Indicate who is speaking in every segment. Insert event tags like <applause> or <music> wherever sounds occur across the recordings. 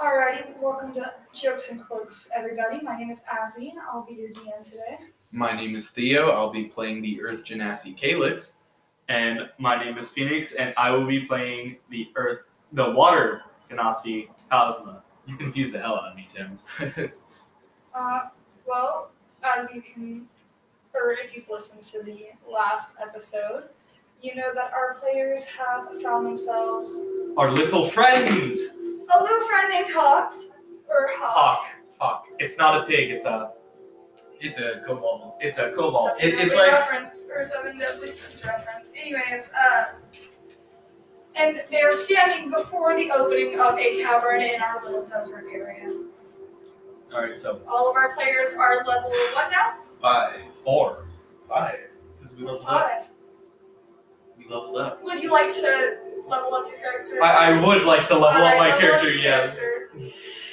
Speaker 1: Alrighty, welcome to Jokes and Cloaks, everybody. My name is Azzy, and I'll be your DM today.
Speaker 2: My name is Theo. I'll be playing the Earth Genasi Calyx. <laughs>
Speaker 3: and my name is Phoenix, and I will be playing the Earth, the Water Ganassi Plasma. You confuse the hell out of me, Tim.
Speaker 1: Uh, well, as you can, or if you've listened to the last episode, you know that our players have found themselves
Speaker 3: Our little friend,
Speaker 1: a little friend named Hawks, or Hawk.
Speaker 3: Hawk. Hawk. It's not a pig. It's a.
Speaker 2: It's a cobalt.
Speaker 3: It's a cobalt.
Speaker 1: Seven
Speaker 2: It- it's
Speaker 1: Deadly
Speaker 2: like-
Speaker 1: reference or seven deadly sins reference. Anyways, uh, and they're standing before the opening of a cavern in our little desert area.
Speaker 3: All right, so
Speaker 1: All of our players are level what now?
Speaker 2: Five.
Speaker 3: four.
Speaker 2: Five. Because we leveled up.
Speaker 1: Five.
Speaker 2: We leveled up.
Speaker 1: Would you like to level up your character?
Speaker 3: I, I would like to level up
Speaker 1: Alright,
Speaker 3: my
Speaker 1: level
Speaker 3: character.
Speaker 1: your
Speaker 3: Yeah.
Speaker 1: character.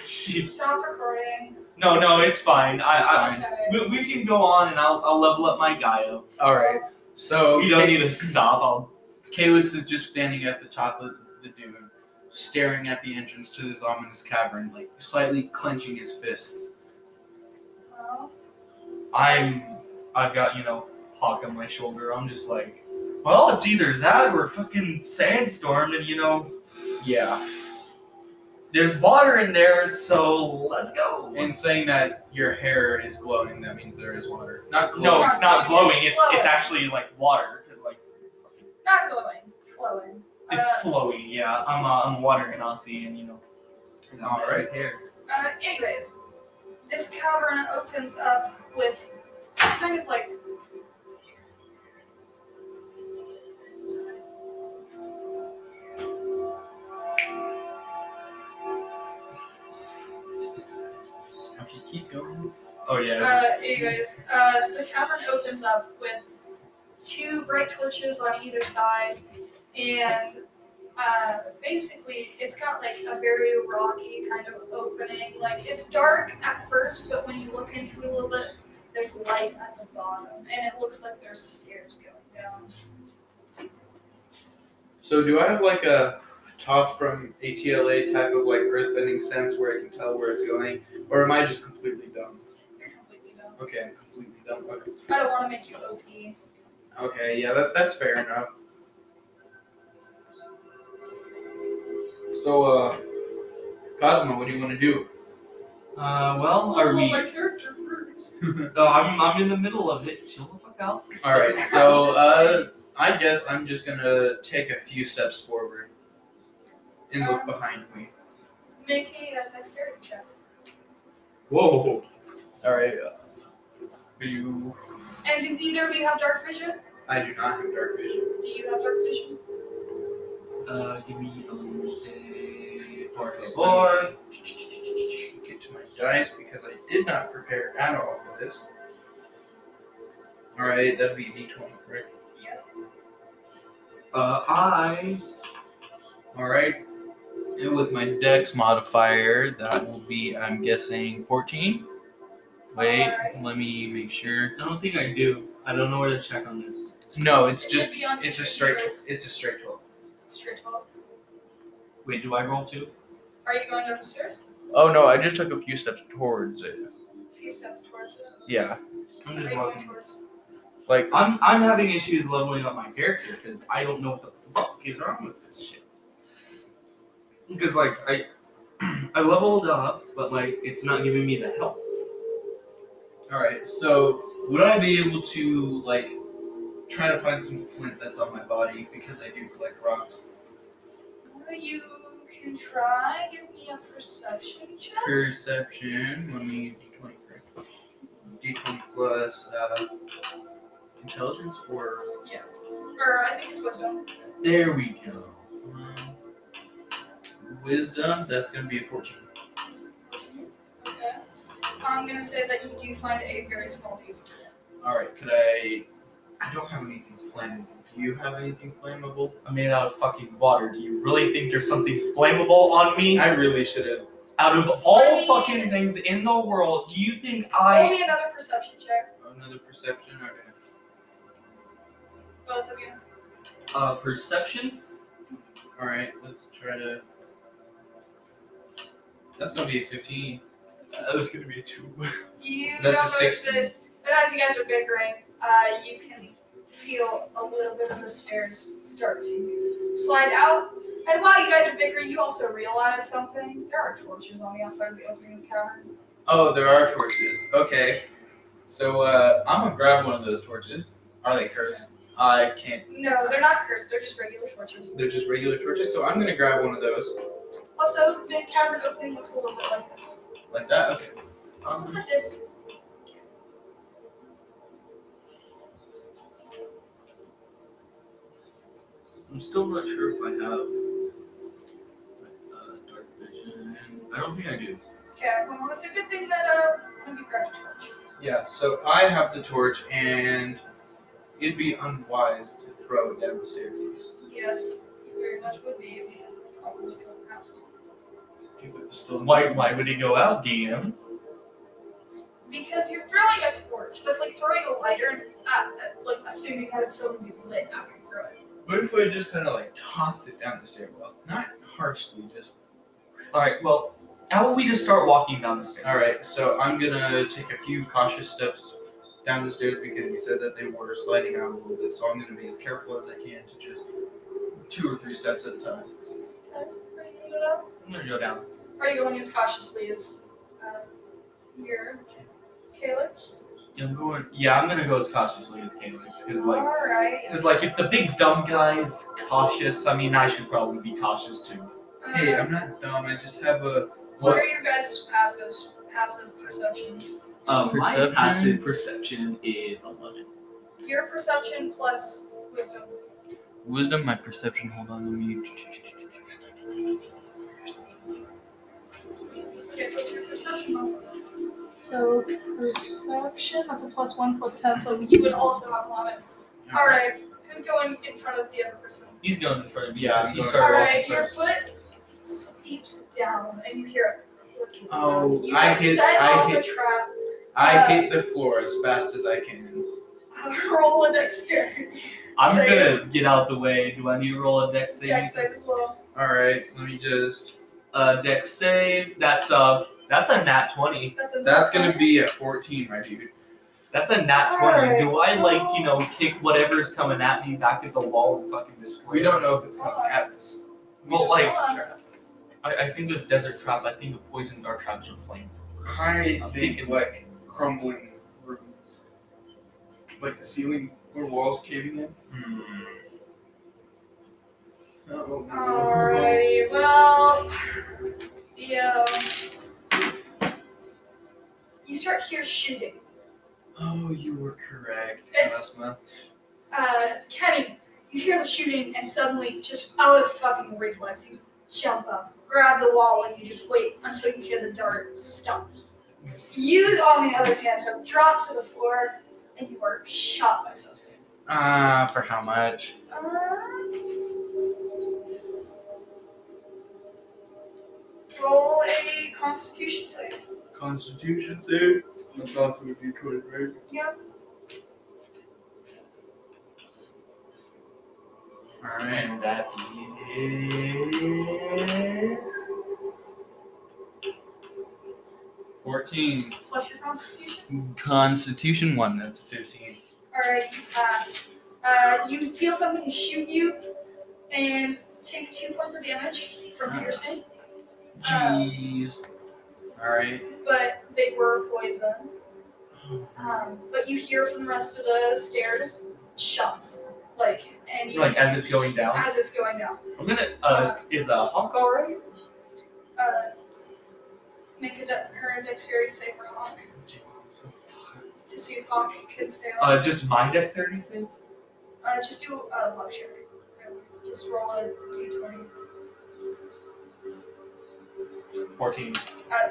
Speaker 3: Jeez.
Speaker 1: Stop recording.
Speaker 3: No, no, it's fine. I,
Speaker 2: It's
Speaker 3: I
Speaker 2: fine.
Speaker 1: Okay.
Speaker 3: we, we can go on, and I'll, I'll level up my Gaio.
Speaker 2: All right. So
Speaker 3: We don't
Speaker 2: Ca-
Speaker 3: need to stop. I'll.
Speaker 2: Calyx is just standing at the top of the dune, staring at the entrance to this ominous cavern, like slightly clenching his fists.
Speaker 1: Well,
Speaker 3: I'm. I've got you know Hawk on my shoulder. I'm just like, well, it's either that or fucking sandstorm, and you know
Speaker 2: Yeah.
Speaker 3: there's water in there, so let's go.
Speaker 2: And saying that your hair is glowing, that means there is water. Not glowing.
Speaker 3: no, it's not glowing. It's it's,
Speaker 1: flowing.
Speaker 3: actually like water because like
Speaker 1: Not glowing. Flowing.
Speaker 3: it's
Speaker 1: Uh,
Speaker 3: flowy. Yeah, I'm uh, I'm water Ganassi, and you know.
Speaker 2: All right.
Speaker 3: here.
Speaker 1: Uh, anyways, this cavern opens up with kind of like.
Speaker 2: Okay, keep going.
Speaker 3: Oh yeah. it
Speaker 1: Uh,
Speaker 3: was-
Speaker 1: anyways, uh, the cavern opens up with two bright torches on either side, and uh, basically it's got like a very rocky kind of opening. Like it's dark at first, but when you look into it a little bit, there's light at the bottom, and it looks like there's stairs going down.
Speaker 2: So do I have like a Toph from ATLA type of like earthbending sense where I can tell where it's going, or am I just completely dumb?
Speaker 1: You're completely dumb.
Speaker 2: Okay, I'm completely dumb. Okay,
Speaker 1: I don't want to make you OP.
Speaker 2: okay, yeah, that, that's fair enough. So, uh, Cosmo, what do you want to do?
Speaker 3: Uh, well, are
Speaker 1: Well,
Speaker 3: we?
Speaker 1: my character first.
Speaker 3: No, I'm I'm in the middle of it. Chill the fuck out.
Speaker 2: All right, so uh, I guess I'm just gonna take a few steps forward and look behind me.
Speaker 1: Make a uh, dexterity check.
Speaker 3: Whoa.
Speaker 2: All right, uh, do you?
Speaker 1: And do either of you have dark vision?
Speaker 2: I do not have dark vision.
Speaker 1: Do you have dark vision?
Speaker 3: Uh, give me a little day or
Speaker 2: Okay,
Speaker 3: four.
Speaker 2: let me Get to my dice because I did not prepare at all for this. Alright, that'd be D twenty, right?
Speaker 3: Uh, I.
Speaker 2: Alright. And with my dex modifier, that will be I'm guessing fourteen. Wait,
Speaker 1: Alright.
Speaker 2: let me make sure.
Speaker 3: I don't think I do. I don't know where to check on this.
Speaker 2: No, it's
Speaker 1: It
Speaker 2: just
Speaker 1: should be on
Speaker 2: it's a
Speaker 1: fifteen
Speaker 2: straight
Speaker 1: strokes.
Speaker 2: it's a straight twelve.
Speaker 1: Straight twelve.
Speaker 3: Wait, do I roll two?
Speaker 1: Are you going down the stairs?
Speaker 2: Oh no, I just took a few steps towards it.
Speaker 1: A few steps towards it.
Speaker 2: Yeah.
Speaker 3: I'm
Speaker 1: Are
Speaker 3: just
Speaker 1: you
Speaker 3: walking.
Speaker 1: going towards?
Speaker 2: Like
Speaker 3: I'm I'm having issues leveling up my character because I don't know what the fuck is wrong with this shit. Because like I <clears throat> I leveled up, but like it's not giving me the health.
Speaker 2: Alright, so would I be able to, like, try to find some flint that's on my body because I do collect rocks?
Speaker 1: Well, You can try. Give me a perception check.
Speaker 2: Perception, let me d20 correct. d20 plus uh, intelligence or.
Speaker 1: Or I think it's wisdom.
Speaker 3: There we go.
Speaker 2: Um, wisdom, that's gonna be a 14.
Speaker 1: Okay. I'm gonna say that you do find a very small piece. of it.
Speaker 2: Alright, could I. I don't have anything flammable. Do you have anything flammable?
Speaker 3: I'm made out of fucking water. Do you really think there's something flammable on me?
Speaker 2: I really should have.
Speaker 3: Out of all
Speaker 1: I mean-
Speaker 3: fucking things in the world, do you think
Speaker 1: Roll
Speaker 3: I
Speaker 1: me another perception check,
Speaker 2: Another perception, okay.
Speaker 1: both of you.
Speaker 3: uh perception?
Speaker 2: Alright, let's try to. That's gonna be a fifteen.
Speaker 3: Uh, that's gonna be a <laughs> two.
Speaker 1: You
Speaker 2: That's a
Speaker 1: don't notice
Speaker 2: 16.
Speaker 1: this, but as you guys are bickering, uh, you can feel a little bit of the stairs start to slide out. And while you guys are bickering, you also realize something. There are torches on the outside of the opening of the cavern.
Speaker 2: Oh, there are torches. Okay. So uh, I'm gonna grab one of those torches. Are they cursed? I can't.
Speaker 1: No, they're not cursed, they're just regular torches.
Speaker 2: They're just regular torches, so I'm gonna grab one of those
Speaker 1: Also, the cavern opening looks a little bit like this.
Speaker 2: like that. Okay.
Speaker 1: It
Speaker 2: Um,
Speaker 1: looks like this.
Speaker 3: I'm still not sure if I have uh, dark vision. I don't think I do.
Speaker 1: Okay, well, it's a good thing that, uh, let me grab a torch.
Speaker 2: yeah. So I have the torch, and it'd be unwise to throw it down the staircase.
Speaker 1: Yes, you very much would be because it's probably going out.
Speaker 2: Okay, but it's still
Speaker 3: Why? Why would he go out, DM?
Speaker 1: Because you're throwing a torch. That's like throwing a lighter, uh, like assuming that it's still gonna be lit after you throw it.
Speaker 2: What if we just kind of like toss it down the stairwell? Not harshly, just.
Speaker 3: All right. Well, how about we just start walking down the stairs?
Speaker 2: All right. So I'm gonna take a few cautious steps down the stairs because you said that they were sliding out a little bit. So I'm gonna be as careful as I can to just two or three steps at a time.
Speaker 1: Are you gonna go down?
Speaker 3: I'm gonna go down.
Speaker 1: Are you going as cautiously as uh, your Calyx?
Speaker 3: I'm going. Yeah, I'm gonna go as cautiously as Calix, because like,
Speaker 1: All right.
Speaker 3: because like, if the big dumb guy is cautious, I mean, I should probably be cautious too.
Speaker 1: Uh,
Speaker 2: Hey, I'm not dumb. I just have a.
Speaker 1: what are your guys' passives? Passive perceptions.
Speaker 4: Um, my
Speaker 2: Perception?
Speaker 4: passive perception is 11.
Speaker 1: Your perception plus wisdom.
Speaker 2: Wisdom, my perception. Hold on, let me.
Speaker 1: Okay, so what's your perception level? So perception. That's a plus one plus ten. So you would also have eleven. All right. Who's going in front of the other person?
Speaker 3: He's going in front of me.
Speaker 2: Yeah,
Speaker 3: because
Speaker 2: I'm
Speaker 3: he
Speaker 2: going-
Speaker 3: started
Speaker 1: All
Speaker 2: Sorry,
Speaker 1: right,
Speaker 2: Austin
Speaker 1: your
Speaker 2: first.
Speaker 1: foot steeps down, and you hear it clicking
Speaker 2: Oh,
Speaker 1: sound. You
Speaker 2: I
Speaker 1: have
Speaker 2: hit-
Speaker 1: set
Speaker 2: I
Speaker 1: off
Speaker 2: hit-
Speaker 1: a trap. <laughs>
Speaker 2: I
Speaker 1: Uh,
Speaker 2: hit the floor as fast as I can.
Speaker 1: roll a dexterity.
Speaker 3: I'm
Speaker 1: Save.
Speaker 3: gonna get out the way. Do I need to roll a dex save?
Speaker 1: Dex save as well.
Speaker 2: All right, let me just.
Speaker 3: Uh, dex save. That's a that's a nat twenty.
Speaker 1: That's a
Speaker 2: That's gonna be a 14, my dude.
Speaker 3: That's a nat
Speaker 1: Alright.
Speaker 3: twenty. Do I like you know kick whatever's coming at me back at the wall and fucking destroy?
Speaker 2: We don't
Speaker 3: it?
Speaker 2: know if it's coming at us. We
Speaker 3: Well,
Speaker 2: just
Speaker 3: like-
Speaker 2: have to try.
Speaker 3: I, I think of desert trap. I think of poison dart traps or flamethrowers.
Speaker 2: I
Speaker 3: I'm
Speaker 2: think
Speaker 3: thinking-
Speaker 2: like crumbling rooms, like the ceiling or walls caving in.
Speaker 3: Hmm.
Speaker 2: Oh,
Speaker 1: Alrighty. Well, the um, you start to hear shooting.
Speaker 2: Oh, you were correct.
Speaker 1: It's-
Speaker 2: Asma.
Speaker 1: Uh, Kenny, you hear the shooting, and suddenly, just out of fucking reflex, you jump up, grab the wall, and you just wait until you hear the dart stop. You, on the other hand, have dropped to the floor, and you are shot by something.
Speaker 2: Ah, for how much?
Speaker 1: Uh, roll a Constitution save.
Speaker 2: Constitution save. That's also a d20, right?
Speaker 1: Yeah.
Speaker 2: All right.
Speaker 3: And that is
Speaker 2: 14.
Speaker 1: Plus your Constitution.
Speaker 2: Constitution 1, that's 15.
Speaker 1: Alright, you pass. Uh, you feel something shoot you, and take two points of damage from piercing, Oh.
Speaker 2: Jeez. Alright.
Speaker 1: but they were poison. Um, but you hear from the rest of the stairs shots, like, and you,
Speaker 3: like as it's going down.
Speaker 1: as it's going down.
Speaker 3: I'm gonna uh is a honk all right?
Speaker 1: uh, make a de- her a dexterity save for Hawk to see if Hawk can stay on.
Speaker 3: Uh, just my dexterity save.
Speaker 1: Uh, just do a luck check. Just roll a d20.
Speaker 3: Fourteen.
Speaker 1: Uh,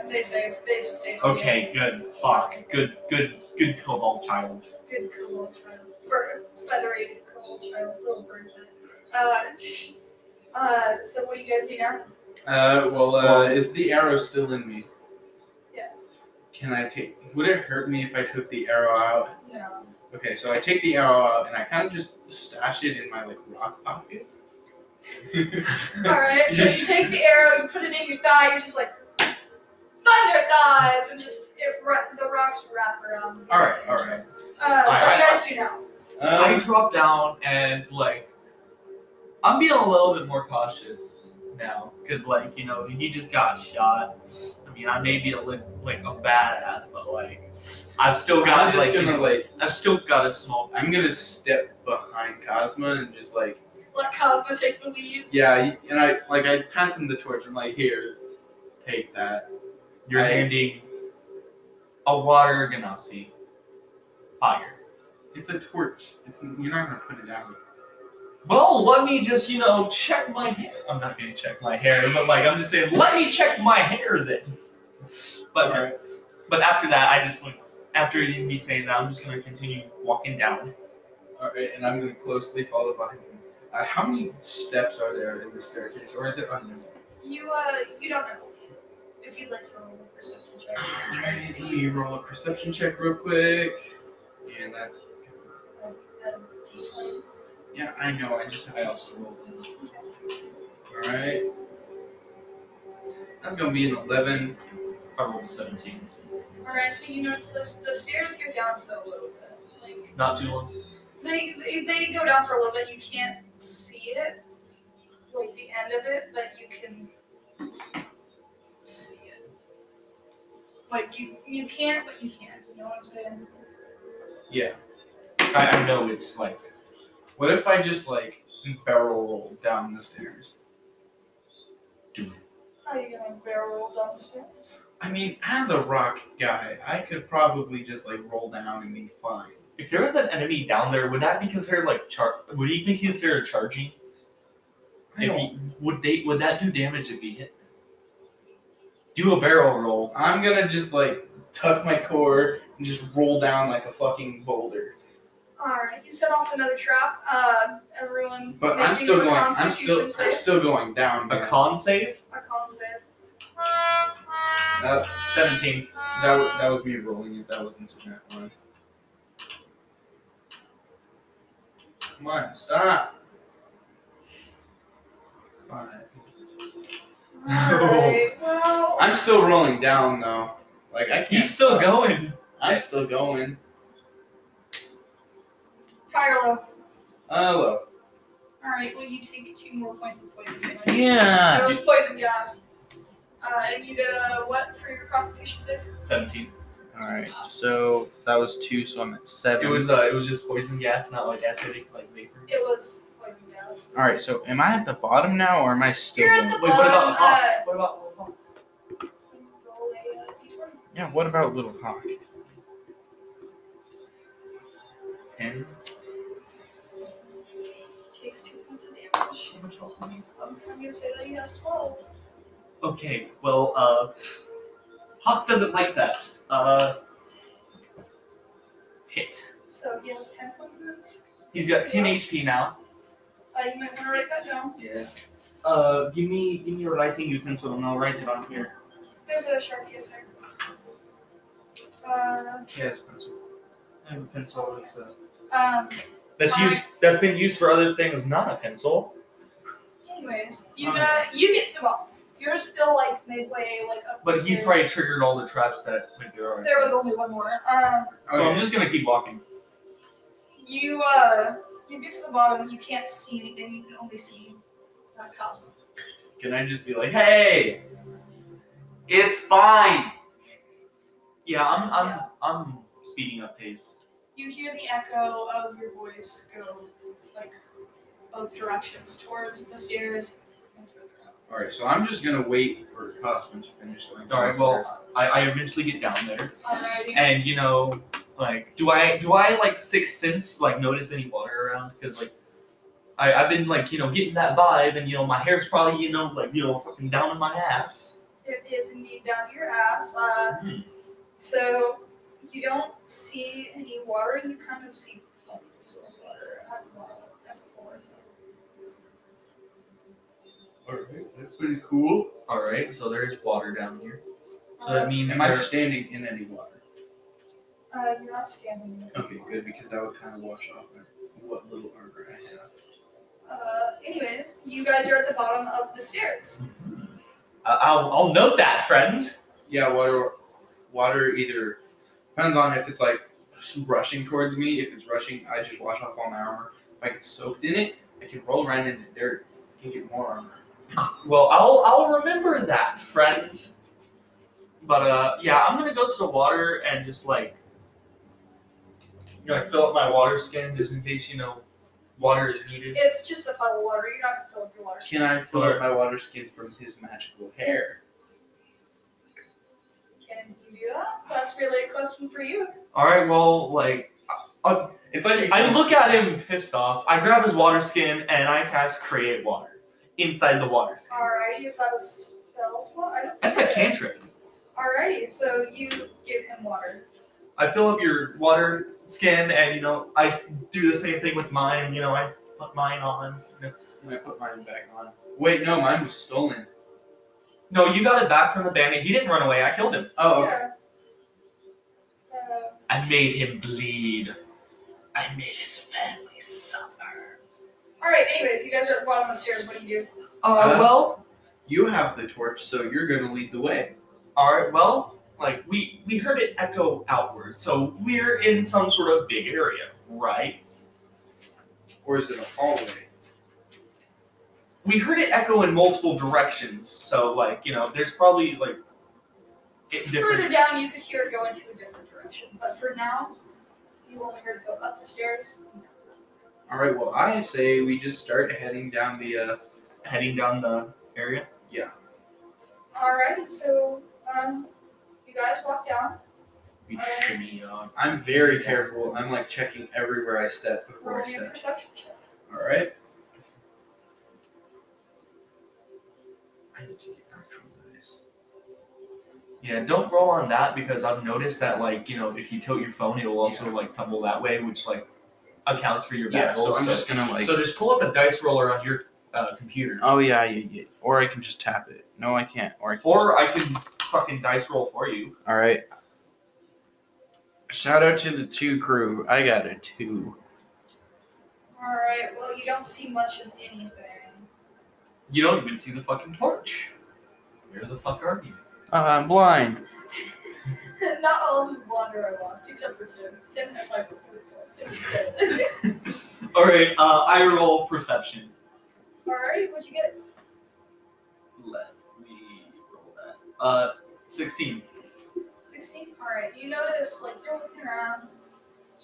Speaker 1: they save. They stay on.
Speaker 3: Okay, good. Fuck. Good, good, good cobalt child.
Speaker 1: you. Good cool child. For feathery cool child. Little bird. Uh, uh, <laughs> so what do you guys do now?
Speaker 2: Uh, well, uh, is the arrow still in me?
Speaker 1: Yes.
Speaker 2: Can I take. Would it hurt me if I took the arrow out?
Speaker 1: No.
Speaker 2: Okay, so I take the arrow out and I kind of just stash it in my like rock pockets. <laughs>
Speaker 1: Alright, so you
Speaker 2: Yes.
Speaker 3: <laughs>
Speaker 1: take the arrow, you put it in your thigh, you're just like, thunder dies, and just it ra- the rocks wrap around.
Speaker 2: All right, all right.
Speaker 1: Uh,
Speaker 3: I- I-
Speaker 1: you guys do know.
Speaker 3: I
Speaker 2: Um,
Speaker 3: drop down and like I'm being a little bit more cautious now because like you know he just got shot. I mean I may be a li- like a badass, but like I've still got
Speaker 2: I'm just
Speaker 3: like you
Speaker 2: gonna
Speaker 3: know,
Speaker 2: like.
Speaker 3: I've still got a small.
Speaker 2: I'm gonna step behind Cosma and just like,
Speaker 1: Let Cosmo take the lead.
Speaker 2: yeah, he- and I like I pass him the torch. I'm like, here, take that.
Speaker 3: You're
Speaker 2: I-
Speaker 3: handing a water ganassi fire.
Speaker 2: It's a torch. It's you're not gonna put it down.
Speaker 3: Well, let me just you know check my hair. I'm not gonna check my hair, but like I'm just saying, let me check my hair then. But
Speaker 2: All right.
Speaker 3: But after that, I just like after me saying that, I'm just gonna continue walking down.
Speaker 2: All right, and I'm gonna closely follow behind him. Uh, how many steps are there in the staircase, or is it unknown?
Speaker 1: You uh, you don't know. If you'd like to roll a perception check, you can try to
Speaker 2: Let
Speaker 1: see
Speaker 2: me roll a perception check real quick, and that's
Speaker 1: like, a D20.
Speaker 2: yeah, I know. I just I also rolled. All right, that's gonna be an eleven.
Speaker 3: I rolled a 17.
Speaker 1: All right, so you notice this, the stairs go down for a little bit. Like
Speaker 3: Not too long.
Speaker 1: they, they they go down for a little bit. You can't see it, like the end of it, but you can see it. Like you you can't, but you can. You know what I'm saying?
Speaker 2: Yeah.
Speaker 3: I, I know it's like
Speaker 2: What if I just like barrel roll down the stairs?
Speaker 1: How are you gonna barrel roll down the stairs?
Speaker 2: I mean, as a rock guy, I could probably just like roll down and be fine.
Speaker 3: if there was an enemy down there, would that be considered like char? Would he be considered charging?
Speaker 2: I
Speaker 3: If
Speaker 2: don't-
Speaker 3: he, would they would that do damage if he hit? Do a barrel roll.
Speaker 2: I'm gonna just like tuck my core and just roll down like a fucking boulder.
Speaker 1: All right, you set off another trap. Uh, everyone,
Speaker 2: But
Speaker 1: make
Speaker 2: I'm
Speaker 1: me
Speaker 2: still
Speaker 1: a
Speaker 2: going. I'm
Speaker 1: Constitution
Speaker 2: still. I'm
Speaker 1: save.
Speaker 2: still going down.
Speaker 3: A
Speaker 2: man.
Speaker 3: con save.
Speaker 1: A con save.
Speaker 2: That,
Speaker 3: 17.
Speaker 2: that wa- that was me rolling it. That wasn't that one. Come on, stop. Fine.
Speaker 1: Alright,
Speaker 2: <laughs>
Speaker 1: well,
Speaker 2: I'm still rolling down though. Like I can't.
Speaker 3: He's still going.
Speaker 2: I'm still going.
Speaker 1: Kylo.
Speaker 2: Uh, well.
Speaker 1: Alright, well, you take two more points of poison damage. It
Speaker 5: Yeah.
Speaker 1: was poison gas. Uh, and you did a what for your constitution save?
Speaker 3: 17.
Speaker 2: All right. So that was two. So I'm at
Speaker 3: It
Speaker 2: seven.
Speaker 3: was uh, it was just poison gas, not like acidic, like vapor.
Speaker 1: It was poison gas.
Speaker 2: All right. So am I at the bottom now, or am I still?
Speaker 1: You're at
Speaker 2: down?
Speaker 1: the-
Speaker 3: Wait, what
Speaker 1: Um,
Speaker 3: about hot?
Speaker 1: uh,
Speaker 3: What about what about
Speaker 1: Roll a uh, d20.
Speaker 2: Yeah. What about Little Hawk?
Speaker 3: 10.
Speaker 1: Takes two points of damage. Um, I'm gonna say that he has 12.
Speaker 3: Okay, well, uh, Hawk doesn't like that. Uh, shit.
Speaker 1: So he has 10 points of damage.
Speaker 3: He's got 10 HP now.
Speaker 1: Uh, you might want to write that down.
Speaker 3: Yeah. Uh, give me, give me a writing utensil and I'll write it on here.
Speaker 1: There's a sharpie in there. Uh,
Speaker 2: Yes. pencil.
Speaker 3: I have a pencil. That's, uh,
Speaker 1: um,
Speaker 3: that's used. That's been used for other things, not a pencil.
Speaker 1: anyways, you,
Speaker 3: Uh-huh.
Speaker 1: uh, you get to the ball. You're still like midway, like up the
Speaker 3: But he's
Speaker 1: stairs.
Speaker 3: probably triggered all the traps that like, there are.
Speaker 1: There was only one more. Um,
Speaker 3: So I'm just gonna keep walking.
Speaker 1: you uh, you get to the bottom. You can't see anything. You can only see uh, Cosmo.
Speaker 2: Can I just be like, hey, it's fine.
Speaker 3: Yeah, I'm, I'm,
Speaker 1: Yeah.
Speaker 3: I'm speeding up pace.
Speaker 1: You hear the echo of your voice go like both directions, towards the stairs and further up.
Speaker 2: All right. So I'm just gonna wait for Cosman to finish. Going
Speaker 3: All right,
Speaker 2: downstairs.
Speaker 3: well, I, I eventually get down there.
Speaker 1: Alrighty.
Speaker 3: and you know like do i do i like sixth sense like notice any water around because like I, i've been like you know getting that vibe and you know my hair's probably you know like you know fucking down in my ass
Speaker 1: It is indeed down your ass. Uh,
Speaker 3: Hmm.
Speaker 1: so you don't see any water. You kind of see pools of water at the bottom, at the floor.
Speaker 2: All right. That's pretty cool.
Speaker 3: all right so there's water down here so that
Speaker 1: Um,
Speaker 3: means
Speaker 2: Am I
Speaker 3: there-
Speaker 2: standing in any water?
Speaker 1: Uh, you're not standing. in it.
Speaker 2: Okay, good because that would kind of wash off my, what little armor I have.
Speaker 1: Uh, anyways, you guys are at the bottom of the stairs.
Speaker 3: I- I'll, I'll note that friend
Speaker 2: yeah, water, water either depends on if it's like rushing towards me. If it's rushing, I just wash off all my armor. If I get soaked in it, I can roll around in the dirt and get more armor.
Speaker 3: Well, I'll I'll remember that, friend. But uh, yeah, I'm gonna go to the water and just like, you know, like, fill up my water skin just in case you know, water is needed.
Speaker 1: It's just a puddle of water. You're not gonna fill up your water.
Speaker 2: Can I fill up my water skin from his magical hair?
Speaker 1: Can you do that? That's really a question for you.
Speaker 3: All right, well, like
Speaker 2: It's like
Speaker 3: I look at him pissed off. I grab his water skin and I cast create water inside the water skin.
Speaker 1: Alrighty, is that a spell slot? I don't
Speaker 3: That's a
Speaker 1: think it is.
Speaker 3: cantrip.
Speaker 1: Alrighty, so you give him water.
Speaker 3: I fill up your water skin and you know I s- do the same thing with mine. You know, I put mine on. You know,
Speaker 2: And I put mine back on. Wait, no, mine was stolen.
Speaker 3: No, you got it back from the bandit. He didn't run away. I killed him.
Speaker 2: Oh, okay.
Speaker 1: Yeah. Uh,
Speaker 3: I made him bleed.
Speaker 6: I made his family suffer.
Speaker 1: Alright, anyways, you guys are at the bottom of the stairs. What do you do?
Speaker 3: Uh,
Speaker 2: Uh,
Speaker 3: well,
Speaker 2: you have the torch, so you're gonna lead the way.
Speaker 3: all right, well, like we we heard it echo outward, so we're in some sort of big area, right?
Speaker 2: Or is it a hallway?
Speaker 3: We heard it echo in multiple directions, so like you know, there's probably like it
Speaker 1: Further
Speaker 3: different.
Speaker 1: down, you could hear it go into a different direction. But for now, you only heard it go up the stairs.
Speaker 2: All right. Well, I say we just start heading down the. Uh,
Speaker 3: Heading down the area.
Speaker 1: Alrighty, so um, you guys walk down.
Speaker 3: We
Speaker 1: All right.
Speaker 3: shimmy uh, on.
Speaker 2: I'm very careful. I'm like checking everywhere I step before
Speaker 1: Roll
Speaker 2: I
Speaker 1: me a
Speaker 2: step.
Speaker 1: perception check.
Speaker 2: All right. I need to get actual dice.
Speaker 3: Yeah, don't roll on that because I've noticed that like you know if you tilt your phone, it'll also like tumble that way, which like accounts for your
Speaker 2: Yeah.
Speaker 3: bad
Speaker 2: So
Speaker 3: rolls,
Speaker 2: I'm just gonna like.
Speaker 3: so just pull up a dice roller on your uh, computer,
Speaker 2: Oh yeah, yeah, yeah. Or I can just tap it. No, I can't. Or I can.
Speaker 3: or I can fucking dice roll for you.
Speaker 2: All right. Shout out to the two crew. I got a two.
Speaker 1: Alright, well, you don't see much of anything.
Speaker 3: You don't even see the fucking torch. Where the fuck are you?
Speaker 2: Uh, I'm blind.
Speaker 1: <laughs> Not all of you wander are lost, except for Tim. Tim has like. Tim's <laughs> dead.
Speaker 3: All right, uh, I roll perception.
Speaker 1: Alrighty, what'd you get?
Speaker 3: Let me roll that. Uh, sixteen.
Speaker 1: 16? Alright, you notice, like, you're looking around,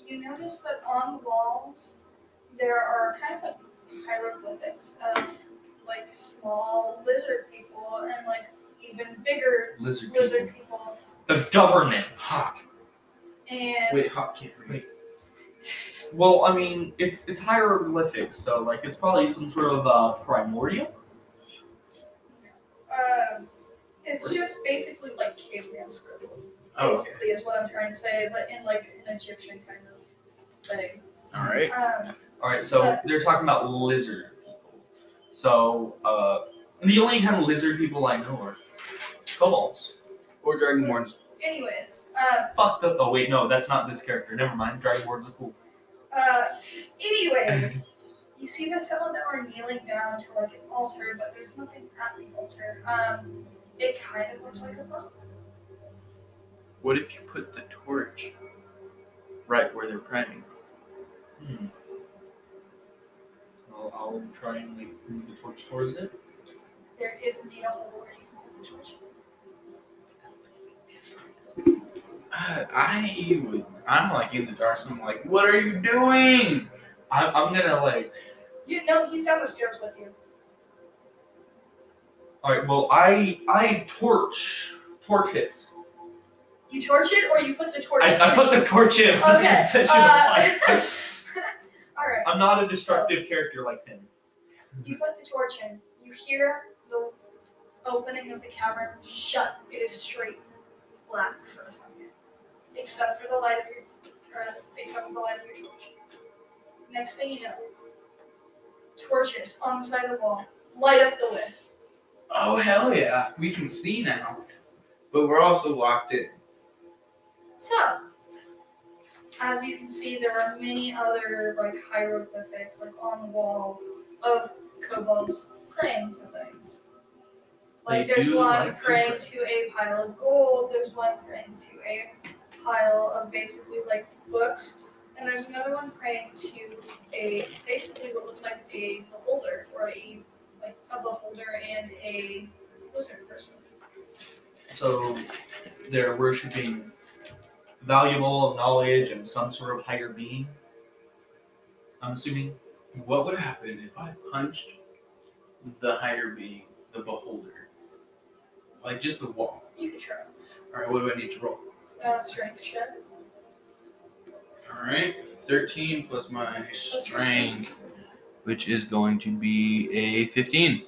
Speaker 1: you notice that on the walls there are kind of like hieroglyphics of like small lizard people and like even bigger
Speaker 3: Lizard.
Speaker 1: lizard people.
Speaker 3: The government. Fuck.
Speaker 1: And
Speaker 2: Wait, hop can't read.
Speaker 3: Well, I mean, it's it's hieroglyphic, so like it's probably some sort of uh, primordial.
Speaker 1: um, it's just basically like caveman scribble,
Speaker 2: Oh, okay.
Speaker 1: basically, is what I'm trying to say, but in like an Egyptian kind of thing.
Speaker 2: All right.
Speaker 1: Um,
Speaker 3: All right, so
Speaker 1: But-
Speaker 3: they're talking about lizard people. So uh, the only kind of lizard people I know are kobolds.
Speaker 2: Or dragonborns.
Speaker 1: anyways, um,
Speaker 3: Fuck the. Oh wait, no, that's not this character. Never mind. Dragonborns are cool.
Speaker 1: Uh,
Speaker 3: <laughs>
Speaker 1: anyways, you see the several that were kneeling down to like an altar, but there's nothing at the altar. Um, it kind of looks like a puzzle.
Speaker 2: What if you put the torch right where they're priming?
Speaker 3: Hmm. I'll, I'll try and like move the torch towards it.
Speaker 1: There is indeed a hole where you can put the torch.
Speaker 2: Uh, I would. I'm like in the dark. So I'm like, what are you doing?
Speaker 3: I'm, I'm gonna like.
Speaker 1: You know he's down the stairs with you.
Speaker 3: All right. Well, I I torch torch it.
Speaker 1: You torch it, or you put the torch.
Speaker 3: I, I put the torch in. <laughs>
Speaker 1: Okay,
Speaker 3: Such a
Speaker 1: uh,
Speaker 3: lie.
Speaker 1: All right.
Speaker 3: I'm not a destructive character like Tim.
Speaker 1: You put the torch in. You hear the opening of the cavern shut. It is straight black for a second, except for the light of your, or except for the light of your torch. Next thing you know, torches on the side of the wall light up the way.
Speaker 2: Oh hell yeah! We can see now, but we're also locked in.
Speaker 1: So, as you can see, there are many other like hieroglyphics like on the wall of kobolds praying to things. Like
Speaker 3: They
Speaker 1: there's
Speaker 3: do
Speaker 1: one
Speaker 3: like to
Speaker 1: praying
Speaker 3: pray.
Speaker 1: to a pile of gold, there's one praying to a pile of basically like books, and there's another one praying to a basically what looks like a beholder or a like a beholder and a lizard person.
Speaker 3: So they're worshiping valuable knowledge and some sort of higher being. I'm assuming.
Speaker 2: What would happen if I punched the higher being, the beholder? Like just the wall.
Speaker 1: You can try.
Speaker 2: Alright, what do I need to roll?
Speaker 1: Uh, strength check.
Speaker 2: Alright. Thirteen plus my
Speaker 1: your
Speaker 2: strength. Which is going to be a fifteen.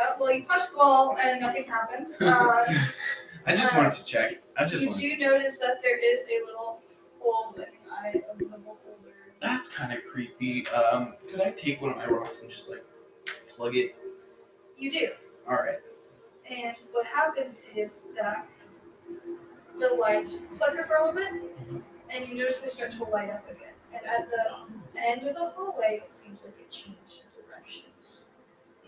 Speaker 1: Uh, well, you punch the wall and nothing
Speaker 3: <laughs>
Speaker 1: happens. Uh,
Speaker 2: <laughs> I just wanted to check. I just
Speaker 1: you
Speaker 2: wanted
Speaker 1: do notice that there is a little hole in the eye of the beholder.
Speaker 2: That's kind of creepy. Um, could I take one of my rocks and just like plug it?
Speaker 1: You do.
Speaker 2: All right.
Speaker 1: And what happens is that the lights flicker for a little bit,
Speaker 3: Mm-hmm.
Speaker 1: and you notice they start to light up again. And at the end of the hallway, it seems like it changed directions.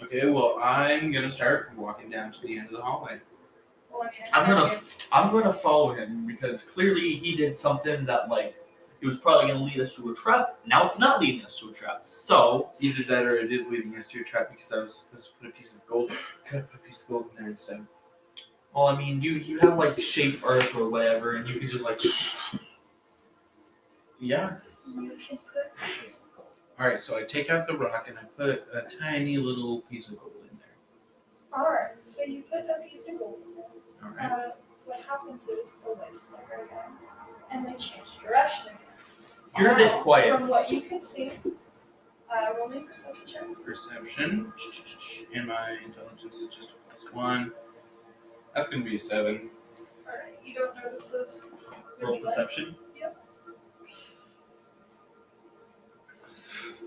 Speaker 2: Okay. Well, I'm gonna start walking down to the end of the hallway.
Speaker 1: Well, I mean, it's
Speaker 3: I'm
Speaker 1: not
Speaker 3: gonna
Speaker 1: you.
Speaker 3: I'm gonna follow him because clearly he did something that like it was probably gonna lead us to a trap. Now it's not leading us to a trap. So
Speaker 2: Either that, or it is leading us to a trap because I was supposed to put a piece of gold. Could I put a piece of gold in there instead?
Speaker 3: well I mean you you have like shape earth or whatever and you could just like
Speaker 2: Yeah.
Speaker 1: You can put a piece of gold.
Speaker 2: All right. So I take out the rock and I put a tiny little piece of gold in there.
Speaker 1: Alright, so you put a piece of gold.
Speaker 2: All right.
Speaker 1: Uh, what happens is the lights flicker again, and they change direction again.
Speaker 3: You're a bit
Speaker 1: Now,
Speaker 3: quiet.
Speaker 1: From what you can see, uh, roll me a perception check.
Speaker 2: Perception and my intelligence is just a plus one. That's gonna be a seven.
Speaker 1: Alright, you don't notice this.
Speaker 3: roll
Speaker 1: Really, like,
Speaker 3: perception.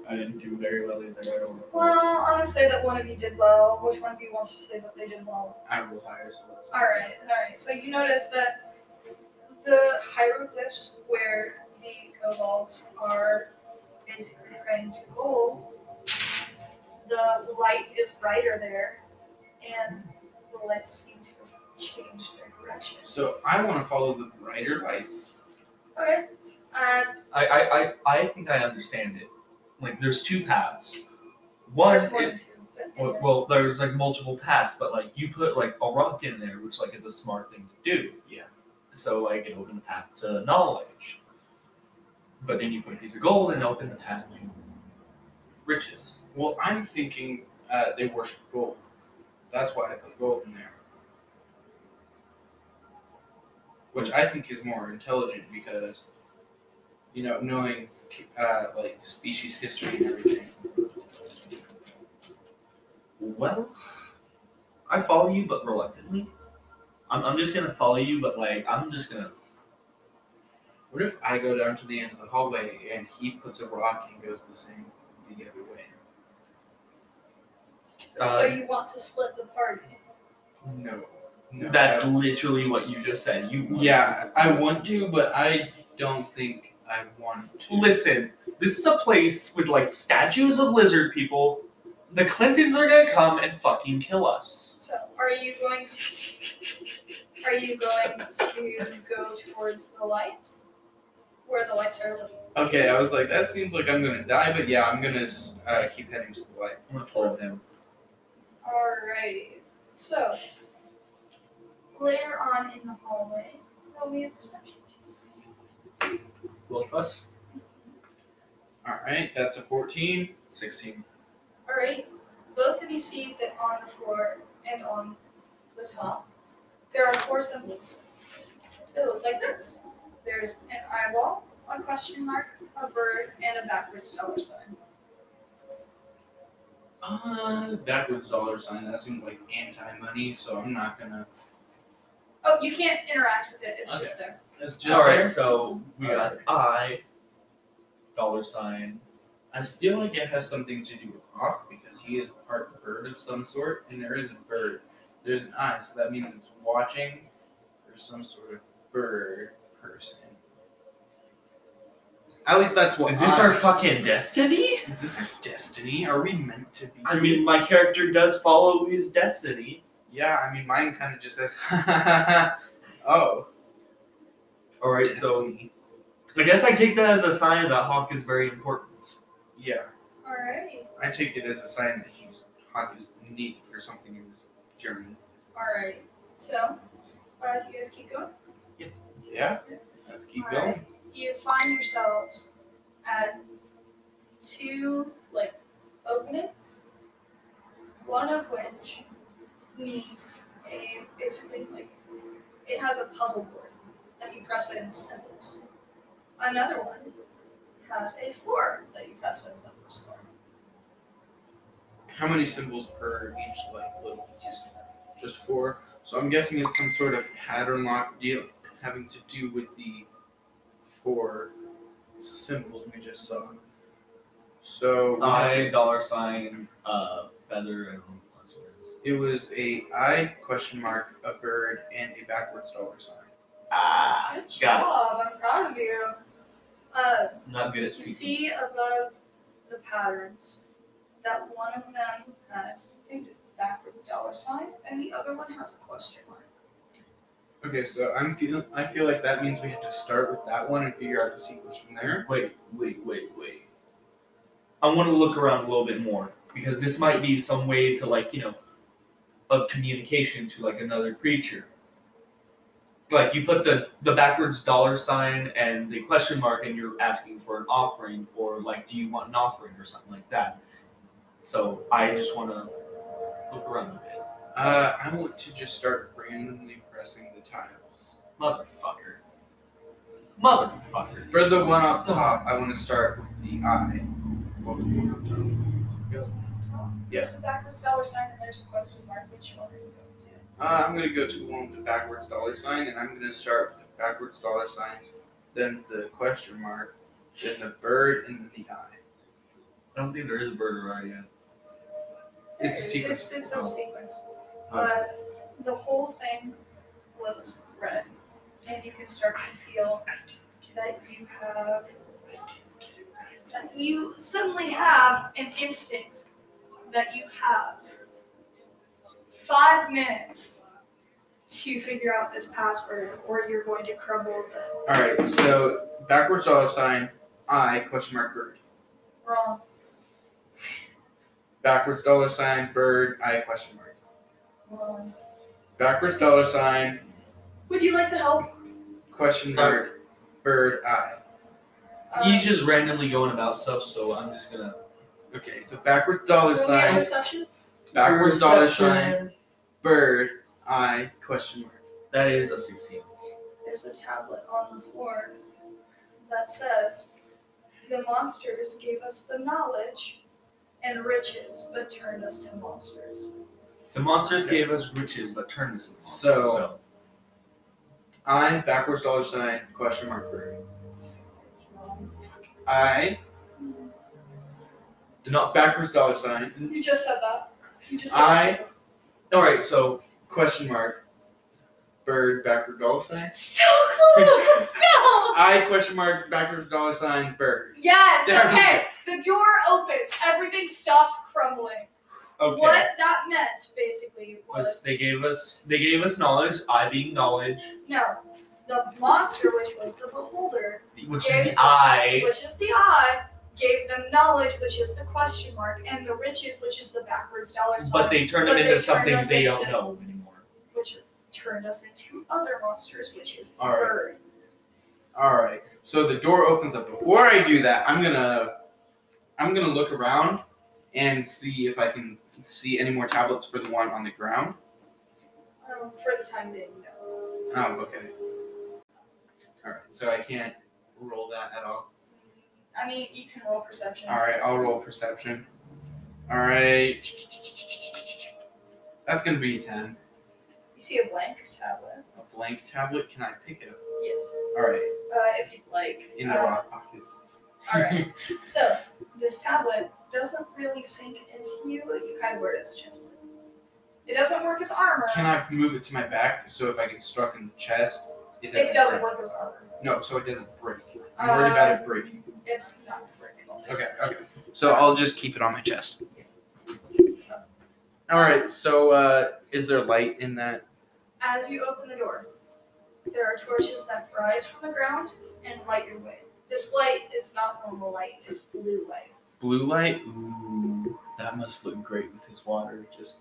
Speaker 3: I didn't do very well either. I don't know.
Speaker 1: Well, I'm gonna say that one of you did well. Which one of you wants to say that they did well?
Speaker 2: I roll higher, so that's
Speaker 1: Alright, alright. So you notice that the hieroglyphs where the kobolds are basically praying to gold, the light is brighter there, and the lights seem to have changed their direction.
Speaker 2: So I want to follow the brighter lights.
Speaker 1: Okay. Um,
Speaker 3: I, I, I, I think I understand it. Like, there's two paths. One,
Speaker 1: there's more
Speaker 3: it-
Speaker 1: than two, but
Speaker 3: well,
Speaker 1: anyways.
Speaker 3: well, there's like multiple paths, but like you put like a rock in there, which like is a smart thing to do.
Speaker 2: Yeah.
Speaker 3: So like it opened the path to knowledge. But then you put a piece of gold and it opened the path to riches.
Speaker 2: Well, I'm thinking uh, they worship gold. That's why I put gold in there. Which I think is more intelligent because, you know, knowing uh, like species history and everything.
Speaker 3: Well, I follow you, but reluctantly. I'm, I'm just gonna follow you, but like I'm just gonna.
Speaker 2: What if I go down to the end of the hallway and he puts a rock and goes the same the other way?
Speaker 3: Uh,
Speaker 1: so you want to split the party.
Speaker 2: No. No.
Speaker 3: that's literally what you just said. You want
Speaker 2: yeah. I want to, but I don't think I want to.
Speaker 3: Listen, this is a place with like statues of lizard people. The Clintons are gonna come and fucking kill us.
Speaker 1: So, are you going to <laughs> are you going to go towards the light, where the lights are? lit?
Speaker 2: Okay, I was like, that seems like I'm gonna die, but yeah, I'm gonna uh, keep heading to the light.
Speaker 3: I'm gonna follow them.
Speaker 1: Alrighty. So, later on in the hallway, roll me a perception.
Speaker 3: Both of us?
Speaker 2: All right, that's a 14.
Speaker 3: 16.
Speaker 1: Alright. Both of you see that on the floor and on the top, there are four symbols. They look like this. There's an eyeball, a question mark, a bird, and a backwards dollar sign.
Speaker 2: Uh, backwards dollar sign. That seems like anti-money, so I'm not gonna.
Speaker 1: Oh, you can't interact with it. It's just there.
Speaker 2: It's just
Speaker 3: Alright,
Speaker 2: there.
Speaker 3: so we got I, dollar sign.
Speaker 2: I feel like it has something to do with Hawk because he is part bird of some sort, and there is a bird. There's an eye, so that means it's watching for some sort of bird person. At least that's what.
Speaker 3: Is this
Speaker 2: I-
Speaker 3: our fucking destiny?
Speaker 2: Is this our destiny? Are we meant to be?
Speaker 3: I mean, my character does follow his destiny.
Speaker 2: Yeah, I mean, mine kind of just says, <laughs> oh.
Speaker 3: All right, so
Speaker 2: destiny.
Speaker 3: I guess I take that as a sign that Hawk is very important.
Speaker 2: Yeah,
Speaker 1: Alrighty.
Speaker 2: I take it as a sign that he's hot is needed for something in this journey.
Speaker 1: Alrighty. So, uh, do you guys keep going?
Speaker 2: Yeah, let's keep
Speaker 1: All
Speaker 2: going.
Speaker 1: right. You find yourselves at two like openings, one of which needs a basically like it has a puzzle board that you press in symbols. Another one has a floor that you press in symbols for.
Speaker 2: How many symbols per each like little just just four? So I'm guessing it's some sort of pattern lock deal having to do with the four symbols we just saw. So we have to-
Speaker 3: I dollar sign uh feather and last words.
Speaker 2: it was a I question mark, a bird, and a backwards dollar sign.
Speaker 3: Ah,
Speaker 1: Good
Speaker 3: got
Speaker 1: job! I'm proud of you. Uh,
Speaker 3: it. Not good
Speaker 1: You
Speaker 3: at speaking.
Speaker 1: see above the patterns that one of them has a backwards dollar sign and the other one has a question mark.
Speaker 2: Okay, so I'm feel I feel like that means we have to start with that one and figure out the sequence from there.
Speaker 3: Wait, wait, wait, wait. I want to look around a little bit more because this might be some way to like you know, of communication to like another creature. Like you put the the backwards dollar sign and the question mark, and you're asking for an offering or like, do you want an offering or something like that. So I just want to look around a bit,
Speaker 2: Uh, I want to just start randomly pressing the tiles.
Speaker 3: motherfucker, motherfucker.
Speaker 2: For the one up top, I want to start with the eye. What was the one up top?
Speaker 1: There's a backwards dollar sign and there's a question mark. Which one are you going to?
Speaker 2: Uh, I'm going to go to the one with the backwards dollar sign, and I'm going to start with the backwards dollar sign, then the question mark, then the bird, and then the eye.
Speaker 3: I don't think there is a burger right yet.
Speaker 1: There
Speaker 2: It's a
Speaker 1: it is.
Speaker 2: sequence.
Speaker 1: It's, it's a
Speaker 2: Oh.
Speaker 1: sequence.
Speaker 2: Oh.
Speaker 1: But the whole thing glows red, and you can start to feel that you have that you suddenly have an instinct that you have five minutes to figure out this password, or you're going to crumble the
Speaker 2: All right, so backwards dollar sign, eye, question mark, bird.
Speaker 1: wrong.
Speaker 2: Backwards dollar sign, bird, eye, question mark.
Speaker 1: wrong.
Speaker 2: Backwards dollar sign,
Speaker 1: Would you like to help?
Speaker 2: question mark, bird, eye.
Speaker 1: Um,
Speaker 3: He's just randomly going about stuff, so I'm just gonna.
Speaker 2: Okay, so backwards dollar
Speaker 1: roll me a
Speaker 2: sign,
Speaker 1: perception?
Speaker 2: backwards dollar sign,
Speaker 3: Perception.
Speaker 2: bird, eye, question mark.
Speaker 3: That is a 16.
Speaker 1: there's a tablet on the floor that says, The monsters gave us the knowledge and riches, but turned us to monsters.
Speaker 3: The monsters gave us riches, but turned us into monsters.
Speaker 2: So- I backwards dollar sign question mark bird. I
Speaker 3: do not.
Speaker 2: backwards dollar sign
Speaker 1: You just said that. You just said
Speaker 2: I-
Speaker 3: All right, so
Speaker 2: question mark bird backward dollar sign.
Speaker 1: that. So close! no!
Speaker 2: I question mark backwards dollar sign bird.
Speaker 1: Yes,
Speaker 2: There we <laughs>
Speaker 1: okay. The door opens. Everything stops crumbling.
Speaker 3: okay.
Speaker 1: What that meant, basically,
Speaker 3: was
Speaker 1: was
Speaker 3: They gave us they gave us knowledge. I being knowledge,
Speaker 1: no. The monster, which was the beholder,
Speaker 3: which is
Speaker 1: Gave-
Speaker 3: the I.
Speaker 1: which is the eye, gave them knowledge, which is the question mark, and the riches, which is the backwards dollar sign,
Speaker 3: But they turned
Speaker 1: But
Speaker 3: them
Speaker 1: they
Speaker 3: into
Speaker 1: turned
Speaker 3: something
Speaker 1: us
Speaker 3: they don't
Speaker 1: into-
Speaker 3: know anymore.
Speaker 1: which turned us into other monsters, which is the
Speaker 2: All right.
Speaker 1: bird.
Speaker 2: Alright. So the door opens up. Before I do that, I'm gonna I'm gonna look around and see if I can see any more tablets for the one on the ground.
Speaker 1: Um, for the time being, no.
Speaker 2: Oh, okay. Alright, so I can't roll that at all.
Speaker 1: I mean, you can roll perception.
Speaker 2: All right, I'll roll perception. All right, that's gonna be a ten.
Speaker 1: You see a blank tablet.
Speaker 2: A blank tablet. Can I pick it up?
Speaker 1: Yes,
Speaker 2: All right,
Speaker 1: uh, if you'd like.
Speaker 2: in the
Speaker 1: Uh,
Speaker 2: rock pockets.
Speaker 1: All
Speaker 2: <laughs>
Speaker 1: right. So this tablet doesn't really sink into you. You kind of wear it as chest. plate. It doesn't work as armor.
Speaker 2: Can I move it to my back so if I get struck in the chest, it doesn't?
Speaker 1: it doesn't
Speaker 2: break?
Speaker 1: work as armor.
Speaker 2: No, so it doesn't break. I'm worried about it breaking.
Speaker 1: It's not breakable.
Speaker 2: Okay, okay. So I'll just keep it on my chest.
Speaker 1: So
Speaker 2: All right, so uh,
Speaker 7: Is there light in that?
Speaker 1: As you open the door, there are torches that rise from the ground and light your way. This light is not normal light, it's blue light.
Speaker 7: Blue light? Ooh, that must look great with his water. Just.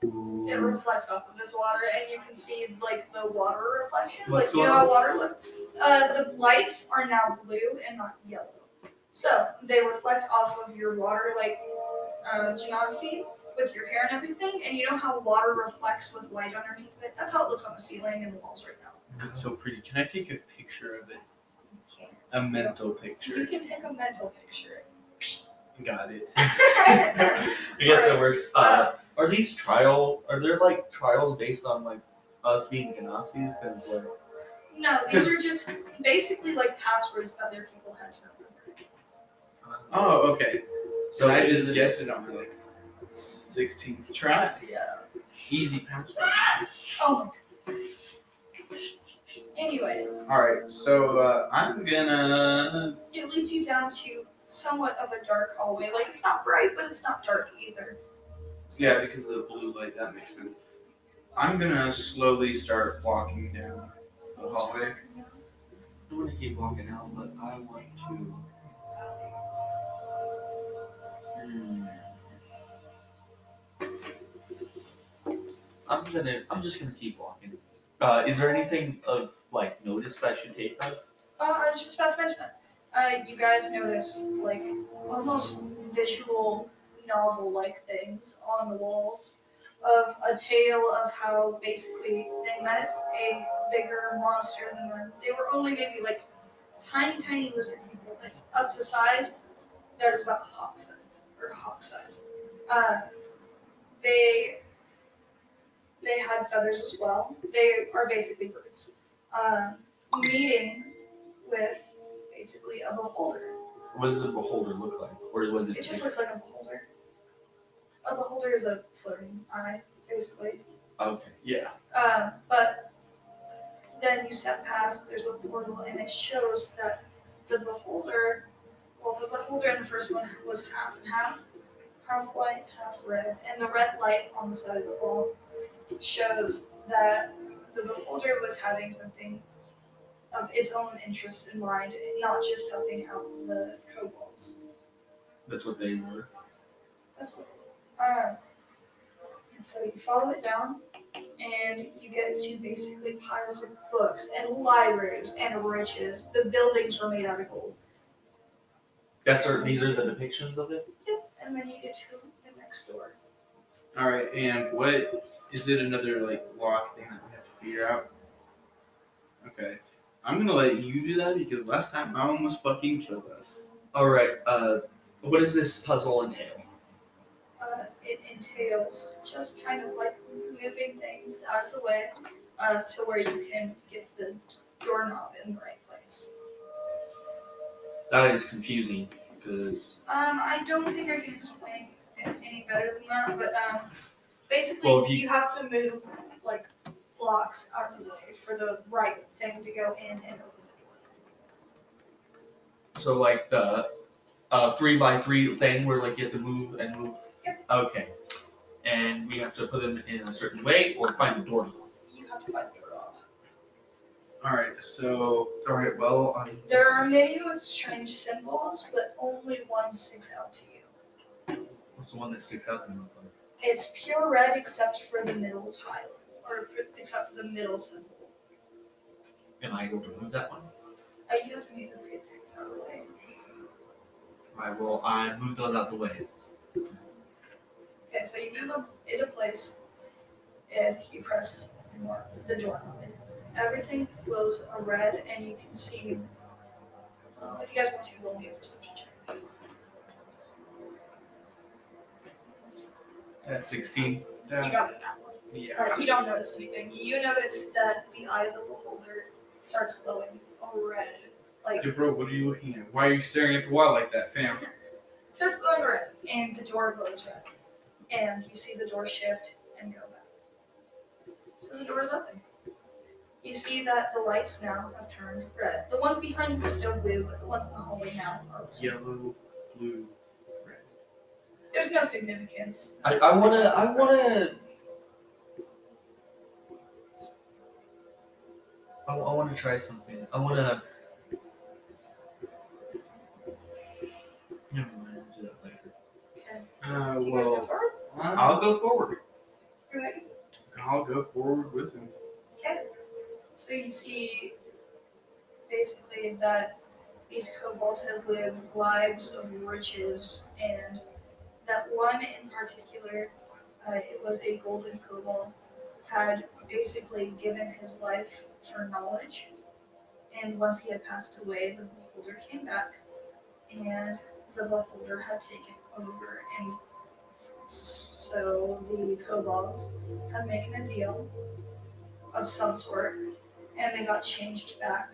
Speaker 1: It
Speaker 7: Ooh.
Speaker 1: reflects off of this water, and you can see like the water reflection,
Speaker 3: What's
Speaker 1: like you
Speaker 3: going
Speaker 1: know how
Speaker 3: on?
Speaker 1: water looks. Uh, the lights are now blue and not yellow, so they reflect off of your water like uh, geodesy with your hair and everything. And you know how water reflects with light underneath it. That's how it looks on the ceiling and walls right now.
Speaker 7: It's so pretty. Can I take a picture of it?
Speaker 1: You can't-
Speaker 7: A mental picture.
Speaker 1: You can take a mental picture.
Speaker 7: Got it.
Speaker 3: I guess that works. Uh,
Speaker 1: Uh,
Speaker 3: are these trial? Are there like trials based on like us being Ganassis? Because like,
Speaker 1: no, these are just basically like passwords that their people had to remember.
Speaker 7: Oh, okay.
Speaker 3: uh, so
Speaker 7: So I
Speaker 3: is
Speaker 7: just
Speaker 3: it-
Speaker 7: guessed it on my like 16th try.
Speaker 1: Yeah.
Speaker 7: Easy password.
Speaker 1: Oh my. Anyways,
Speaker 7: Alright, so uh, I'm gonna.
Speaker 1: it leads you down to somewhat of a dark hallway. Like it's not bright, but it's not dark either.
Speaker 7: Yeah, because of the blue light, that makes sense. I'm gonna slowly start walking down the hallway.
Speaker 3: I want to keep walking out, but I want to. Hmm. I'm gonna. I'm just gonna keep walking. Uh, is there anything of like notice I should take up?
Speaker 1: Oh, I was just about to mention that. Uh, you guys notice like almost visual novel-like things on the walls of a tale of how basically they met a bigger monster than them. They were only maybe like tiny, tiny lizard people, like up to size that is about hawk size or hawk size. Uh, they they had feathers as well. They are basically birds. Um, meeting with basically a beholder.
Speaker 3: What does the beholder look like, or was it?
Speaker 1: It just looks like a beholder. A beholder is a floating eye, basically.
Speaker 3: okay.
Speaker 7: Yeah.
Speaker 1: Uh, but then you step past, there's a portal, and it shows that the beholder, well, the beholder in the first one was half and half, half white, half red, and the red light on the side of the wall shows that the beholder was having something of its own interests in mind, and not just helping out the kobolds.
Speaker 3: That's what they were.
Speaker 1: That's what. Uh, and so you follow it down, and you get to basically piles of books and libraries and riches. The buildings were made out of gold.
Speaker 3: That's our, these are the depictions of it.
Speaker 1: Yep. And then you get to the next door.
Speaker 7: Alright, and what is it another like lock thing that we have to figure out? Okay. I'm gonna let you do that because last time I almost fucking killed us.
Speaker 3: All right. Uh, what does this puzzle entail?
Speaker 1: Uh, it entails just kind of like moving things out of the way uh, to where you can get the doorknob in the right place.
Speaker 3: That is confusing because
Speaker 1: Um, I don't think I can explain it any better than that, but um, basically
Speaker 3: Well, if
Speaker 1: you...
Speaker 3: you-
Speaker 1: have to move like blocks out of the way for the right thing to go in and open the door.
Speaker 3: So like the uh, three by three thing where like you have to move and move.
Speaker 1: Yep.
Speaker 3: Okay. And we have to put them in a certain way or find the door.
Speaker 1: You have to find the door off.
Speaker 7: Alright, so.
Speaker 3: All right. Well, I
Speaker 1: There are many with strange symbols, but only one sticks out to you.
Speaker 3: what's the one that sticks out to me?
Speaker 1: It's pure red except for the middle tile, or for, except for the middle symbol.
Speaker 3: Am I able to move that one?
Speaker 1: Uh, you have to move the three things out of the way.
Speaker 3: All right. Well, I moved those out the way.
Speaker 1: Okay, so you move them into place, and you press the door, the door on it. Everything glows a red, and you can see. Uh, if you guys want to, roll me a perception check.
Speaker 3: At sixteen.
Speaker 1: You got that one.
Speaker 7: Yeah.
Speaker 1: Uh, you don't notice anything. You notice that the eye of the beholder starts glowing a red, like
Speaker 7: Hey, bro, what are you looking at? Why are you staring at the wall like that, fam?
Speaker 1: <laughs> starts glowing red, and the door glows red, and you see the door shift and go back. So the door is open. You see that the lights now have turned red. The ones behind you are still blue, but the ones in the hallway now are red.
Speaker 7: Yellow, blue, red.
Speaker 1: There's no significance.
Speaker 3: I, I wanna I wanna I, want to try something. I want to. Never mind. I'll do that later.
Speaker 1: Okay.
Speaker 7: Uh,
Speaker 1: You guys go
Speaker 7: well,
Speaker 1: forward.
Speaker 7: I'll,
Speaker 3: I'll go forward.
Speaker 1: Right.
Speaker 7: I'll go forward with him.
Speaker 1: Okay. So you see, basically that these kobolds have lived lives of riches, and that one in particular, uh, it was a golden kobold, had basically given his life for knowledge. And once he had passed away, the beholder came back, and the beholder had taken over. And s- so the kobolds had making a deal of some sort, and they got changed back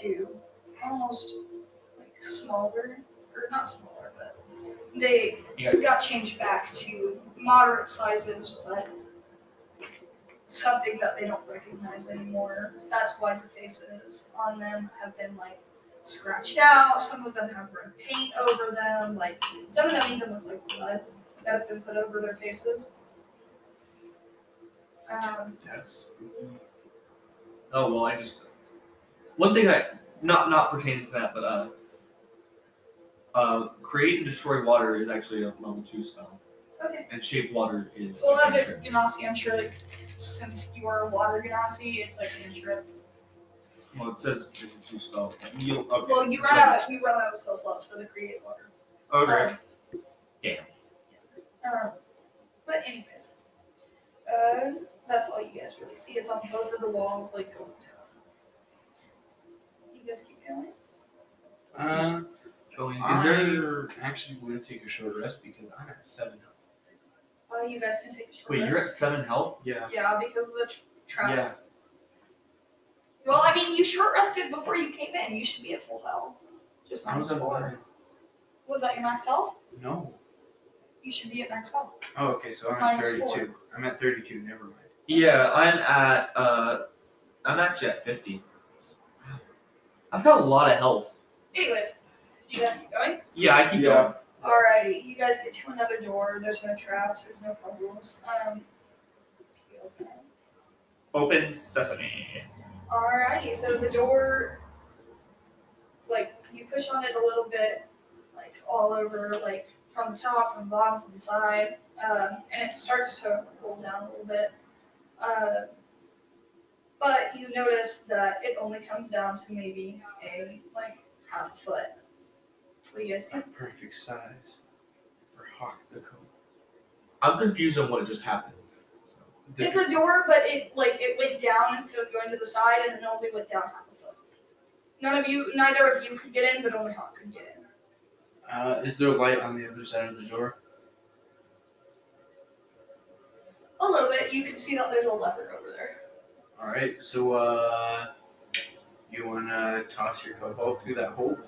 Speaker 1: to almost like smaller, or not smaller, but they
Speaker 3: Yeah.
Speaker 1: got changed back to moderate sizes, but something that they don't recognize anymore. That's why the faces on them have been like scratched out. Some of them have red paint over them. Like some of them even look like blood that have been put over their faces. Um,
Speaker 7: That's
Speaker 3: Oh well, I just one thing I not not pertaining to that, but uh, uh, create and destroy water is actually a level two spell,
Speaker 1: okay.
Speaker 3: and shape water is.
Speaker 1: Well, as a Ganassi, I'm sure like since you are a water Ganassi, it's like an trip.
Speaker 3: Well, it says it's a two spell. You, okay.
Speaker 1: Well, you run out of you run out of spell slots for the create water.
Speaker 3: Okay.
Speaker 1: Um,
Speaker 3: Damn.
Speaker 1: Um, but anyways, uh, that's all you guys really see. It's on both of the walls, like going down. You guys keep going.
Speaker 7: uh,
Speaker 3: Going.
Speaker 7: I
Speaker 3: Is there?
Speaker 7: actually going to take a short rest because I'm at seven health.
Speaker 1: Uh, you guys can take a short
Speaker 3: Wait, you're
Speaker 1: rest.
Speaker 3: at seven health.
Speaker 7: Yeah.
Speaker 1: Yeah, because of the tr- traps. Well, I mean, you short rested before you came in. You should be at full health. Just
Speaker 7: I was
Speaker 1: minus
Speaker 7: at
Speaker 1: four.
Speaker 7: one.
Speaker 1: Was that your max health?
Speaker 7: No.
Speaker 1: You should be at max health.
Speaker 7: Oh, okay. So I'm
Speaker 1: Minus
Speaker 7: at
Speaker 1: four.
Speaker 7: thirty-two. I'm at thirty-two. Never mind.
Speaker 3: Yeah, I'm at. uh I'm actually at fifty. I've got a lot of health.
Speaker 1: Anyways, you guys keep going.
Speaker 3: Yeah, I keep
Speaker 7: Yeah.
Speaker 3: going.
Speaker 1: Alrighty, you guys get to another door. There's no traps. There's no puzzles. Um. you open it.
Speaker 3: Open sesame.
Speaker 1: Alrighty, so the door, like you push on it a little bit, like all over, like from the top, from the bottom, from the side, um, and it starts to roll down a little bit. Uh, but you notice that it only comes down to maybe a like half a foot. What do you guys
Speaker 7: A
Speaker 1: think?
Speaker 7: perfect size for Hawk the Cobra.
Speaker 3: I'm confused on what just happened.
Speaker 1: It's a door, but it like it went down instead of going to the side, and then only went down half a foot. None of you, neither of you could get in, but only Hawk could get in.
Speaker 7: Uh, is there light on the other side of the door?
Speaker 1: A little bit. You can see that there's a leopard over there.
Speaker 7: All right. So, uh, you wanna toss your cobalt through that hole?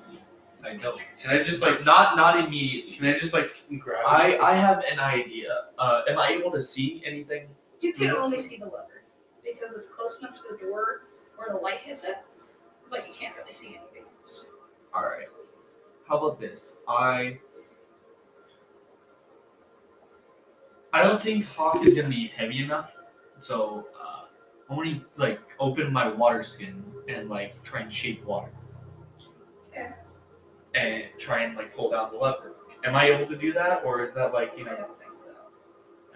Speaker 3: I don't.
Speaker 7: Can I just like?
Speaker 3: Not not immediately.
Speaker 7: Can I just like grab? it?
Speaker 3: I I have an idea. Uh, am I able to see anything?
Speaker 1: You can
Speaker 7: Yes.
Speaker 1: only see the leopard because it's close enough to the door where the light hits it, but you can't really see anything else.
Speaker 3: All right. How about this? I I don't think Hawk is gonna be heavy enough, so uh, I want to like open my water skin and like try and shape water.
Speaker 1: Okay.
Speaker 3: And try and like pull down the leopard. Am I able to do that, or is that like you
Speaker 1: I
Speaker 3: know?
Speaker 1: don't think so.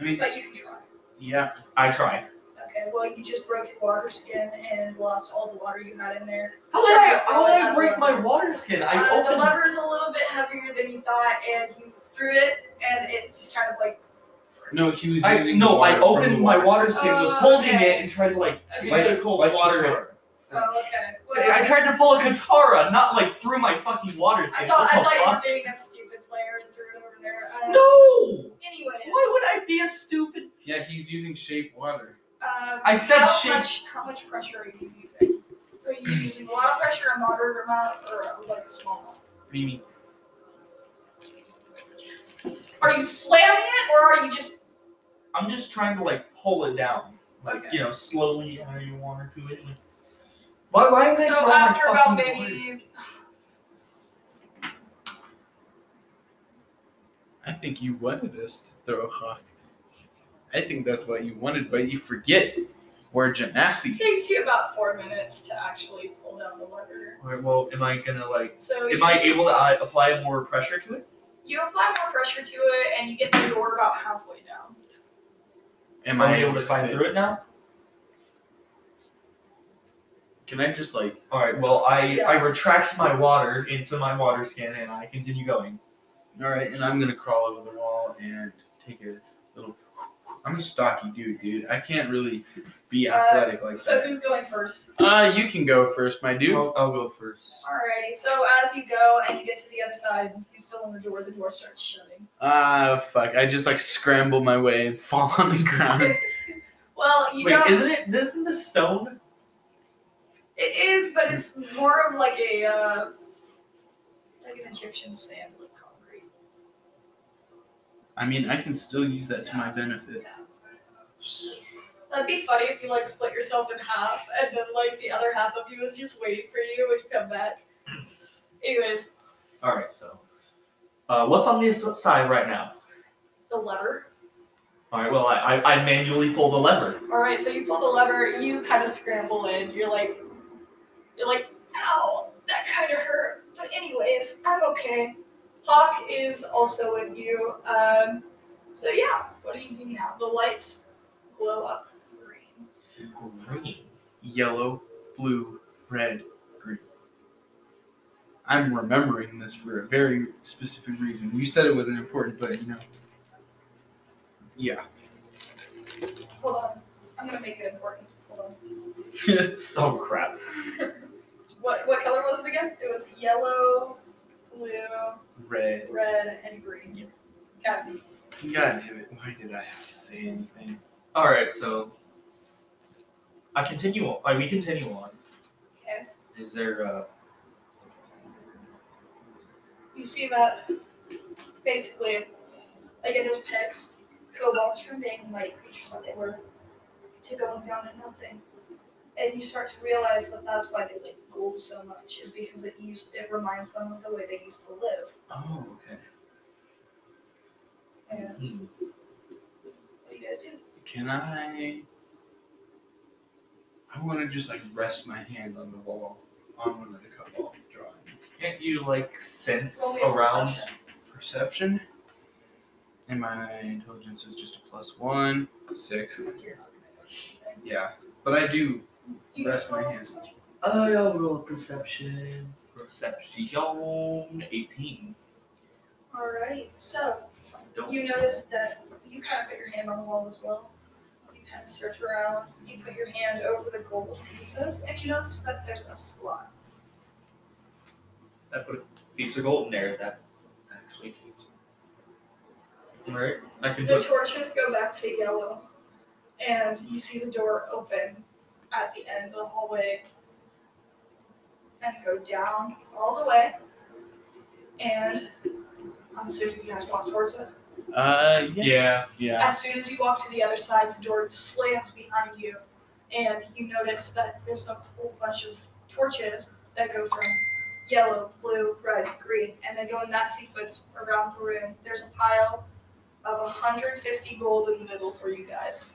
Speaker 7: I mean,
Speaker 1: But you can try.
Speaker 7: yeah.
Speaker 3: I try.
Speaker 1: Okay, well, you just broke your water skin and lost all the water you had in there.
Speaker 3: How did I? How did I break my water skin? I
Speaker 1: uh, the
Speaker 3: opened.
Speaker 1: lever's a little bit heavier than you thought, and you threw it, and it just kind of like.
Speaker 7: No, he was
Speaker 3: I,
Speaker 7: using.
Speaker 3: no,
Speaker 7: the water
Speaker 3: I
Speaker 7: from
Speaker 3: opened
Speaker 7: the
Speaker 3: my water
Speaker 7: source.
Speaker 3: skin, was
Speaker 1: Oh,
Speaker 3: holding
Speaker 1: okay.
Speaker 3: it, and tried to like
Speaker 1: Okay.
Speaker 3: into the cold
Speaker 7: Like
Speaker 3: water.
Speaker 7: Katara.
Speaker 1: Oh, okay. Well,
Speaker 3: I tried to pull a Katara, not like through my fucking water
Speaker 1: I
Speaker 3: skin.
Speaker 1: thought, I
Speaker 3: What the
Speaker 1: thought you were
Speaker 3: fuck?
Speaker 1: being a stupid player and threw it over there. Uh,
Speaker 3: No!
Speaker 1: Anyways.
Speaker 3: Why would I be a stupid?
Speaker 7: Yeah, he's using shape water.
Speaker 1: Um,
Speaker 3: I said
Speaker 1: how
Speaker 3: shake-
Speaker 1: Much, how much pressure are you using? Are you using a lot of pressure, a moderate amount, or a, like a small amount?
Speaker 3: What do you mean?
Speaker 1: Are you slamming it, or are you just
Speaker 3: I'm just trying to like pull it down, like
Speaker 1: Okay.
Speaker 3: you know, slowly how you want to do it. Why? Why would I
Speaker 1: so
Speaker 3: throw my
Speaker 1: after about
Speaker 3: fucking
Speaker 1: maybe?
Speaker 3: voice?
Speaker 7: I think you wanted us to throw a hawk. I think that's what you wanted, but you forget.
Speaker 2: We're genasi.
Speaker 1: It takes you about four minutes to actually pull down the lever.
Speaker 3: All right, well, am I gonna like?
Speaker 1: So you,
Speaker 3: Am I able to uh, apply more pressure to it?
Speaker 1: you apply more pressure to it, and you get the door about halfway down.
Speaker 2: Am I
Speaker 3: I able to climb
Speaker 2: fit-
Speaker 3: through it now?
Speaker 2: Can I just like?
Speaker 3: All right. Well, I I
Speaker 1: Yeah.
Speaker 3: retract my water into my water skin and I continue going.
Speaker 2: All right, and I'm gonna crawl over the wall and take a little. I'm a stocky dude, dude. I can't really be
Speaker 1: Uh,
Speaker 2: athletic like
Speaker 1: So
Speaker 2: that.
Speaker 1: who's going first?
Speaker 2: Uh, you can go first, my dude.
Speaker 3: I'll, I'll go first.
Speaker 1: Alrighty. So as you go and you get to the other side, he's still in the door. The door starts shutting.
Speaker 2: Ah, fuck! I just like scramble my way and <laughs> fall on the ground.
Speaker 1: Well, you
Speaker 3: Wait,
Speaker 1: got
Speaker 3: isn't it? Isn't this stone?
Speaker 1: It is, but it's more of like a uh, like an Egyptian sand like concrete.
Speaker 2: I mean, I can still use that to my benefit.
Speaker 1: That'd be funny if you like split yourself in half and then like the other half of you is just waiting for you when you come back. Anyways,
Speaker 3: All right. So, uh, what's on the s- side right now?
Speaker 1: the lever.
Speaker 3: All right. Well, I I, I manually pull the lever.
Speaker 1: Alright, so you pull the lever, you kind of scramble in, you're like you're like, ow, that kinda hurt. But anyways, I'm okay. Hawk is also with you. Um so yeah, what do you do now? The lights glow up green.
Speaker 3: Green.
Speaker 2: Yellow, blue, red, green. I'm remembering this for a very specific reason. You said it wasn't important, but you know. Yeah. <laughs>
Speaker 1: Hold on. I'm gonna make it important. Hold
Speaker 3: Oh crap.
Speaker 1: on. <laughs> what what color was it again? It was yellow, blue,
Speaker 2: red.
Speaker 1: red, and green. Okay.
Speaker 2: God damn it! Why did I have to say anything?
Speaker 3: All right. So, I continue. On, I, we continue on.
Speaker 1: Okay.
Speaker 3: Is there? Uh,
Speaker 1: You see that basically like it just picks kobolds from being light creatures that they were to going down to nothing. And you start to realize that that's why they like gold so much is because it used it reminds them of the way they used to live.
Speaker 3: oh, okay.
Speaker 1: And
Speaker 3: Hmm.
Speaker 1: what do you guys do?
Speaker 2: Can I? I want to just like rest my hand on the wall on one of the cobalt drawings.
Speaker 3: Can't you like sense
Speaker 1: Roll me a
Speaker 3: around?
Speaker 1: perception.
Speaker 2: Perception. And my intelligence is just a plus one, six.
Speaker 1: You're not gonna notice anything.
Speaker 2: Yeah, but I do.
Speaker 1: You
Speaker 2: That's my
Speaker 1: roll
Speaker 2: hand.
Speaker 1: perception?
Speaker 3: I'll Oh, roll perception. Perception. Eighteen.
Speaker 1: Alright, so
Speaker 3: I don't.
Speaker 1: you notice that you kind of put your hand on the wall as well. You kind of search around, you put your hand over the gold pieces, and you notice that there's a slot.
Speaker 3: I put a piece of gold in there. That actually. All right. I can
Speaker 1: The
Speaker 3: put.
Speaker 1: torches go back to yellow, and you see the door open at the end of the hallway and go down all the way. And I'm assuming you guys walk towards it.
Speaker 2: Uh, yeah.
Speaker 3: Yeah.
Speaker 2: Yeah.
Speaker 1: As soon as you walk to the other side, the door slams behind you, and you notice that there's a whole bunch of torches that go from yellow, blue, red, green, and they go in that sequence around the room. There's a pile of 150 gold in the middle for you guys.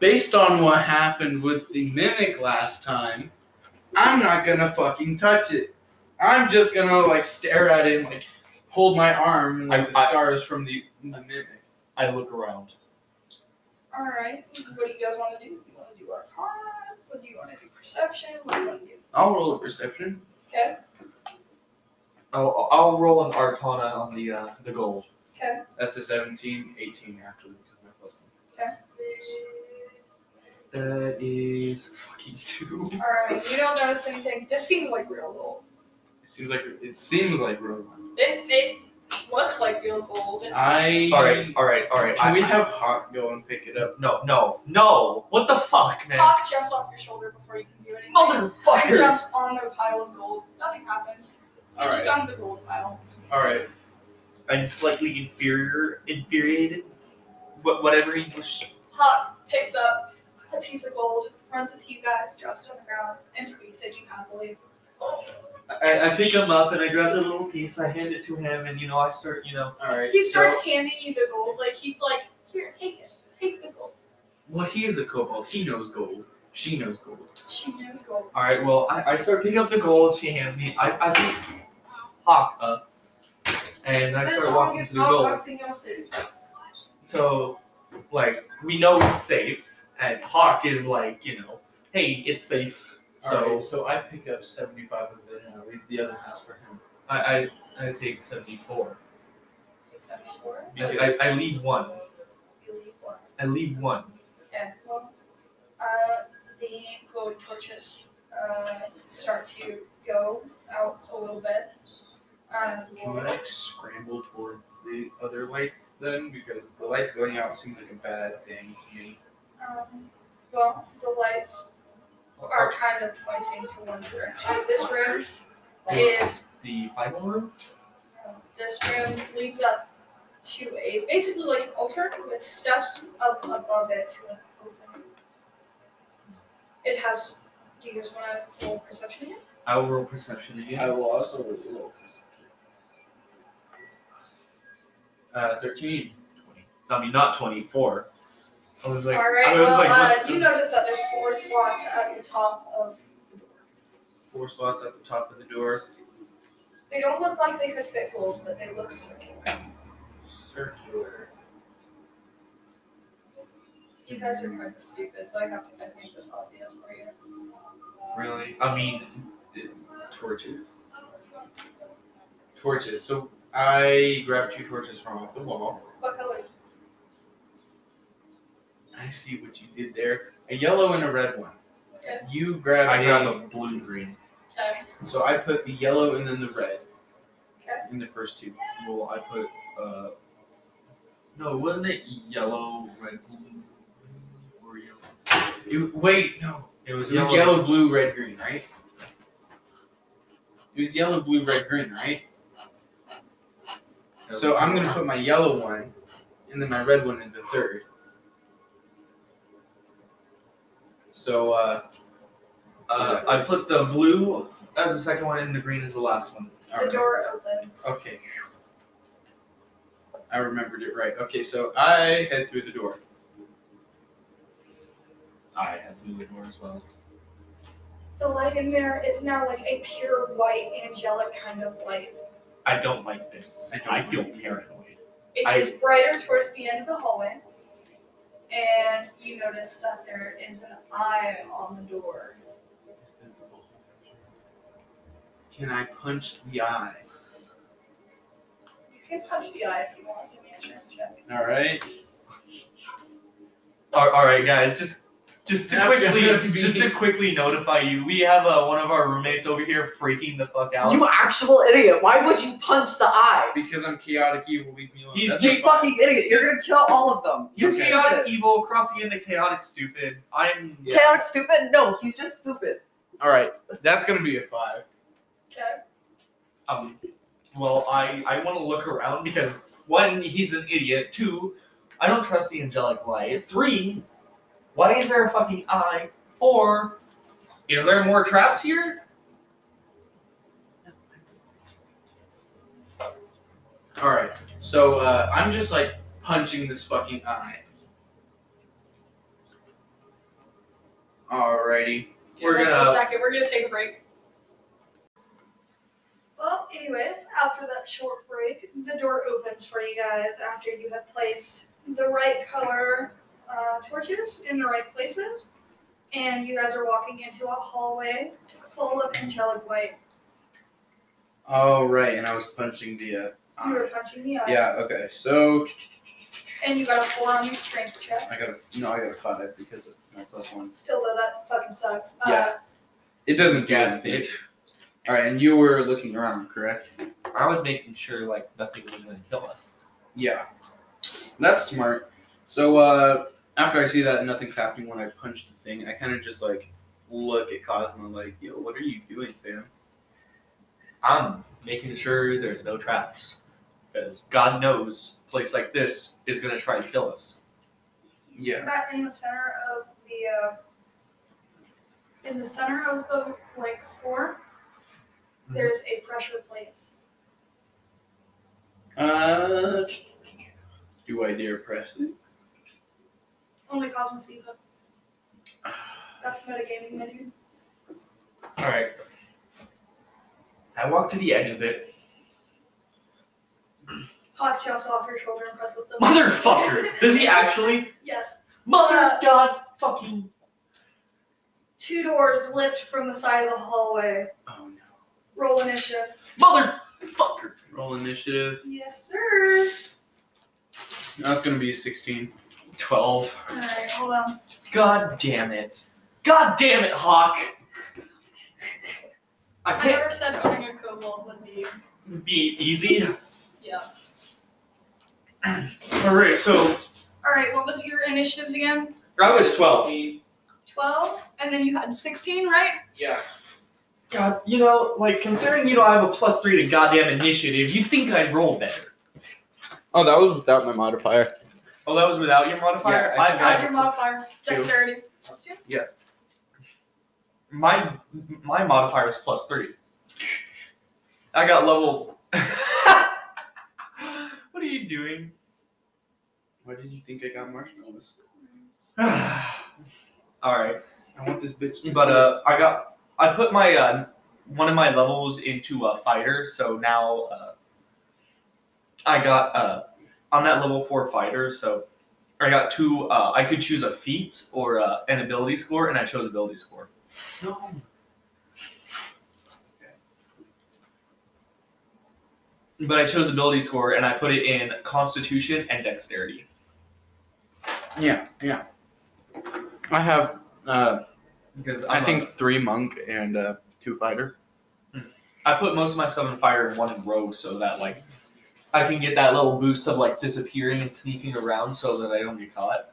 Speaker 2: Based on what happened with the mimic last time, I'm not gonna fucking touch it. I'm just gonna like stare at it and like hold my arm and like
Speaker 3: I-
Speaker 2: the
Speaker 3: I-
Speaker 2: scars from the, the mimic.
Speaker 3: I look around.
Speaker 1: All right, what do you guys want to do? You want to do Arcana? What do you want to do? Perception? What do you want to do?
Speaker 2: I'll roll a perception.
Speaker 1: Okay,
Speaker 3: I'll, I'll roll an arcana on the uh, the gold.
Speaker 1: okay,
Speaker 2: That's a 17, 18 actually. because my plus one.
Speaker 1: okay.
Speaker 3: That is fucking two.
Speaker 1: All right, you don't notice anything. This seems like real gold.
Speaker 2: It seems like it seems like roll one.
Speaker 1: It, it looks like real gold.
Speaker 2: I.
Speaker 3: All right. All right. All right.
Speaker 2: Can
Speaker 3: I-
Speaker 2: we
Speaker 3: I-
Speaker 2: have Hawk go and pick it up?
Speaker 3: No. No. No. What the fuck, man?
Speaker 1: Hawk jumps off your shoulder before you can do anything. And
Speaker 3: Motherfucker.
Speaker 1: jumps on the pile of gold. Nothing happens. You're
Speaker 2: All
Speaker 1: just
Speaker 2: right.
Speaker 1: on the gold pile.
Speaker 2: All right.
Speaker 3: I'm slightly inferior, infuriated. What, whatever English.
Speaker 1: Hawk picks up a piece of gold, runs it to you guys, drops it on the ground, and squeezes it you happily.
Speaker 3: I, I pick him up and I grab the little piece. I hand it to him, and you know I start, you know.
Speaker 2: All right.
Speaker 1: He
Speaker 2: so-
Speaker 1: starts handing you the gold, like he's like, here, take it. Take the gold.
Speaker 2: Well, he is a kobold. He knows gold. She knows gold.
Speaker 1: She knows gold.
Speaker 3: All right. Well, I, I start picking up the gold she hands me. I I pick Hawk up, and I start walking to the gold. So, like, we know it's safe, and Hawk is like, you know, hey, it's safe. So
Speaker 2: Alright, so I pick up seventy-five of it and I leave the other half for him.
Speaker 3: I, I I take seventy four.
Speaker 1: Except for
Speaker 3: I I leave one.
Speaker 1: you leave one.
Speaker 3: I leave one.
Speaker 1: Okay, well, uh, the gold torches uh, start to go out a little bit. Um,
Speaker 2: Can we like scramble towards the other lights then? Because the lights going out seems like a bad thing to me.
Speaker 1: um, well, the lights are kind of pointing to one direction. This room is
Speaker 3: The final room.
Speaker 1: this room leads up to a basically like an altar with steps up above it to an open. It has. Do you guys want to roll perception yet?
Speaker 3: I will roll perception again.
Speaker 2: I will also roll Uh, thirteen.
Speaker 3: 20. I mean, not 24. I was like,
Speaker 1: All right.
Speaker 3: I was
Speaker 1: well,
Speaker 3: like,
Speaker 1: uh,
Speaker 3: what-
Speaker 1: you notice that there's four slots at the top of.
Speaker 2: Four slots at the top of the door.
Speaker 1: They don't look like they could fit gold, but they look circular.
Speaker 2: Circular.
Speaker 1: You guys are kind of stupid, so I have to kind of make this obvious for you.
Speaker 3: really? I mean,
Speaker 2: Torches. Torches. So I grab two torches from off the wall.
Speaker 1: What colors?
Speaker 2: I see what you did there. A yellow and a red one.
Speaker 1: Okay.
Speaker 2: You grab
Speaker 3: I
Speaker 2: a-
Speaker 3: grab a blue and green.
Speaker 1: Okay.
Speaker 2: So I put the yellow and then the red.
Speaker 1: Okay.
Speaker 2: In the first two.
Speaker 3: Well, I put, uh, no, wasn't it yellow, red, blue, or yellow?
Speaker 2: You, wait, no.
Speaker 3: It
Speaker 2: It was
Speaker 3: was
Speaker 2: yellow,
Speaker 3: yellow.
Speaker 2: blue, red, green, right? It was yellow, blue, red, green, right? So I'm gonna put my yellow one and then my red one in the third. So uh
Speaker 3: Uh, I put the blue as the second one and the green as the last one.
Speaker 1: The
Speaker 2: alright.
Speaker 1: door opens.
Speaker 2: Okay. I remembered it right. Okay, so I head through the door.
Speaker 3: I had blue door as well.
Speaker 1: The light in there is now like a pure white angelic kind of light.
Speaker 3: I don't like this.
Speaker 2: I don't
Speaker 3: I feel
Speaker 2: like it.
Speaker 3: paranoid.
Speaker 1: It
Speaker 3: I-
Speaker 1: gets brighter towards the end of the hallway, and you notice that there is an eye on the door.
Speaker 2: Can I punch the eye?
Speaker 1: You can punch the eye if you want. Give me a strength check.
Speaker 2: Alright.
Speaker 3: All, all right, guys, just just to
Speaker 2: Happy
Speaker 3: quickly
Speaker 2: Halloween.
Speaker 3: just to quickly notify you, we have uh, one of our roommates over here freaking the fuck out.
Speaker 8: You actual idiot. Why would you punch the eye?
Speaker 2: Because I'm chaotic evil, leave me alone.
Speaker 3: He's
Speaker 2: That's
Speaker 8: You
Speaker 2: a-
Speaker 8: fucking idiot. You're gonna kill all of them.
Speaker 3: He's
Speaker 2: Okay.
Speaker 3: chaotic evil crossing into chaotic stupid. I'm
Speaker 2: Yeah.
Speaker 8: Chaotic stupid? No, he's just stupid.
Speaker 2: All right, that's gonna be a five.
Speaker 1: Okay.
Speaker 3: um well I I want to look around because one he's an idiot. Two, I don't trust the angelic light. Three, why is there a fucking eye? Four, is there more traps here?
Speaker 2: All right, so uh, I'm just like punching this fucking eye. Alrighty.
Speaker 3: We're
Speaker 1: Just a
Speaker 3: gonna-
Speaker 1: second. We're gonna take a break. Well, anyways, after that short break, the door opens for you guys after you have placed the right color uh, torches in the right places, and you guys are walking into a hallway full of angelic light.
Speaker 2: All right, and I was punching the. Uh,
Speaker 1: You were
Speaker 2: eye.
Speaker 1: punching the eye,
Speaker 2: Yeah. Okay. So
Speaker 1: and you got a four on your strength check.
Speaker 2: I got a no. I got a five because of my plus one.
Speaker 1: Still though, that fucking sucks. Uh,
Speaker 2: Yeah. It doesn't do anything. All right, and you were looking around, correct?
Speaker 3: I was making sure like nothing was gonna kill us.
Speaker 2: Yeah. That's smart. So uh, after I see that nothing's happening when I punch the thing, I kind of just like look at Cosmo like, yo, what are you doing, fam?
Speaker 3: I'm making sure there's no traps. Because God knows a place like this is gonna try to kill us.
Speaker 1: So that in the center of the uh, in the center of the like floor,
Speaker 3: Mhm.
Speaker 1: there's a pressure plate.
Speaker 2: Uh, do I dare press it?
Speaker 1: Only Cosmo sees them. That's metagaming menu.
Speaker 3: Alright. I walk to the edge of it. <laughs>
Speaker 1: Hawk jumps off your shoulder and presses them. <laughs>
Speaker 3: Motherfucker! Does he actually?
Speaker 1: yes.
Speaker 3: Mother god fucking.
Speaker 1: Two doors lift from the side of the hallway.
Speaker 2: Oh no.
Speaker 1: Roll initiative.
Speaker 3: Motherfucker!
Speaker 2: Roll initiative.
Speaker 1: Yes, sir.
Speaker 2: That's gonna be 16.
Speaker 3: 12.
Speaker 1: Alright, hold on.
Speaker 3: God damn it. God damn it, Hawk! I
Speaker 1: I
Speaker 3: can't
Speaker 1: never said owning a kobold would be.
Speaker 3: be easy.
Speaker 1: Yeah.
Speaker 3: Alright, so
Speaker 1: Alright, what was your initiatives again?
Speaker 3: I was 12.
Speaker 1: 12? And then you had 16, right?
Speaker 2: Yeah.
Speaker 3: God, you know, like considering you know I have a plus three to goddamn initiative, you'd think I'd roll better.
Speaker 9: Oh, that was without my modifier.
Speaker 3: Oh, that was without your modifier.
Speaker 2: Yeah, I-
Speaker 3: I've
Speaker 1: Add
Speaker 3: got
Speaker 1: your modifier.
Speaker 3: Two.
Speaker 1: Dexterity. Plus two.
Speaker 3: my my modifier is plus three. I got level. <laughs> what are you <sighs> doing?
Speaker 2: Why did you think I got marshmallows?
Speaker 3: All right.
Speaker 2: I want this bitch to
Speaker 3: But
Speaker 2: see
Speaker 3: uh, I got I put my uh, one of my levels into a fighter, so now uh, I got uh, I'm at level four fighter, so I got two. Uh, I could choose a feat or uh, an ability score, and I chose ability score.
Speaker 2: it. No.
Speaker 3: But I chose ability score, and I put it in Constitution and Dexterity.
Speaker 2: Yeah, yeah. I have, uh,
Speaker 3: Because
Speaker 2: I
Speaker 3: I'm
Speaker 2: think
Speaker 3: a-
Speaker 2: three monk and uh, two fighter.
Speaker 3: I put most of my stuff in fire and one in rogue, so that like I can get that little boost of like disappearing and sneaking around, so that I don't get caught.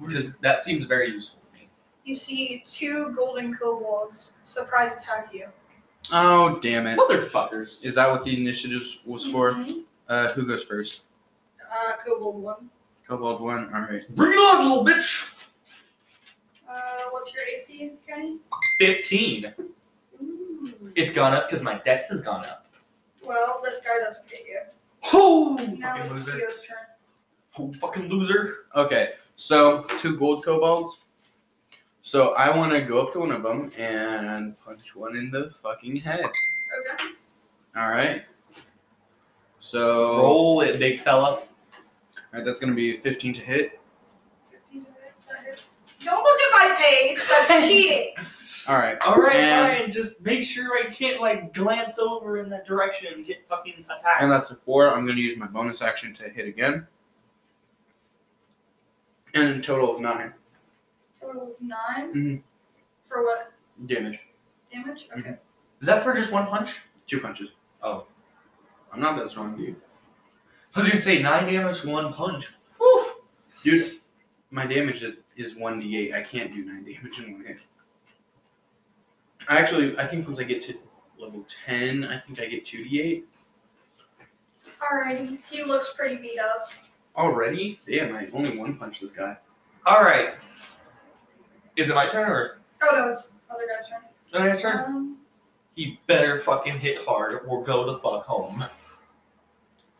Speaker 3: Because that seems very useful to me.
Speaker 1: You see two golden kobolds surprise attack you.
Speaker 2: Oh, damn it.
Speaker 3: Motherfuckers.
Speaker 2: Is that what the initiative was for?
Speaker 1: Mhm.
Speaker 2: Uh, who goes first?
Speaker 1: Uh, kobold one.
Speaker 2: Kobold one. All right.
Speaker 3: Bring it on, little bitch!
Speaker 1: Uh, what's your AC, Kenny? Mm-hmm.
Speaker 3: 15. It's gone up because my dex has gone up.
Speaker 1: Well, this guy doesn't hit you.
Speaker 3: Whoo!
Speaker 1: Now
Speaker 3: Fucking
Speaker 1: it's
Speaker 3: loser.
Speaker 1: Theo's turn.
Speaker 3: Whoo, fucking loser.
Speaker 2: Okay, so two gold kobolds. So I want to go up to one of them and punch one in the fucking head.
Speaker 1: Okay.
Speaker 2: All right. So
Speaker 3: Roll it, big fella.
Speaker 2: all right, that's gonna be 15 to hit.
Speaker 1: 15 to hit. That hits. Don't look at my page.
Speaker 3: <laughs>
Speaker 1: That's cheating.
Speaker 2: All right.
Speaker 3: Alright,
Speaker 2: And-
Speaker 3: fine. Just make sure I can't, like, glance over in that direction and get fucking attacked.
Speaker 2: And that's a four. I'm gonna use my bonus action to hit again. And in total of nine
Speaker 1: Total of 9
Speaker 2: Mhm.
Speaker 1: For what
Speaker 2: damage.
Speaker 1: damage? Okay.
Speaker 3: Is that for just one punch?
Speaker 2: Two punches.
Speaker 3: Oh.
Speaker 2: I'm not that strong, dude.
Speaker 3: I was gonna say, nine damage, one punch.
Speaker 2: Dude, my damage is, is 1d8. I can't do 9 damage in one hit. I actually, I think once I get to level 10, I think I get 2d8.
Speaker 1: Alrighty. He looks pretty beat up.
Speaker 2: Already? Damn, I only one punch this guy.
Speaker 3: Alright. Is it my turn or
Speaker 1: Oh, no, it's other guy's turn.
Speaker 3: the next turn?
Speaker 1: Um,
Speaker 3: He better fucking hit hard or go the fuck home.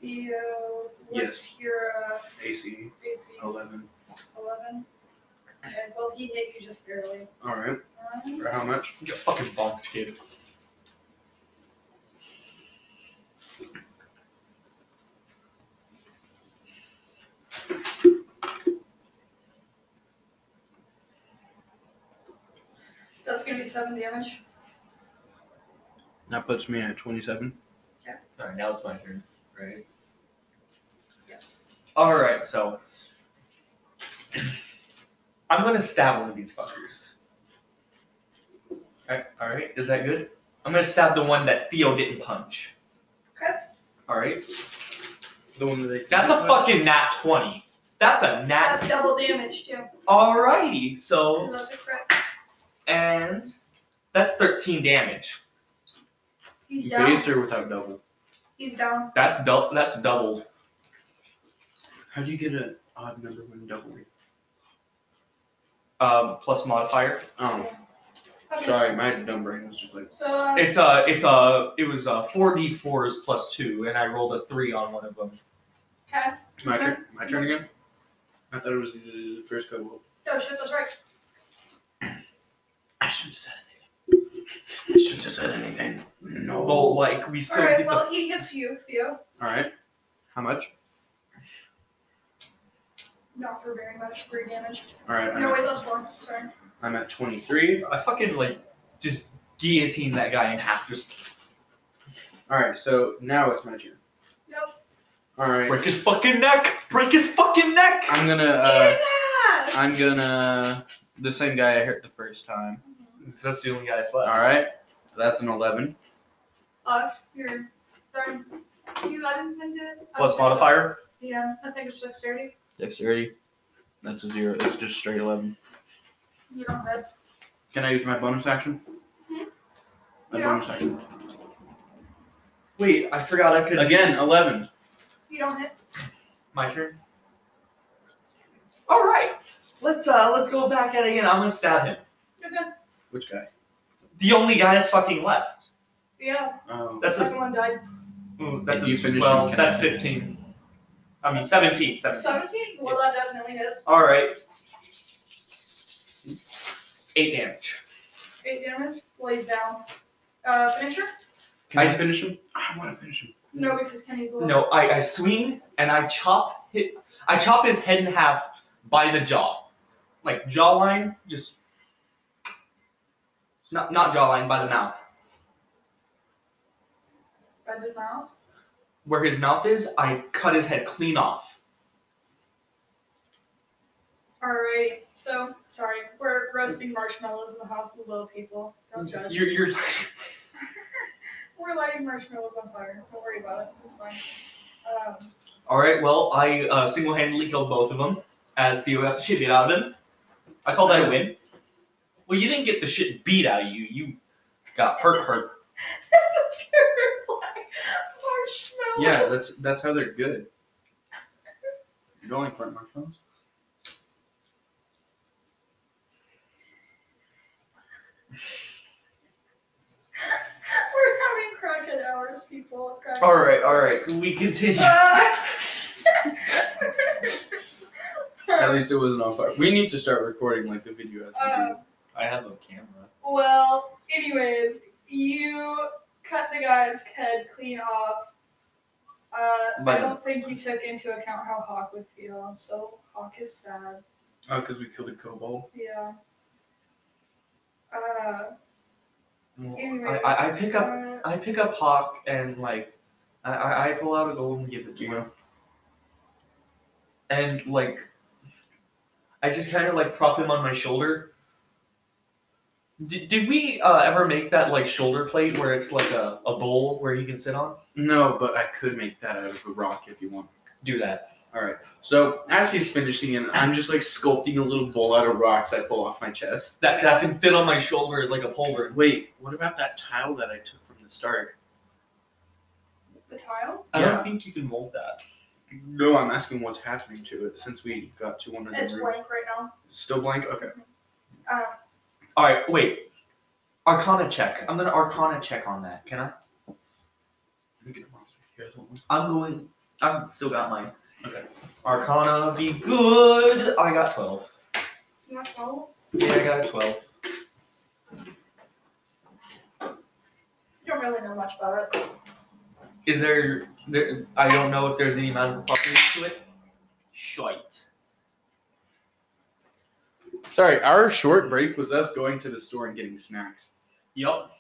Speaker 1: Theo, what's your uh,
Speaker 2: AC
Speaker 1: AC?
Speaker 2: 11.
Speaker 1: 11. Okay, well, he hit you just barely.
Speaker 2: Alright,
Speaker 1: Um,
Speaker 2: for how much?
Speaker 3: You get fucking bonked, kid.
Speaker 1: that's gonna be 7 damage.
Speaker 2: That puts me at 27.
Speaker 3: Alright, now it's my turn, right?
Speaker 1: Yes.
Speaker 3: All right, so I'm gonna stab one of these fuckers. All right, all right, is that good? I'm gonna stab the one that Theo didn't punch.
Speaker 1: Okay.
Speaker 3: All right,
Speaker 2: The one that they
Speaker 3: that's a fucking nat twenty. That's a nat.
Speaker 1: That's double damage, too.
Speaker 3: Alrighty, so
Speaker 1: Those are correct.
Speaker 3: and that's thirteen damage.
Speaker 1: He's down.
Speaker 2: Base or without double?
Speaker 1: He's down.
Speaker 3: That's dou- That's doubled.
Speaker 2: How do you get an odd number when doubling?
Speaker 3: Um, plus modifier.
Speaker 2: Oh,
Speaker 1: Okay.
Speaker 2: sorry, my dumb brain was just like,
Speaker 1: So, uh,
Speaker 3: It's a. It's a. It was a four d fours plus two, and I rolled a three on one of them.
Speaker 1: okay.
Speaker 2: my turn, my turn again? I thought it was the first couple.
Speaker 1: No, Oh, shit, that's right.
Speaker 10: I shouldn't have said anything. I shouldn't have said anything. No.
Speaker 3: Well, like we still
Speaker 1: Alright,
Speaker 3: get the
Speaker 1: well, he hits you, Theo.
Speaker 2: All right. How much?
Speaker 1: Not for very much, three damage.
Speaker 2: All right. I'm,
Speaker 1: No,
Speaker 2: at,
Speaker 1: wait, that's four. Sorry.
Speaker 2: I'm at 23.
Speaker 3: I fucking like just guillotine that guy in half, just
Speaker 2: All right. So now it's my turn.
Speaker 1: Nope.
Speaker 2: All right.
Speaker 3: break his fucking neck, break his fucking neck.
Speaker 2: I'm gonna.
Speaker 1: Eat
Speaker 2: Uh,
Speaker 1: his ass!
Speaker 2: I'm gonna. The same guy I hit the first time.
Speaker 3: That's the only guy I
Speaker 2: All
Speaker 3: slept.
Speaker 2: right. That's an 11.
Speaker 1: Uh, your third. You got anything to it?
Speaker 3: Plus modifier.
Speaker 1: Yeah, I think it's dexterity.
Speaker 2: Dexterity. That's a zero. It's just straight 11.
Speaker 1: You don't red.
Speaker 2: Can I use my bonus action?
Speaker 1: Mhm.
Speaker 2: My
Speaker 1: Yeah.
Speaker 2: bonus action.
Speaker 3: Wait, I forgot I could.
Speaker 2: Again, 11.
Speaker 1: You don't hit.
Speaker 3: My turn. All right, let's uh let's go back at it again. I'm gonna stab him.
Speaker 1: You're good.
Speaker 2: Which guy?
Speaker 3: The only guy that's fucking left.
Speaker 1: Yeah,
Speaker 2: Oh.
Speaker 3: That's
Speaker 1: second
Speaker 3: a
Speaker 1: one died.
Speaker 3: ooh, that's
Speaker 2: If you
Speaker 3: a
Speaker 2: finish him,
Speaker 3: well,
Speaker 2: can
Speaker 3: that's
Speaker 2: I-
Speaker 3: fifteen. I mean seventeen. Seventeen.
Speaker 1: 17? Well, that definitely hits.
Speaker 3: All right. Eight damage.
Speaker 1: 8 damage. Lays down. Uh, finisher?
Speaker 2: Can I,
Speaker 3: I-
Speaker 2: finish him? I want to finish him.
Speaker 1: No, because Kenny's the one.
Speaker 3: Mm. No, I, I swing and I chop hit I chop his head in half by the jaw. Like jawline, just not not jawline, by the mouth.
Speaker 1: By the mouth.
Speaker 3: Where his mouth is, I cut his head clean off.
Speaker 1: Alrighty. So, sorry. We're roasting marshmallows in the house of the little people. Don't judge.
Speaker 3: You're you're <laughs>
Speaker 1: We're lighting marshmallows on fire. Don't worry about it. It's fine.
Speaker 3: <laughs>
Speaker 1: Um,
Speaker 3: Alright, well I uh, single handedly killed both of them as Theo got the shit beat out of him. I call that a win. Well you didn't get the shit beat out of you, you got hurt hurt.
Speaker 1: that's a pure black marshmallow. <laughs>
Speaker 2: Yeah, that's that's how they're good. You don't like burnt marshmallows?
Speaker 1: We're having crackhead hours, people. Uh, Crackhead
Speaker 3: Alright, alright, we
Speaker 1: <laughs>
Speaker 3: continue.
Speaker 2: At least it wasn't on fire. We need to start recording like the video as we do.
Speaker 1: Uh,
Speaker 2: this.
Speaker 3: I have a camera.
Speaker 1: well, anyways, you cut the guy's head clean off. Uh, I
Speaker 3: But-
Speaker 1: don't think you took into account how Hawk would feel, so Hawk is sad.
Speaker 2: Oh, because we killed a kobold.
Speaker 1: Yeah. Uh,
Speaker 3: Well,
Speaker 1: anyways.
Speaker 3: I- I- I pick up-
Speaker 1: uh,
Speaker 3: I pick up Hawk and like I, I, I pull out a gold and give it to
Speaker 2: You
Speaker 3: him.
Speaker 2: know?
Speaker 3: And like I just kind of like prop him on my shoulder. Did, did we uh, ever make that like shoulder plate where it's like a, a bowl where he can sit on?
Speaker 2: No, but I could make that out of a rock if you want.
Speaker 3: Do that.
Speaker 2: So as he's finishing it, I'm just like sculpting a little bowl out of rocks I pull off my chest.
Speaker 3: That that can fit on my shoulder as like a pauldron.
Speaker 2: Wait, what about that tile that I took from the start?
Speaker 1: the tile?
Speaker 3: I
Speaker 2: Yeah.
Speaker 3: don't think you can mold that.
Speaker 2: No, I'm asking what's happening to it since we got to one of the
Speaker 1: It's
Speaker 2: rooms.
Speaker 1: blank right now.
Speaker 2: Still blank? Okay.
Speaker 1: Uh,
Speaker 3: All right, wait. Arcana check. I'm gonna Arcana check on that. Can I?
Speaker 2: Let me get a monster. Here's one.
Speaker 3: I'm going. I've still got mine.
Speaker 2: Okay.
Speaker 3: Arcana, be good. I got twelve.
Speaker 1: you want to roll?
Speaker 3: Yeah, I got a 12.
Speaker 1: You don't really know much about it.
Speaker 3: Is there, there I don't know if there's any amount of properties to it. Shite.
Speaker 2: Sorry, our short break was us going to the store and getting snacks.
Speaker 3: Yup.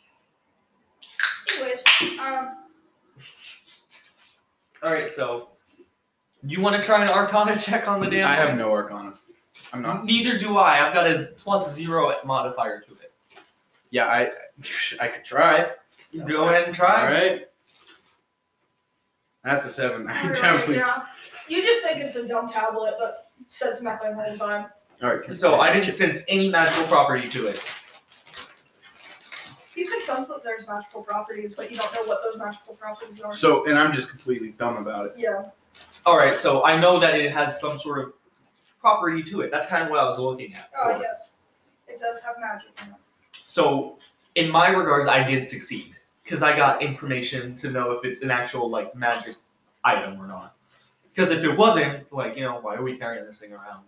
Speaker 1: Anyways, um,
Speaker 3: Alright, so you want to try an arcana <laughs> check on the damn
Speaker 2: I have
Speaker 3: thing?
Speaker 2: no arcana. I'm not.
Speaker 3: Neither do I. I've got a plus zero modifier to it.
Speaker 2: Yeah, I <laughs> I could try.
Speaker 3: Go ahead and try.
Speaker 2: All right. That's a seven. <laughs> I
Speaker 1: Alright,
Speaker 2: definitely.
Speaker 1: yeah. You just think it's a dumb tablet, but says nothing the whole time.
Speaker 2: All right.
Speaker 3: So I didn't sense any magical property to it.
Speaker 1: You can sense that there's magical properties, but you don't know what those magical properties are.
Speaker 2: So and I'm just completely dumb about it.
Speaker 1: yeah.
Speaker 3: Alright, so I know that it has some sort of property to it. That's kind of what I was looking at.
Speaker 1: Oh yes, it does have magic in it.
Speaker 3: So, in my regards, I did succeed because I got information to know if it's an actual like magic item or not. Because if it wasn't, like you know, why are we carrying this thing around?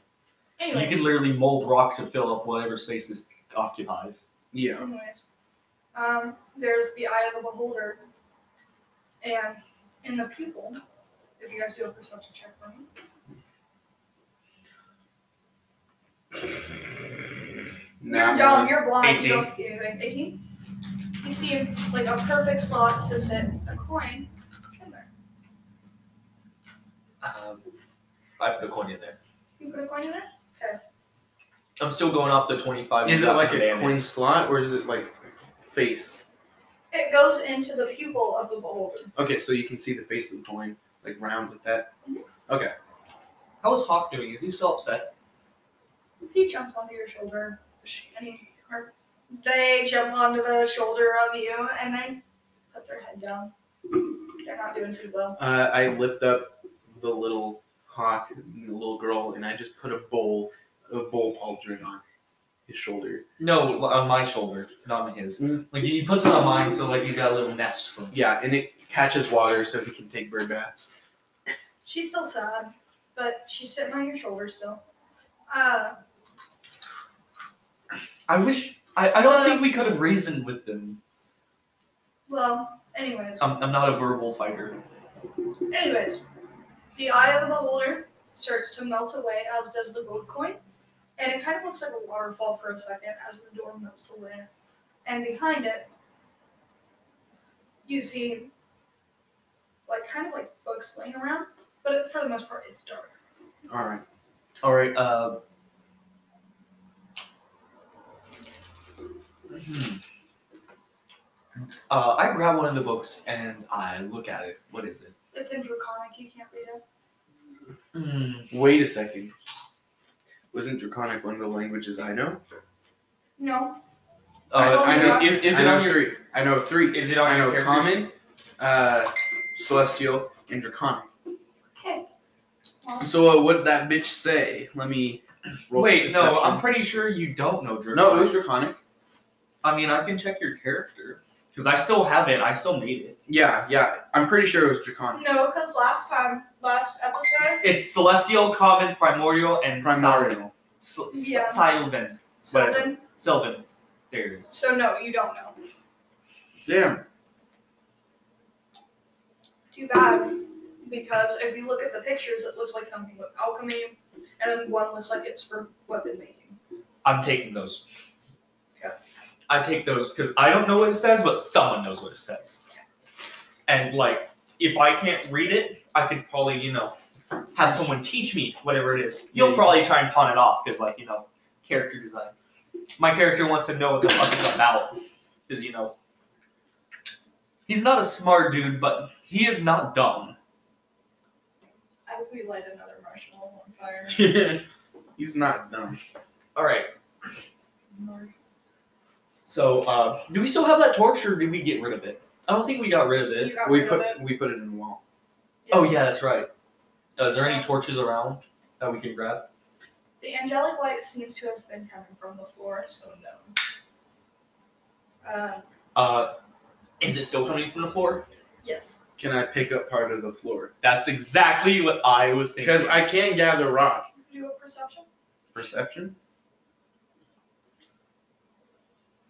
Speaker 1: Anyway.
Speaker 3: You can literally mold rock to fill up whatever space this occupies.
Speaker 2: Yeah.
Speaker 1: Anyways, um, there's the eye of the beholder, and in the pupil, if you guys do a perception check for me,
Speaker 2: Nah,
Speaker 1: you're dumb, you're blind, you
Speaker 11: 18.
Speaker 1: don't see anything. Eighteen. You see like a perfect slot to sit a coin in there.
Speaker 3: Um, I put a coin in there.
Speaker 1: You put a coin in there.
Speaker 3: I'm still going off the 25.
Speaker 2: Is it like a
Speaker 3: commandments.
Speaker 2: coin slot or is it like face?
Speaker 1: It goes into the pupil of the beholder.
Speaker 2: Okay, so you can see the face of the coin, like round with that.
Speaker 3: How is Hawk doing? Is he still upset?
Speaker 1: He jumps onto your shoulder, and he, or they jump onto the shoulder of you, and they put their head down. They're not doing too well.
Speaker 2: Uh, I lift up the little hawk, the little girl, and I just put a bowl, a bowl pauldron on his shoulder.
Speaker 3: No, on my shoulder, not on his.
Speaker 2: Mm.
Speaker 3: Like he puts it on mine, so like he's got a little nest for me.
Speaker 2: Yeah, and it catches water so he can take bird baths.
Speaker 1: She's still sad, but she's sitting on your shoulder still. Uh,
Speaker 3: I wish. I, I don't
Speaker 1: Uh,
Speaker 3: think we could have reasoned with them.
Speaker 1: well, anyways,
Speaker 3: I'm, I'm not a verbal fighter.
Speaker 1: anyways, the eye of the beholder starts to melt away, as does the gold coin, and it kind of looks like a waterfall for a second as the door melts away, and behind it, you see, like kind of like bugs laying around, but it, for the most part, it's dark.
Speaker 2: All right.
Speaker 3: All right. Uh, hmm. uh, I grab one of the books and I look at it. What is it?
Speaker 1: It's in draconic; you can't read it.
Speaker 3: Hmm.
Speaker 2: Wait a second. Wasn't Draconic one of the languages I know?
Speaker 1: No, I
Speaker 3: Uh,
Speaker 1: don't
Speaker 3: is,
Speaker 1: know.
Speaker 3: it, is, is
Speaker 2: I
Speaker 3: it
Speaker 2: know
Speaker 3: on your?
Speaker 2: three. I know three.
Speaker 3: Is it on
Speaker 2: I know
Speaker 3: your? character sheet?
Speaker 2: Common, uh, Celestial, and Draconic.
Speaker 1: okay. Well,
Speaker 2: So uh, what did that bitch say? Let me. Roll
Speaker 3: Wait, no. I'm
Speaker 2: perception.
Speaker 3: pretty sure you don't know Drew.
Speaker 2: No, it was Draconic.
Speaker 3: I mean, I can check your character because I still have it. I still made it.
Speaker 2: Yeah, yeah. I'm pretty sure it was Draconic.
Speaker 1: no, because last time, last episode.
Speaker 3: It's celestial, common, primordial, and
Speaker 2: Primordial.
Speaker 3: Sylvan. S-
Speaker 1: Yeah.
Speaker 3: S- Sylvan.
Speaker 1: So
Speaker 3: Whatever.
Speaker 1: then,
Speaker 3: Sylvan. There it is.
Speaker 1: so no, you don't know.
Speaker 2: Damn.
Speaker 1: Too bad, because if you look at the pictures, it looks like something with alchemy, and then one looks like it's for weapon making.
Speaker 3: I'm taking those.
Speaker 1: Okay.
Speaker 3: I take those because I don't know what it says, but someone knows what it says. And like, if I can't read it, I could probably, you know, have someone teach me whatever it is. You'll
Speaker 2: Yeah.
Speaker 3: probably try and pawn it off because, like, you know, character design. My character wants to know what the fuck it's about because, you know, he's not a smart dude, but he is not dumb.
Speaker 1: As we light another marshmallow on fire.
Speaker 2: <laughs> He's not dumb.
Speaker 3: All right. So, uh, do we still have that torch, or did we get rid of it? I don't think we got rid of it.
Speaker 1: You got
Speaker 2: We
Speaker 1: rid
Speaker 2: put
Speaker 1: of it.
Speaker 2: we put it in the wall.
Speaker 3: Oh yeah, that's right. Uh, is there any torches around that we can grab?
Speaker 1: The angelic light seems to have been coming from the floor, so no. Uh,
Speaker 3: Uh, is it still coming from the floor?
Speaker 1: yes.
Speaker 2: Can I pick up part of the floor?
Speaker 3: That's exactly what I was thinking.
Speaker 2: Because I can gather rock.
Speaker 1: Do a perception.
Speaker 2: Perception.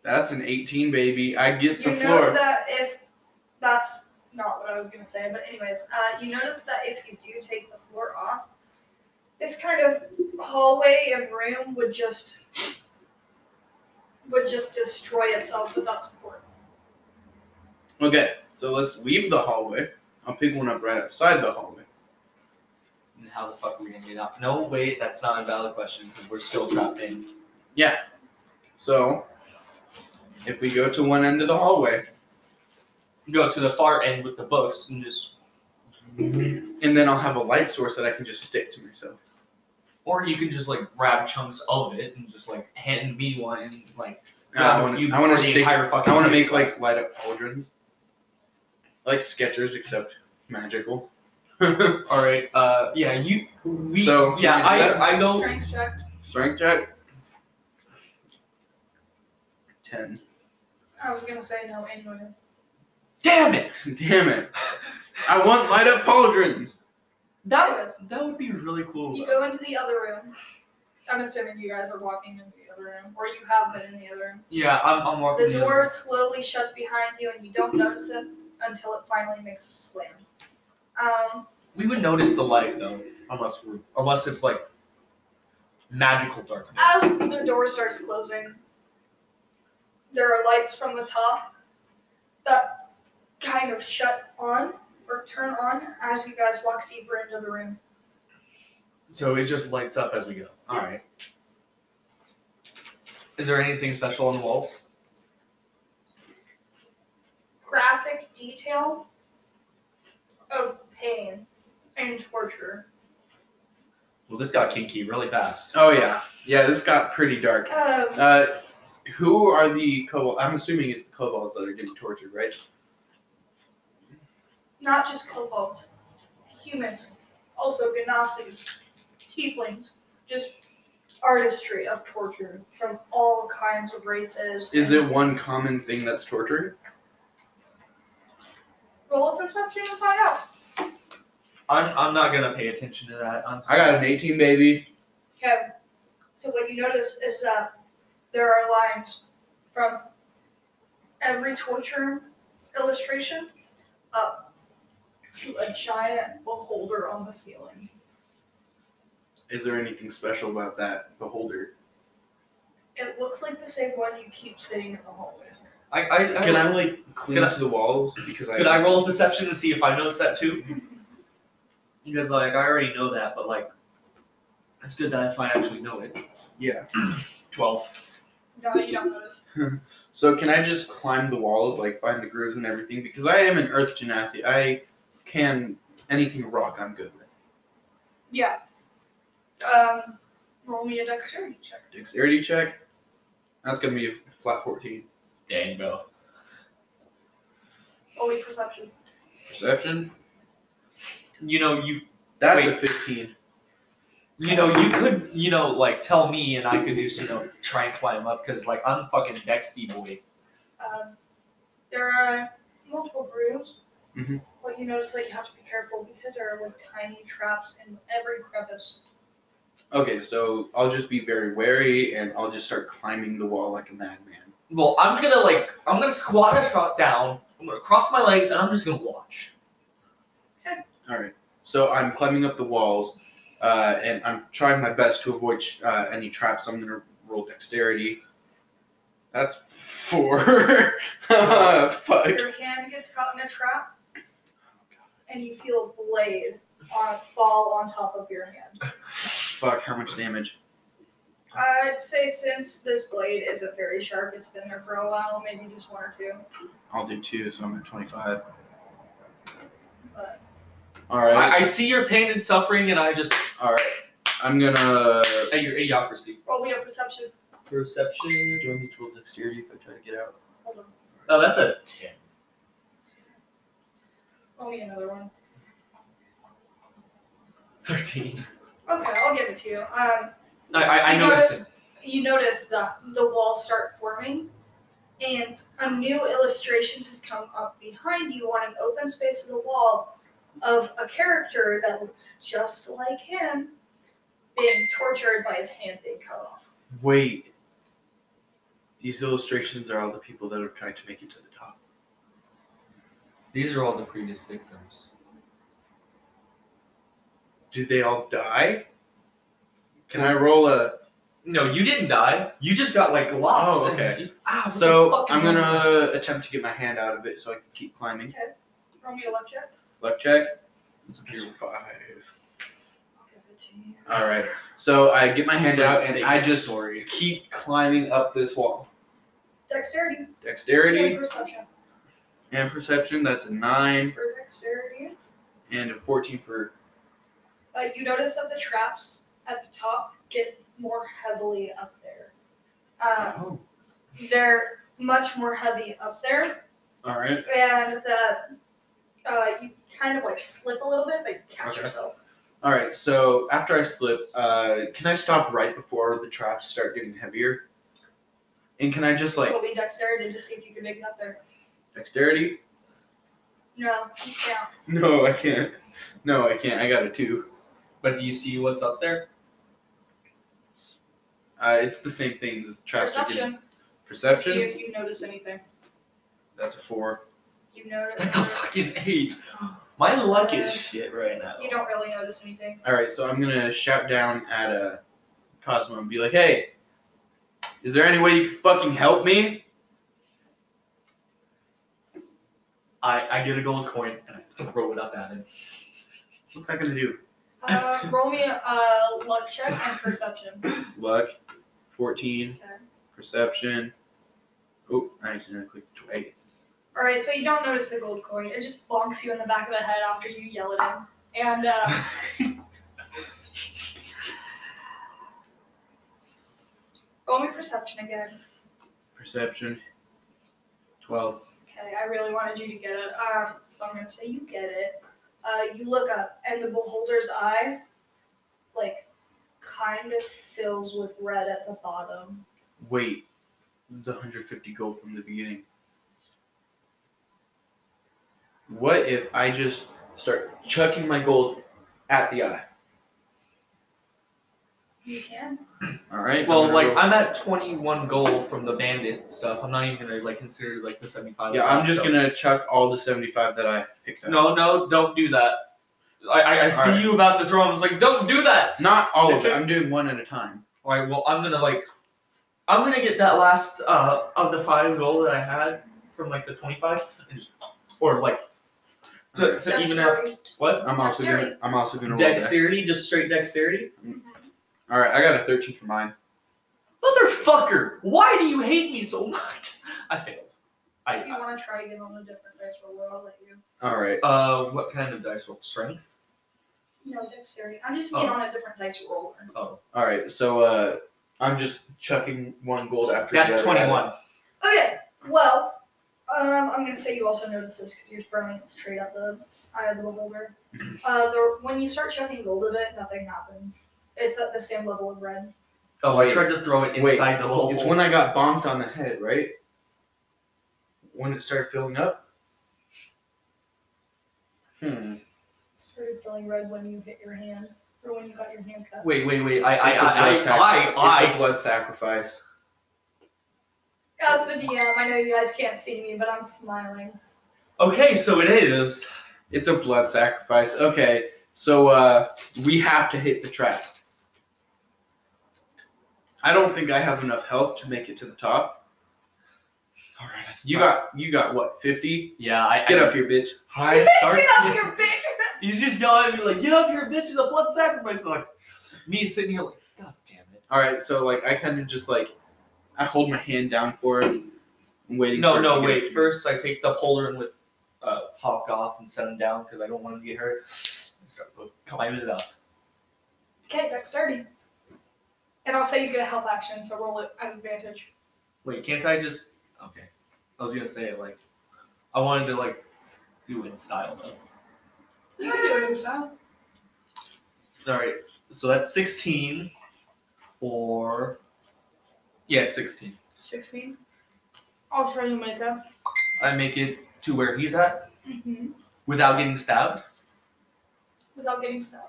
Speaker 2: That's an 18, baby. I get
Speaker 1: You
Speaker 2: the
Speaker 1: know
Speaker 2: floor.
Speaker 1: that if that's not what I was gonna say, but anyways, uh, you notice that if you do take the floor off, this kind of hallway and room would just would just destroy itself without support.
Speaker 2: Okay, so let's leave the hallway. I'll pick one up right outside the hallway.
Speaker 3: And how the fuck are we gonna get out? No, wait, that's not a valid question because we're still trapped in.
Speaker 2: So if we go to one end of the hallway
Speaker 3: Go to the far end with the books and just,
Speaker 2: and then I'll have a light source that I can just stick to myself.
Speaker 3: or you can just like grab chunks of it and just like hand me one and like.
Speaker 2: I
Speaker 3: grab a
Speaker 2: wanna-
Speaker 3: few
Speaker 2: I want
Speaker 3: for
Speaker 2: to
Speaker 3: the
Speaker 2: stick
Speaker 3: entire fucking
Speaker 2: I want to
Speaker 3: place.
Speaker 2: make like light up pauldrons, like Skechers except magical. <laughs>
Speaker 3: All right. Uh, yeah, you. We,
Speaker 2: So,
Speaker 3: yeah,
Speaker 2: can we do that?
Speaker 3: I I don't.
Speaker 1: Strength check.
Speaker 2: Strength check. Ten. <laughs>
Speaker 1: I was gonna say no anyways.
Speaker 3: Damn
Speaker 1: <sighs>
Speaker 3: it!
Speaker 2: Damn it! I want light up pauldrons.
Speaker 3: That that would be really cool.
Speaker 1: You
Speaker 3: though.
Speaker 1: go into the other room I'm assuming you guys are walking into the other room, or you have been in the other room.
Speaker 3: Yeah, I'm, I'm walking.
Speaker 1: The
Speaker 3: in.
Speaker 1: door slowly shuts behind you, and you don't notice it until it finally makes a slam. Um,
Speaker 3: We would notice the light though, unless we're unless it's like magical darkness.
Speaker 1: as the door starts closing, there are lights from the top that kind of shut on or turn on as you guys walk deeper into the room.
Speaker 3: So it just lights up as we go. All right. Is there anything special on the walls?
Speaker 1: graphic detail of pain and torture.
Speaker 3: Well, this got kinky really fast.
Speaker 2: Oh yeah, yeah. This got pretty dark.
Speaker 1: Um,
Speaker 2: Uh, who are the kobolds? I'm assuming it's the kobolds that are getting tortured, right?
Speaker 1: not just cobalt, humans, also Gnosis, tieflings, just artistry of torture from all kinds of races.
Speaker 2: Is it one common thing that's tortured?
Speaker 1: Roll a perception and find out.
Speaker 3: I'm, I'm not gonna pay attention to that. I'm
Speaker 2: I got an 18, baby.
Speaker 1: Okay. So what you notice is that there are lines from every torture illustration up to a giant beholder on the ceiling.
Speaker 2: Is there anything special about that beholder?
Speaker 1: It looks like the same one you keep seeing in the hallways.
Speaker 3: I, I, I
Speaker 2: Can I like cling
Speaker 3: Could I-
Speaker 2: to the walls because
Speaker 3: could I roll a perception to see if I notice that too? Because like I already know that, but like it's good that if I actually know it.
Speaker 2: Yeah.
Speaker 3: Twelve.
Speaker 1: No, you don't notice.
Speaker 2: So can I just climb the walls, like find the grooves and everything? Because I am an earth genasi. I can anything rock. I'm good with
Speaker 1: Yeah. Um, roll me a dexterity check.
Speaker 2: dexterity check. That's gonna be a flat 14.
Speaker 3: Dang, bro.
Speaker 1: Only Oh, perception.
Speaker 2: Perception.
Speaker 3: You know you
Speaker 2: That's
Speaker 3: Wait.
Speaker 2: a 15.
Speaker 3: you know you could you know like tell me and I could just you know try and climb up because like I'm fucking Dexty boy.
Speaker 1: Um, there are multiple rooms.
Speaker 2: Mhm.
Speaker 1: What you notice that you have to be careful because there are like tiny traps in every crevice.
Speaker 2: Okay, so I'll just be very wary and I'll just start climbing the wall like a madman.
Speaker 3: Well, I'm gonna like I'm gonna squat a shot down. I'm gonna cross my legs and I'm just gonna watch.
Speaker 2: All right. So I'm climbing up the walls, uh, and I'm trying my best to avoid uh, any traps. I'm gonna roll dexterity. That's four. <laughs> Uh, Fuck.
Speaker 1: Your hand gets caught in a trap, and you feel a blade on fall on top of your hand.
Speaker 2: Fuck. How much damage?
Speaker 1: I'd say since this blade isn't very sharp, it's been there for a while, maybe just one or two.
Speaker 2: I'll do two, so I'm at twenty-five.
Speaker 1: But
Speaker 2: All right.
Speaker 3: I, I see your pain and suffering and I just
Speaker 2: All right. I'm gonna.
Speaker 3: at your idiocracy.
Speaker 1: roll me a oh, perception.
Speaker 3: Perception.
Speaker 2: Do I need to roll dexterity if I try to get out?
Speaker 1: Hold on.
Speaker 3: Oh, that's a ten.
Speaker 1: Roll me Oh, another one.
Speaker 3: Thirteen.
Speaker 1: Okay, I'll give it to you. Um,
Speaker 3: I I, I
Speaker 1: You
Speaker 3: noticed. it.
Speaker 1: you notice that the walls start forming, and a new illustration has come up behind you on an open space of the wall of a character that looks just like him being tortured by his hand being cut off.
Speaker 2: Wait. These illustrations are all the people that have tried to make it to the top.
Speaker 3: These are all the previous victims.
Speaker 2: Did they all die? Can I roll a?
Speaker 3: No, you didn't die. You just got like locked.
Speaker 2: Oh,
Speaker 3: and-
Speaker 2: okay.
Speaker 3: Ah, what the
Speaker 2: So
Speaker 3: fuck is
Speaker 2: I'm
Speaker 3: wrong with you?
Speaker 2: gonna attempt to get my hand out of it so I can keep climbing.
Speaker 1: Roll me a luck check.
Speaker 2: Left check.
Speaker 3: It's
Speaker 2: Here's five.
Speaker 1: I'll give it to you.
Speaker 2: All right. So I get my hand
Speaker 3: For
Speaker 2: out and
Speaker 3: sake
Speaker 2: I
Speaker 3: of
Speaker 2: just
Speaker 3: story.
Speaker 2: keep climbing up this wall.
Speaker 1: Dexterity.
Speaker 2: Dexterity
Speaker 1: And perception.
Speaker 2: and perception. That's a nine
Speaker 1: For dexterity.
Speaker 2: and a fourteen for.
Speaker 1: Uh, you notice that the traps at the top get more heavily up there. Um,
Speaker 2: Oh.
Speaker 1: they're much more heavy up there.
Speaker 2: All right.
Speaker 1: and that uh, you kind of like slip a little bit, but you catch
Speaker 2: Okay.
Speaker 1: yourself.
Speaker 2: All right. So after I slip, uh, can I stop right before the traps start getting heavier? And can I just like
Speaker 1: It'll be dexterity to just see if you can make it up there.
Speaker 2: dexterity? <laughs>
Speaker 1: No, you can't.
Speaker 2: No, I can't. No, I can't. I got a two.
Speaker 3: But do you see what's up there?
Speaker 2: Uh, it's the same thing as traps. that can-
Speaker 1: Perception. See
Speaker 2: Perception.
Speaker 1: if you notice anything.
Speaker 2: That's a four.
Speaker 1: You notice.
Speaker 3: That's a fucking eight. My luck is
Speaker 1: Uh,
Speaker 3: shit right now.
Speaker 1: You don't really notice
Speaker 2: <laughs>
Speaker 1: anything.
Speaker 2: All right, so I'm gonna shout down at uh, Cosmo and be like, "Hey, is there any way you can fucking help me?"
Speaker 3: I, I get a gold coin and I throw it up at him.
Speaker 2: What's that gonna do?
Speaker 1: Uh, roll me a uh, luck check and perception.
Speaker 2: Luck, fourteen.
Speaker 1: Okay.
Speaker 2: Perception. Oh, I accidentally clicked twice.
Speaker 1: All right, so you don't notice the gold coin. It just bonks you in the back of the head after you yell at him. And uh, roll me perception again.
Speaker 2: <laughs> Perception. Twelve.
Speaker 1: Okay, I really wanted you to get it. Um, so I'm gonna say you get it. Uh, you look up, and the beholder's eye, like, kind of fills with red at the bottom.
Speaker 2: Wait, the 150 gold from the beginning. What if I just start chucking my gold at the eye?
Speaker 1: You can.
Speaker 2: All right. I'm
Speaker 3: Well,
Speaker 2: gonna
Speaker 3: like
Speaker 2: roll-
Speaker 3: I'm at 21 gold from the bandit stuff. I'm not even gonna like consider like the 75.
Speaker 2: yeah, I'm just
Speaker 3: so-
Speaker 2: gonna chuck all the 75 that I picked up.
Speaker 3: No, no, don't do that. I I, I see
Speaker 2: Alright.
Speaker 3: you about to throw him. I was like, don't do that.
Speaker 2: Not all of it. I'm doing one at a time.
Speaker 3: All right. Well, I'm gonna like, I'm gonna get that last uh of the five gold that I had from like the 25, and just, or like to, to even out
Speaker 1: Dexterity.
Speaker 3: what
Speaker 2: I'm also gonna. I'm also gonna roll dex.
Speaker 3: dexterity, just straight dexterity.
Speaker 2: All right, I got a 13 for mine.
Speaker 3: Motherfucker, why do you hate me so much? <laughs> I failed.
Speaker 1: If you
Speaker 3: I
Speaker 1: want to try again on a different dice roll, I'll let you.
Speaker 2: All right.
Speaker 3: uh, what kind of dice roll? Strength.
Speaker 1: No, dexterity. I'm just
Speaker 3: Oh.
Speaker 1: getting on a different dice roll.
Speaker 2: All right. So uh, I'm just chucking one gold after. the
Speaker 3: That's
Speaker 2: other at it.
Speaker 3: 21.
Speaker 1: Okay, well, um, I'm gonna say you also notice this because you're throwing it straight at the eye of the
Speaker 3: <clears throat>
Speaker 1: beholder. Uh, the, when you start chucking gold at it, nothing happens. It's at the same level of red.
Speaker 3: Oh, I
Speaker 2: Wait.
Speaker 3: tried to throw it
Speaker 2: Wait.
Speaker 3: inside the little
Speaker 2: It's
Speaker 3: hole.
Speaker 2: when I got bonked on the head, right? When it started filling up? Hmm.
Speaker 1: It started feeling red when you hit your hand or when you got your hand cut.
Speaker 3: Wait, wait, wait. I, I,
Speaker 2: It's a
Speaker 3: I,
Speaker 2: blood
Speaker 3: I,
Speaker 2: sacrifice. It's
Speaker 3: I,
Speaker 2: a
Speaker 3: I,
Speaker 2: blood sacrifice.
Speaker 1: As the DM, I know you guys can't see me, but I'm smiling.
Speaker 3: Okay, so it is.
Speaker 2: It's a blood sacrifice. Okay, so uh, we have to hit the traps. I don't think I have enough health to make it to the top.
Speaker 3: All right, I
Speaker 2: You
Speaker 3: start-
Speaker 2: got you got what fifty?
Speaker 3: Yeah, I
Speaker 2: Get
Speaker 3: I,
Speaker 2: up here,
Speaker 3: <laughs>
Speaker 2: bitch.
Speaker 3: I start.
Speaker 1: Get up here, bitch!
Speaker 3: <laughs> He's just yelling at me like, "Get up here, bitch!" It's a blood sacrifice. I'm like me sitting here like, "God damn it!"
Speaker 2: All right, so like I kind of just like I hold my hand down for it, waiting.
Speaker 3: No,
Speaker 2: for it
Speaker 3: no,
Speaker 2: to get
Speaker 3: wait. First, I take the polar and with uh, Hawk off and set him down because I don't want him to get hurt. I start climbing it up.
Speaker 1: Okay, dexterity. And I'll say you get a help action, so roll it at advantage.
Speaker 3: Wait, can't I just? Okay, I was gonna say like, I wanted to like do it in style though.
Speaker 1: You can do it in style.
Speaker 3: All right, so that's sixteen, or yeah, it's sixteen.
Speaker 1: 16. I'll try to make that.
Speaker 3: I make it to where he's at
Speaker 1: Mm-hmm.
Speaker 3: without getting stabbed.
Speaker 1: Without getting stabbed.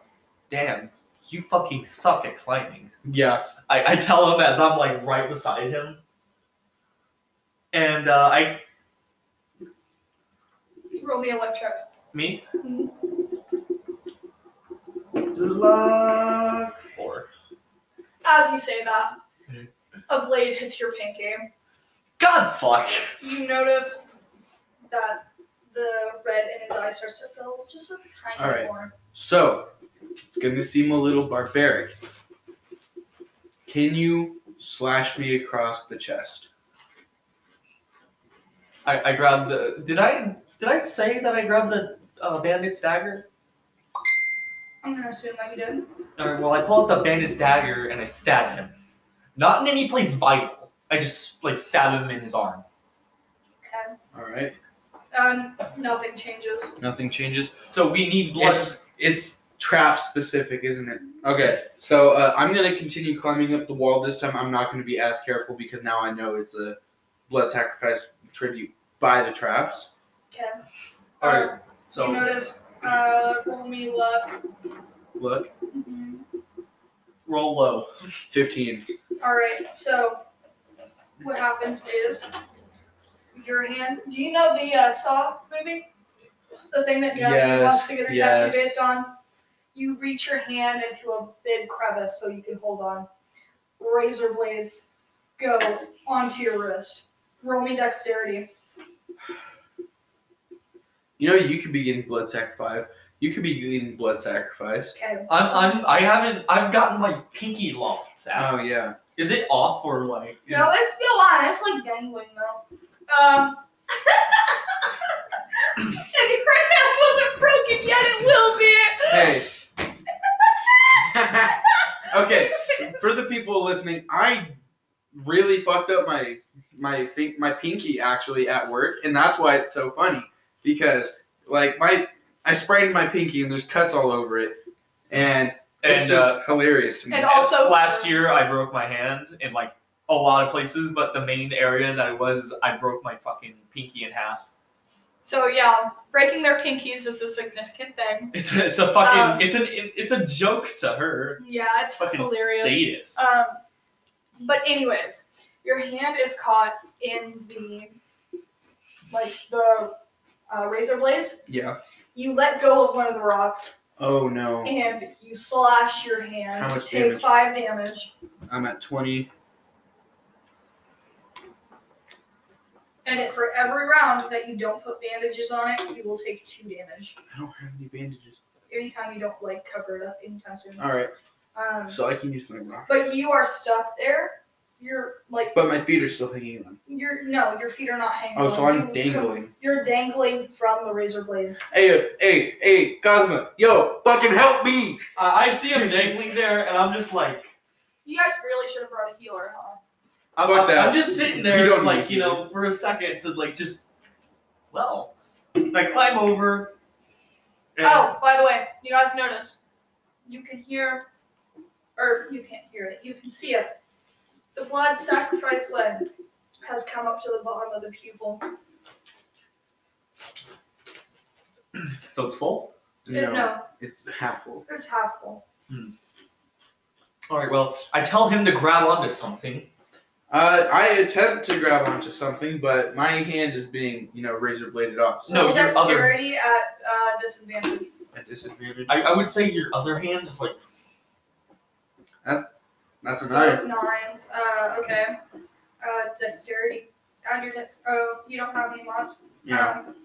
Speaker 3: Damn, you fucking suck at climbing.
Speaker 2: Yeah.
Speaker 3: I, I tell him as I'm like right beside him. And uh, I,
Speaker 1: Roll me electric.
Speaker 3: me?
Speaker 1: Mhm.
Speaker 3: Luck four.
Speaker 1: As you say that, a blade hits your pinky.
Speaker 3: God fuck.
Speaker 1: You notice that the red in his eye starts to fill just a tiny
Speaker 2: All
Speaker 1: bit
Speaker 2: right.
Speaker 1: more.
Speaker 2: So, it's gonna seem a little barbaric. Can you slash me across the chest?
Speaker 3: I, I grabbed the. Did I did I say that I grabbed the uh, bandit's dagger?
Speaker 1: I'm gonna assume that you did.
Speaker 3: All right. Well, I pull out the bandit's dagger and I stab him. Not in any place vital. I just like stab him in his arm.
Speaker 1: Okay.
Speaker 2: All right,
Speaker 1: Um, nothing changes.
Speaker 2: nothing changes.
Speaker 3: So we need blood.
Speaker 2: It's it's trap specific, isn't it? Okay, so uh, I'm gonna continue climbing up the wall. This time, I'm not gonna be as careful because now I know it's a blood sacrifice tribute by the traps.
Speaker 1: Okay.
Speaker 3: All right.
Speaker 1: Uh, you
Speaker 3: So
Speaker 1: notice, uh, roll me luck.
Speaker 2: Look,
Speaker 1: Mhm.
Speaker 3: roll low.
Speaker 2: fifteen.
Speaker 1: Alright, so what happens is your hand. Do you know the uh, Saw movie? The thing that Miyagi
Speaker 2: Yes,
Speaker 1: wants to get her
Speaker 2: yes.
Speaker 1: tattoo based on? You reach your hand into a big crevice so you can hold on. Razor blades go onto your wrist. Roll me dexterity.
Speaker 2: You know, you could be getting blood sacrifice. You could be getting blood sacrifice.
Speaker 1: Okay.
Speaker 3: I'm, I'm, I haven't, I've gotten my pinky locked out.
Speaker 2: Oh yeah.
Speaker 3: Is it off or like?
Speaker 1: No, it's still on. It's like dangling though. Um. <laughs> and your hand wasn't broken yet. It will be.
Speaker 2: Hey. <laughs> okay, for the people listening, I really fucked up my my fin- my pinky actually at work, and that's why it's so funny because like my I sprained my pinky and there's cuts all over it, and, it's
Speaker 3: And,
Speaker 2: just
Speaker 3: uh,
Speaker 2: hilarious to me.
Speaker 1: And also
Speaker 3: last year I broke my hand in like a lot of places, but the main area that it was, I broke my fucking pinky in half.
Speaker 1: So yeah, breaking their pinkies is a significant thing.
Speaker 3: It's a, it's a fucking,
Speaker 1: Um,
Speaker 3: it's an, it, it's a joke to her.
Speaker 1: Yeah, it's
Speaker 3: Fucking
Speaker 1: hilarious.
Speaker 3: sadist.
Speaker 1: Um, but anyways, your hand is caught in the like the uh, razor blades.
Speaker 2: yeah.
Speaker 1: You let go of one of the rocks
Speaker 2: Oh no,
Speaker 1: and you slash your hand.
Speaker 2: How much
Speaker 1: take
Speaker 2: damage?
Speaker 1: five damage,
Speaker 2: I'm at twenty.
Speaker 1: and it, for every round that you don't put bandages on it, you will take two damage.
Speaker 2: I don't have any bandages.
Speaker 1: Anytime you don't like cover it up anytime soon.
Speaker 2: All right,
Speaker 1: Um,
Speaker 2: so I can use my rock,
Speaker 1: but you are stuck there. You're like
Speaker 2: but my feet are still hanging on.
Speaker 1: Your no, your feet are not hanging.
Speaker 2: Oh, so
Speaker 1: on.
Speaker 2: I'm
Speaker 1: You-
Speaker 2: dangling.
Speaker 1: You're dangling from the razor blades.
Speaker 2: Hey, hey, hey, Cosmo, yo, fucking help me!
Speaker 3: I I see him dangling there, and I'm just like,
Speaker 1: You guys really should have brought a healer, huh?
Speaker 3: I'm,
Speaker 2: Fuck
Speaker 3: I'm-
Speaker 2: that.
Speaker 3: I'm just sitting
Speaker 2: You
Speaker 3: there,
Speaker 2: don't
Speaker 3: like
Speaker 2: need
Speaker 3: you know, for a second to like just, well, And I climb over. and-
Speaker 1: Oh, by the way, you guys notice you can hear, or you can't hear it. You can see it. The blood sacrifice <laughs> lead has come up to the bottom of the pupil.
Speaker 3: So it's full.
Speaker 1: No,
Speaker 2: It's half full.
Speaker 1: it's half full.
Speaker 3: All right. Well, I tell him to grab onto something.
Speaker 2: Uh, I attempt to grab onto something, but my hand is being, you know, razor bladed off. So
Speaker 3: No,
Speaker 1: Roll
Speaker 3: your other-
Speaker 1: dexterity at uh, disadvantage.
Speaker 2: at disadvantage.
Speaker 3: I, I would say your other hand is like
Speaker 2: That's a
Speaker 1: Both
Speaker 2: nine.
Speaker 1: nines. Uh, okay. Uh, dexterity. And your dex. Oh, you don't have any mods.
Speaker 2: Yeah.
Speaker 1: Um,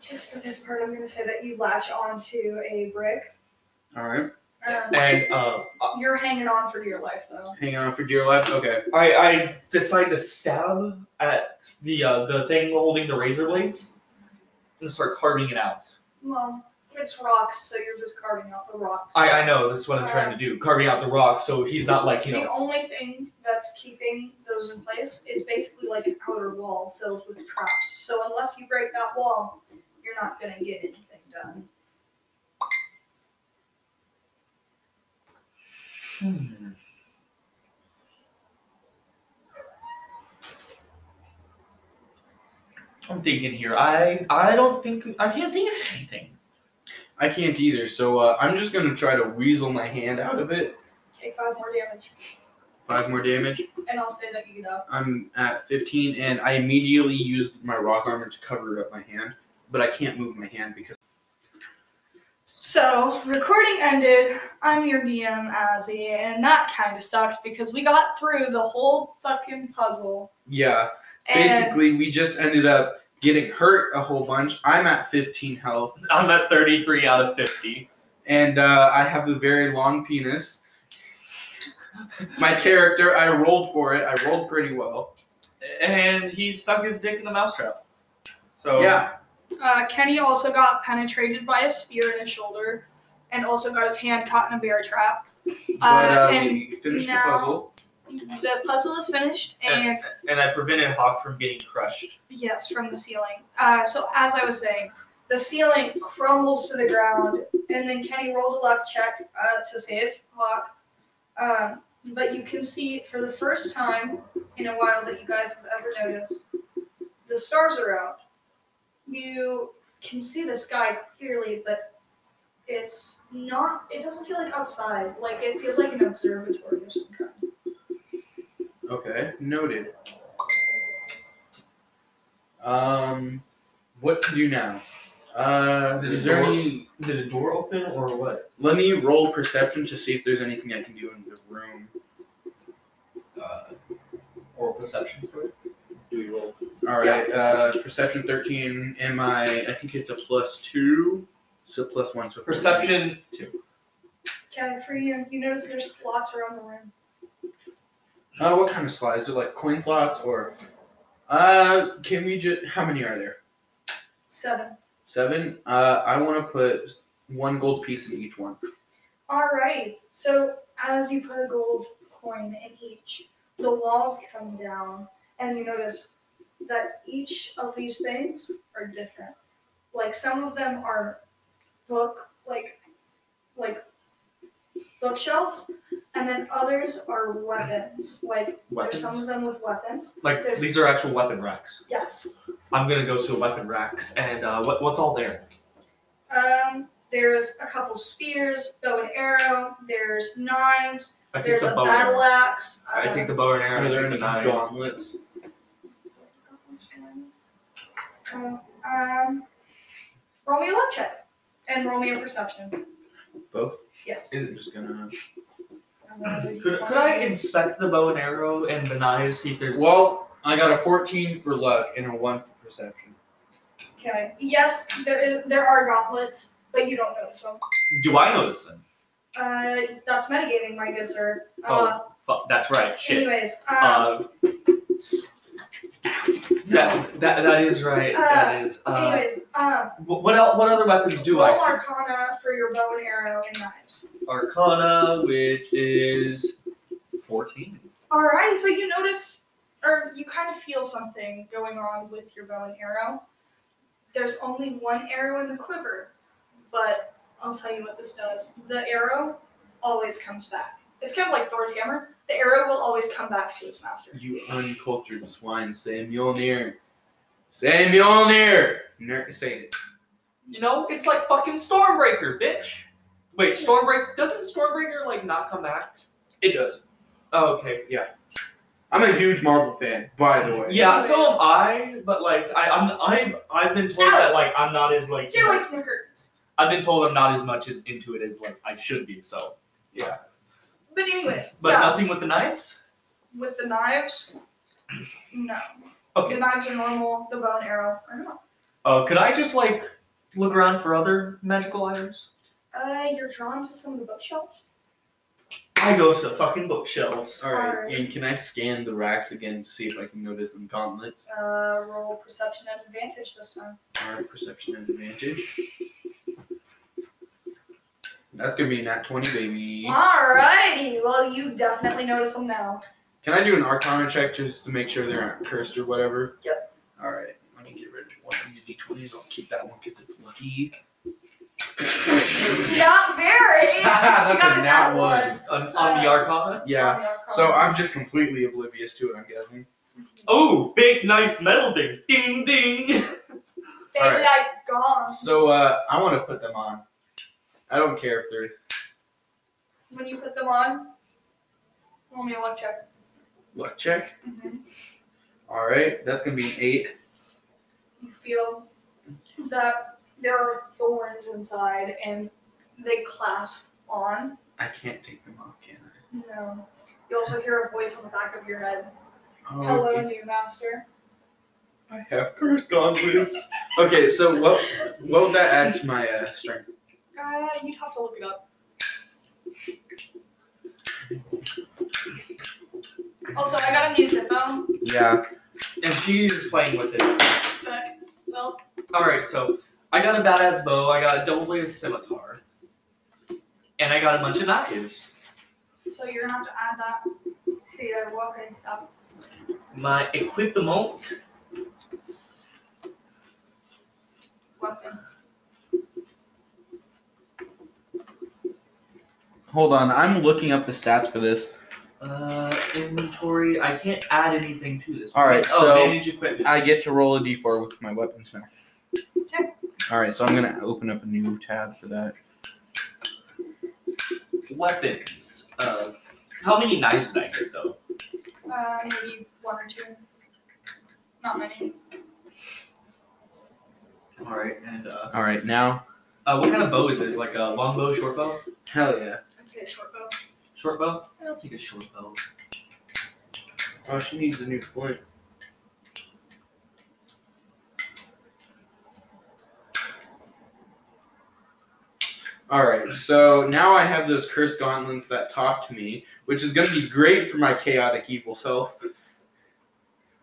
Speaker 1: just for this part, I'm going to say that you latch onto a brick.
Speaker 2: All right.
Speaker 1: Um,
Speaker 3: and uh,
Speaker 1: you're hanging on for dear life, though.
Speaker 2: Hanging on for dear life. Okay.
Speaker 3: I I decide to stab at the uh, the thing holding the razor blades and start carving it out.
Speaker 1: Well, it's rocks, so you're just carving out the rocks.
Speaker 3: I I know that's what I'm trying to do, carving out the rock, so he's not like you
Speaker 1: the
Speaker 3: know.
Speaker 1: only thing that's keeping those in place is basically like an outer wall filled with traps. So unless you break that wall, you're not going to get anything done.
Speaker 3: Hmm. I'm thinking here. I I don't think I can't think of anything.
Speaker 2: I can't either, so uh, I'm just gonna try to weasel my hand out of it.
Speaker 1: Take five more damage,
Speaker 2: Five more damage.
Speaker 1: and I'll say that you get up.
Speaker 2: I'm at 15, and I immediately used my rock armor to cover up my hand, but I can't move my hand because.
Speaker 1: So, recording ended. I'm your DM, Ozzy, and that kind of sucked because we got through the whole fucking puzzle.
Speaker 2: Yeah.
Speaker 1: And
Speaker 2: basically we just ended up getting hurt a whole bunch i'm at 15 health
Speaker 3: I'm at 33 out of 50.
Speaker 2: and uh, i have a very long penis my character i rolled for it i rolled pretty well
Speaker 3: And he stuck his dick in the mousetrap. So
Speaker 2: yeah
Speaker 1: uh, Kenny also got penetrated by a spear in his shoulder and also got his hand caught in a bear trap.
Speaker 2: but uh,
Speaker 1: and
Speaker 2: we finished
Speaker 1: now-
Speaker 2: the puzzle
Speaker 1: the puzzle is finished, and
Speaker 3: and I prevented Hawk from getting crushed.
Speaker 1: Yes, from the ceiling. Uh, so as I was saying, the ceiling crumbles to the ground, and then Kenny rolled a luck check uh, to save Hawk. Um, but you can see for the first time in a while that you guys have ever noticed, the stars are out. You can see the sky clearly, but it's not. It doesn't feel like outside. Like it feels like an observatory or some kind.
Speaker 2: Okay, noted. Um, what to do now? Uh,
Speaker 3: Did
Speaker 2: is
Speaker 3: the
Speaker 2: there
Speaker 3: door-
Speaker 2: any?
Speaker 3: Did a door open or what?
Speaker 2: Let me roll perception to see if there's anything I can do in the room.
Speaker 3: Uh, oral perception for it? Do we roll?
Speaker 2: All right, uh, perception thirteen. Am I? I think it's a plus two, so plus one. So
Speaker 3: Perception two.
Speaker 1: Okay, for you, you notice there's slots around the room.
Speaker 2: Uh, what kind of slot? Is it like coin slots or? Uh, can we just? How many are there?
Speaker 1: Seven.
Speaker 2: Seven. Uh, I want to put one gold piece in each one.
Speaker 1: Alrighty. So as you put a gold coin in each, the walls come down, and you notice that each of these things are different. Like some of them are book, like like bookshelves, and then others are weapons. Like there's some
Speaker 3: Weapons.
Speaker 1: of them with weapons.
Speaker 3: Like
Speaker 1: there's-
Speaker 3: these are actual weapon racks.
Speaker 1: Yes.
Speaker 3: I'm gonna go to a weapon racks and uh, what what's all there?
Speaker 1: Um, there's a couple spears, bow and arrow. There's knives.
Speaker 3: I take
Speaker 1: there's
Speaker 3: the
Speaker 1: a
Speaker 3: bow. and arrow.
Speaker 1: battle axe.
Speaker 3: I
Speaker 1: um,
Speaker 3: take the bow and arrow.
Speaker 2: Are
Speaker 3: I
Speaker 2: there
Speaker 3: take
Speaker 2: any
Speaker 3: the knives.
Speaker 2: gauntlets?
Speaker 1: Um, um, roll me a luck check and roll me a perception.
Speaker 2: Both?
Speaker 1: Yes.
Speaker 2: I'm just gonna.
Speaker 1: I'm gonna do
Speaker 3: Could, could I inspect the bow and arrow and the knives? See if there's
Speaker 2: Well, I got a 14 for luck and a 1 for perception.
Speaker 1: Okay. Yes, there is. There are gauntlets, but you don't notice them.
Speaker 3: do I notice them?
Speaker 1: Uh, that's mitigating, my good sir. Uh,
Speaker 3: Oh, fuck, that's right. Shit.
Speaker 1: anyways, um,
Speaker 3: Uh, that, that that is right. that is. Uh,
Speaker 1: anyways, um,
Speaker 3: wh- what el- What other weapons do
Speaker 1: roll
Speaker 3: I see?
Speaker 1: Arcana for your bow and arrow and knives.
Speaker 3: Arcana, which is fourteen.
Speaker 1: Alrighty, so you notice, or you kind of feel something going on with your bow and arrow. There's only one arrow in the quiver, but I'll tell you what this does. The arrow always comes back. It's kind of like Thor's hammer. The arrow will always come back to its master.
Speaker 2: You uncultured swine, say Mjolnir. Say Mjolnir! Ner- say it.
Speaker 3: You know, it's like fucking Stormbreaker, bitch. Wait, Stormbreaker doesn't Stormbreaker like not come back?
Speaker 2: It does.
Speaker 3: Oh, okay.
Speaker 2: I'm a huge Marvel fan, by the way.
Speaker 3: Yeah, so am I, but like I, I'm I'm I've been told that like I'm not as like
Speaker 1: Get away from the curtains.
Speaker 3: I've been told I'm not as much as into it as like I should be. So,
Speaker 1: But anyways,
Speaker 3: but
Speaker 1: yeah,
Speaker 3: nothing with the knives.
Speaker 1: with the knives, no.
Speaker 3: Okay.
Speaker 1: The knives are normal. The bow and arrow are not.
Speaker 3: Uh, could I just like look around for other magical items?
Speaker 1: Uh, you're drawn to some of the bookshelves.
Speaker 3: I go to fucking bookshelves.
Speaker 2: Alright, and can I scan the racks again to see if I can notice them gauntlets?
Speaker 1: Uh, roll perception at advantage this time.
Speaker 2: Alright, perception and advantage. That's gonna be a nat 20, baby.
Speaker 1: Alrighty, well, you definitely notice them now.
Speaker 2: Can I do an Arcana check just to make sure they aren't cursed or whatever? Yep. All right. Let me get rid of one of these d20s. I'll keep that one because it's lucky. <laughs>
Speaker 1: Not very!
Speaker 2: That's
Speaker 1: got
Speaker 2: a
Speaker 1: a
Speaker 2: nat
Speaker 1: nat
Speaker 2: one.
Speaker 3: On, on the
Speaker 1: Uh,
Speaker 3: Arcana.
Speaker 2: Yeah. So I'm just completely oblivious to it. I'm guessing.
Speaker 3: Oh, big nice metal things. Ding ding.
Speaker 1: They
Speaker 2: alright.
Speaker 1: like gongs.
Speaker 2: So uh, I want to put them on. I don't care if they're.
Speaker 1: when you put them on, roll me a luck check.
Speaker 2: Luck check.
Speaker 1: Mhm.
Speaker 2: All right. That's gonna be an eight.
Speaker 1: You feel that there are thorns inside and they clasp on.
Speaker 2: I can't take them off, can
Speaker 1: No. You also hear a voice on the back of your head.
Speaker 2: I? Oh,
Speaker 1: Hello,
Speaker 2: okay.
Speaker 1: new master.
Speaker 2: I have cursed gauntlets. okay. So what? What would that add to my uh, strength?
Speaker 1: Uh, you'd have to look it up. Also, I got a new Zippo.
Speaker 2: Yeah.
Speaker 3: <laughs> And she's playing with it.
Speaker 1: But, well,
Speaker 3: All right, so I got a badass bow. I got a double-bladed scimitar. And I got a bunch of knives.
Speaker 1: so you're gonna have to add that to your walking up.
Speaker 3: My equipment.
Speaker 1: Weapon.
Speaker 2: Hold on. I'm looking up the stats for this.
Speaker 3: Uh, inventory. I can't add anything to this.
Speaker 2: All right,
Speaker 3: Oh,
Speaker 2: so
Speaker 3: manage equipment.
Speaker 2: I get to roll a d4 with my weapons now.
Speaker 1: Okay.
Speaker 2: All right, so I'm gonna open up a new tab for that.
Speaker 3: weapons. Uh, how many knives did I get though?
Speaker 1: Uh, maybe one or two. Not many.
Speaker 3: All right, and uh,
Speaker 2: All right, now.
Speaker 3: uh, what kind of bow is it? Like a long bow, short bow,
Speaker 2: Hell yeah.
Speaker 1: I'd say a short bow.
Speaker 3: short bow? I'll take a short bow.
Speaker 2: Oh, she needs a new point. All right, so now I have those cursed gauntlets that talk to me, which is going to be great for my chaotic evil self.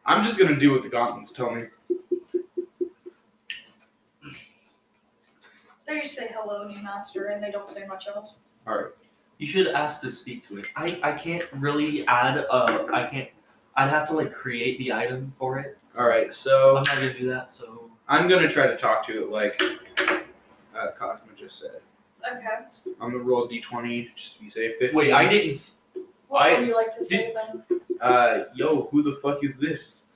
Speaker 2: I'm just going to do what the gauntlets tell me.
Speaker 1: They just say hello, new master, and they don't say much else.
Speaker 3: You should ask to speak to it. I, I can't really add uh I can't I'd have to like create the item for it.
Speaker 2: All right,
Speaker 3: I'm
Speaker 2: so
Speaker 3: not gonna do that, so
Speaker 2: I'm going to try to talk to it like uh, Cosmo just said.
Speaker 1: Okay.
Speaker 2: I'm going to roll d d20 just to be safe. 15.
Speaker 3: wait, I didn't s-
Speaker 1: What
Speaker 3: I-
Speaker 1: would you like to say then?
Speaker 2: Uh, yo, who the fuck is this?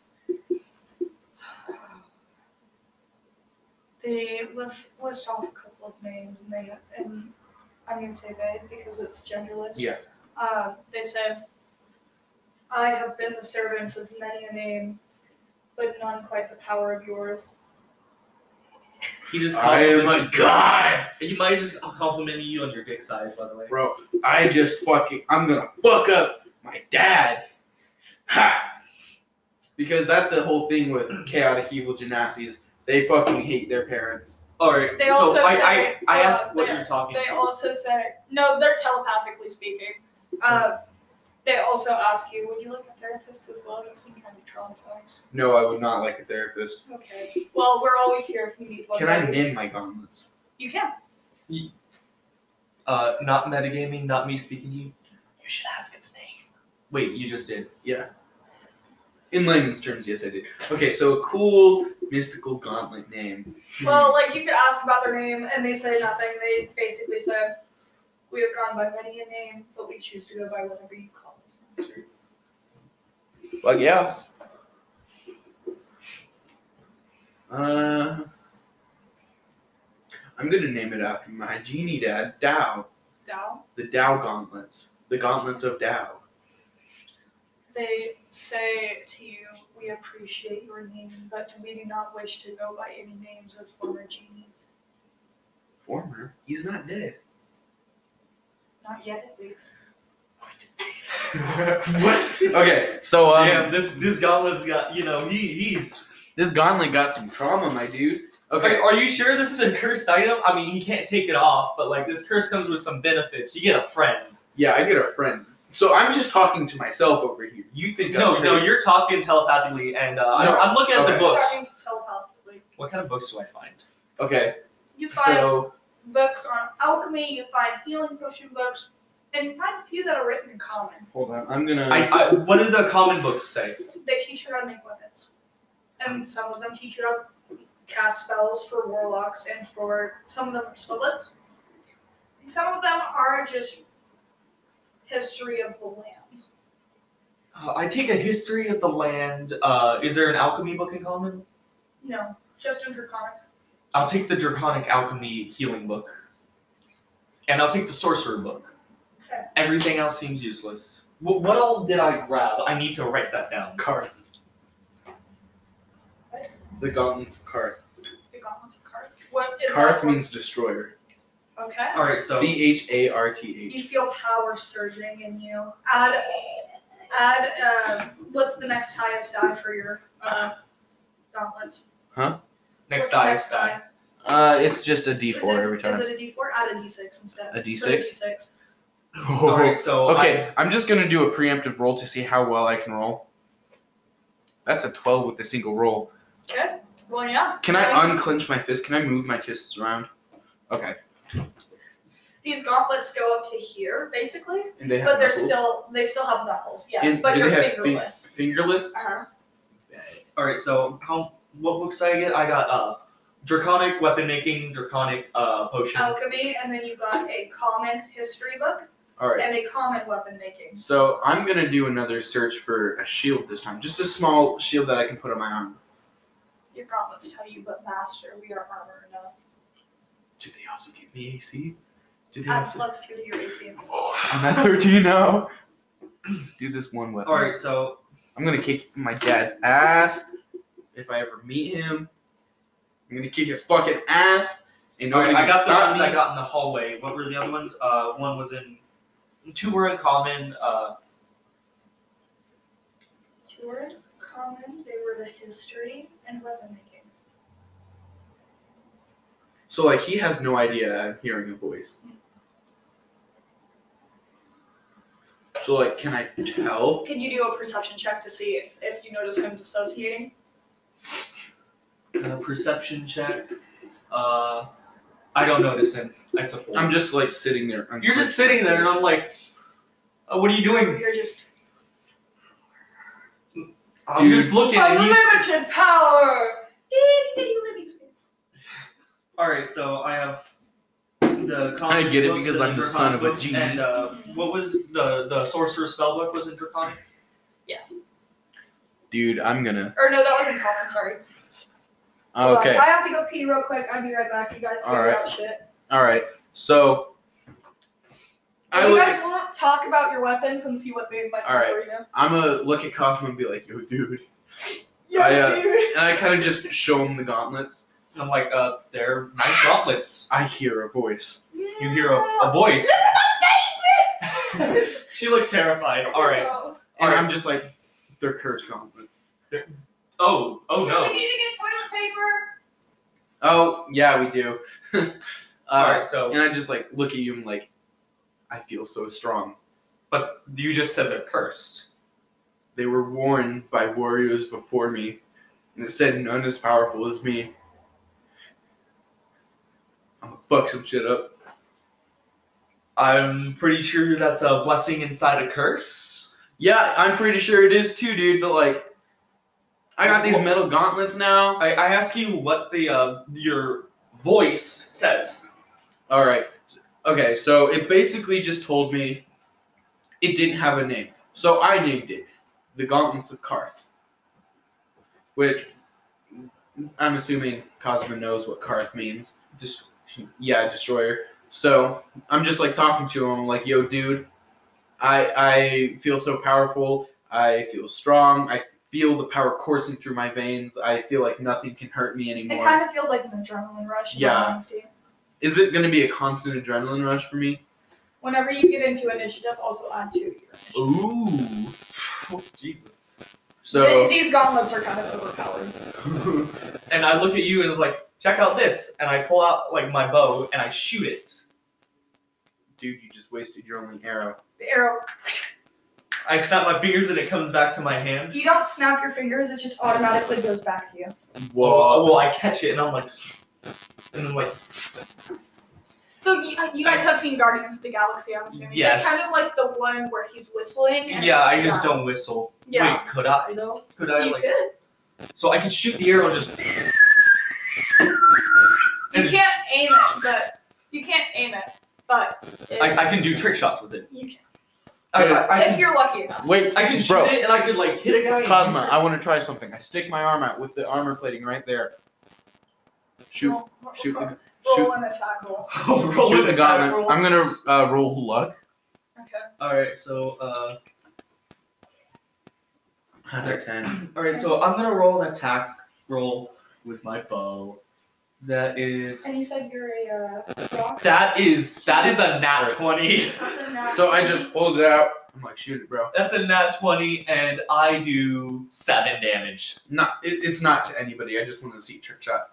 Speaker 1: They list, list off a couple of names, and they and I'm gonna say they because it's genderless.
Speaker 2: Yeah.
Speaker 1: Uh, they said, "I have been the servant of many a name, but none quite the power of yours."
Speaker 3: he just
Speaker 2: I am
Speaker 3: complimented
Speaker 2: a god!
Speaker 3: you. He might just complimented you on your dick size, by the way.
Speaker 2: Bro, I just fucking, I'm gonna fuck up my dad. Ha! Because that's the whole thing with chaotic evil gymnasias. They fucking hate their parents.
Speaker 3: Alright,
Speaker 1: They
Speaker 3: so
Speaker 1: also
Speaker 3: I,
Speaker 1: say,
Speaker 3: I, I
Speaker 1: uh,
Speaker 3: asked what
Speaker 1: they-
Speaker 3: you're talking
Speaker 1: They
Speaker 3: about.
Speaker 1: also said, "No, they're telepathically speaking." Uh, they also ask you, "Would you like a therapist as well?" You seem kind of traumatized.
Speaker 2: No, I would not like a therapist.
Speaker 1: Okay. Well, we're always here if you need one.
Speaker 2: Can I name my gauntlets?
Speaker 1: You can.
Speaker 3: uh not metagaming, not me speaking to you.
Speaker 12: You should ask its name.
Speaker 3: Wait, you just did.
Speaker 2: In layman's terms, yes, I did. Okay, so a cool mystical gauntlet name. Hmm.
Speaker 1: Well, like you could ask about their name and they say nothing. They basically said, "We have gone by many a name, but we choose to go by whatever you call us, master."
Speaker 2: Like, yeah. Uh, I'm gonna name it after my genie dad, Dao.
Speaker 1: Now
Speaker 2: the Tao gauntlets, the gauntlets of Tao.
Speaker 1: they say to you, "We appreciate your name, but we do not wish to go by any names of former genies,
Speaker 2: Former, he's not
Speaker 3: <laughs>
Speaker 2: dead.
Speaker 1: not yet at least."
Speaker 2: what? Okay, so um,
Speaker 3: yeah, this this gauntlet's got you know, he he's
Speaker 2: this gauntlet got some trauma, my dude.
Speaker 3: Are, are you sure this is a cursed item? I mean, he can't take it off, but like this curse comes with some benefits. You get a friend.
Speaker 2: yeah, I get a friend. So I'm just talking to myself over here. You think
Speaker 3: No,
Speaker 2: I'm
Speaker 3: no,
Speaker 2: crazy.
Speaker 3: you're talking telepathically, and uh, I'm-
Speaker 2: No,
Speaker 3: I'm, looking at
Speaker 2: okay.
Speaker 3: the books.
Speaker 1: Talking telepathically.
Speaker 3: What kind of books do I find?
Speaker 2: Okay,
Speaker 1: You find
Speaker 2: so
Speaker 1: books on alchemy. You find healing potion books, and you find a few that are written in common.
Speaker 2: hold on, I'm gonna.
Speaker 3: I, I, what do the common books say?
Speaker 1: They teach you how to make weapons. And some of them teach you how to cast spells for warlocks and for some of them are spell books. And Some of them are just history of the land.
Speaker 3: Uh, I take a history of the land. Uh, is there an alchemy book in common?
Speaker 1: No, just in Draconic.
Speaker 3: I'll take the draconic alchemy healing book, and I'll take the sorcerer book.
Speaker 1: Okay.
Speaker 3: Everything else seems useless. What, what all did I grab? I need to write that down.
Speaker 2: Karth. The gauntlets of Karth.
Speaker 1: The gauntlets of Karth. What is
Speaker 2: Karth
Speaker 1: that one?
Speaker 2: means destroyer.
Speaker 1: Okay.
Speaker 3: All right, so
Speaker 2: C H A R T
Speaker 1: You
Speaker 2: H.
Speaker 1: feel power surging in you. Add add uh, what's the next highest die for your uh, gauntlets?
Speaker 3: next
Speaker 1: What's the
Speaker 3: die is
Speaker 1: next
Speaker 3: die.
Speaker 1: die?
Speaker 2: Uh, it's just a
Speaker 1: Is it- Is it a D4? Add a D6 instead.
Speaker 2: A
Speaker 1: So
Speaker 2: D6?
Speaker 1: D6.
Speaker 3: All right, so I-
Speaker 2: Okay, I'm just gonna do a preemptive roll to see how well I can roll. That's a twelve with a single roll.
Speaker 1: Well, yeah.
Speaker 2: Can I
Speaker 1: Right?
Speaker 2: unclench my fist? Can I move my fists around? Okay.
Speaker 1: These gauntlets go up to here, basically,
Speaker 2: And they have
Speaker 1: but they're
Speaker 2: knuckles?
Speaker 1: still they still have knuckles, yes,
Speaker 2: And
Speaker 1: but
Speaker 2: do
Speaker 1: you're
Speaker 2: they have fin-
Speaker 1: fingerless.
Speaker 2: fingerless.
Speaker 1: uh-huh.
Speaker 3: All right, so how what books did I get? I got uh, draconic weapon making, draconic uh, potion.
Speaker 1: Alchemy, and then you got a common history book
Speaker 2: All right.
Speaker 1: and a common weapon making.
Speaker 2: So I'm gonna do another search for a shield this time. Just a small shield that I can put on my arm.
Speaker 1: Your gauntlets tell you, but master, we are armor enough.
Speaker 2: Do they also give me AC? Do they
Speaker 1: Add
Speaker 2: also?
Speaker 1: plus two to your AC.
Speaker 2: I'm at thirteen now. do this one weapon.
Speaker 3: All right, so
Speaker 2: I'm gonna kick my dad's ass if I ever meet him. I'm gonna kick his fucking ass, and nobody
Speaker 3: I
Speaker 2: can
Speaker 3: got the
Speaker 2: stop
Speaker 3: ones
Speaker 2: me.
Speaker 3: I got in the hallway. What were the other ones? Uh, one was in. Two were in common. Uh,
Speaker 1: Two were in common. They were the history and weapon making.
Speaker 2: So like he has no idea I'm hearing a voice. So like, can I tell?
Speaker 1: Can you do a perception check to see if you notice him dissociating?
Speaker 3: uh, perception check. Uh, I don't notice him. That's a four.
Speaker 2: I'm just like sitting there.
Speaker 3: You're just sitting there, and I'm like, uh, "What are you doing?"
Speaker 1: You're just
Speaker 3: I'm just looking.
Speaker 1: Oh,
Speaker 3: and he's-
Speaker 8: Unlimited power.
Speaker 1: itty bitty living space.
Speaker 3: All right, so I have the.
Speaker 2: I
Speaker 3: comic
Speaker 2: get it
Speaker 3: books
Speaker 2: because
Speaker 3: and
Speaker 2: I'm the
Speaker 3: draconic
Speaker 2: son of a
Speaker 3: books,
Speaker 2: genie.
Speaker 3: And uh, what was the the sorcerer spellbook was in draconic?
Speaker 1: Yes.
Speaker 2: dude, I'm gonna.
Speaker 1: Or no, that wasn't common. Sorry. Hold on,
Speaker 2: Okay,
Speaker 1: I have to go pee real quick. I'll be right back. You guys figure
Speaker 2: All right.
Speaker 1: out shit.
Speaker 2: all right. So I
Speaker 1: you
Speaker 2: look.
Speaker 1: guys want to talk about your weapons and see what they might
Speaker 2: All right.
Speaker 1: do for you?
Speaker 2: I'm gonna look at Cosmo and be like, "Yo, dude,"
Speaker 1: Yeah,
Speaker 2: I, uh,
Speaker 1: dude.
Speaker 2: and I kind of just show him the gauntlets.
Speaker 3: And I'm like, uh, they're nice gauntlets.
Speaker 2: I hear a voice.
Speaker 3: You hear a, a voice. <laughs> she looks terrified. All right.
Speaker 1: No.
Speaker 2: And
Speaker 3: All right.
Speaker 2: I'm just like, "They're cursed gauntlets."
Speaker 3: Oh, oh
Speaker 1: Do we
Speaker 2: Uh,
Speaker 3: no.
Speaker 1: need to get toilet paper?
Speaker 2: Oh yeah, we do. <laughs> uh,
Speaker 3: All right, so
Speaker 2: And I just like look at you and like, I feel so strong.
Speaker 3: but you just said they're cursed.
Speaker 2: They were worn by warriors before me, and it said none as powerful as me. I'm gonna fuck some shit up.
Speaker 3: I'm pretty sure that's a blessing inside a curse.
Speaker 2: Yeah, I'm pretty sure it is too, dude. But like, I got these metal gauntlets now.
Speaker 3: I, I ask you what the uh, your voice says.
Speaker 2: All right, okay. So it basically just told me it didn't have a name, so I named it the Gauntlets of Karth, which I'm assuming Cosmo knows what Karth means.
Speaker 3: Just
Speaker 2: yeah, destroyer. So I'm just like talking to him, like, yo, dude, I I feel so powerful. I feel strong. I feel the power coursing through my veins. I feel like nothing can hurt me
Speaker 1: It
Speaker 2: anymore.
Speaker 1: kind of feels like an adrenaline rush. in all
Speaker 2: Yeah.
Speaker 1: honesty.
Speaker 2: Is it gonna be a constant adrenaline rush for me?
Speaker 1: Whenever you get into initiative, also add two. to your initiative.
Speaker 2: Ooh.
Speaker 3: <sighs> Jesus.
Speaker 1: Th-
Speaker 2: So
Speaker 1: these gauntlets are kind of overpowered.
Speaker 2: <laughs>
Speaker 3: And I look at you and it's like, check out this. And I pull out like my bow and I shoot it.
Speaker 2: dude, you just wasted your only arrow.
Speaker 1: The arrow.
Speaker 3: I snap my fingers and it comes back to my hand.
Speaker 1: You don't snap your fingers; it just automatically goes back to you.
Speaker 3: Well, well, I catch it and I'm like, and I'm like,
Speaker 1: So you, uh, you guys have seen Guardians of the Galaxy, I'm assuming.
Speaker 3: Yes.
Speaker 1: It's kind of like the one where he's whistling. And
Speaker 3: yeah, I just don't whistle.
Speaker 1: Yeah.
Speaker 3: Wait, could I though? Could I
Speaker 1: You
Speaker 3: like?
Speaker 1: could.
Speaker 3: So I could shoot the arrow and just.
Speaker 1: You
Speaker 3: And
Speaker 1: can't aim it, but you can't aim it, but it,
Speaker 3: I, I can do trick shots with it.
Speaker 1: you can,
Speaker 3: I, I, I
Speaker 1: if
Speaker 3: can,
Speaker 1: you're lucky enough.
Speaker 2: Wait,
Speaker 3: I can shoot
Speaker 2: bro,
Speaker 3: it and I could like hit a guy. and
Speaker 2: Cosmo,
Speaker 3: use it.
Speaker 2: I want to try something. I stick my arm out with the armor plating right there. Shoot,
Speaker 1: Roll- roll-
Speaker 2: shoot,
Speaker 1: roll,
Speaker 2: the- shoot,
Speaker 1: an attack roll.
Speaker 3: <laughs> Roll
Speaker 2: shoot
Speaker 3: an
Speaker 2: the
Speaker 3: attack
Speaker 2: gauntlet.
Speaker 3: roll.
Speaker 2: I'm gonna uh, roll luck.
Speaker 1: Okay.
Speaker 3: All right, so uh,
Speaker 2: Another ten.
Speaker 3: all right, so I'm gonna roll an attack roll with my bow. That is
Speaker 1: And you said you're a uh, rock.
Speaker 3: that is that is a nat twenty.
Speaker 1: That's a nat
Speaker 2: So I just hold it out. I'm like, shoot it, bro.
Speaker 3: That's a nat twenty, and I do seven damage.
Speaker 2: Not, it, it's not to anybody. I just wanted to see trick shot.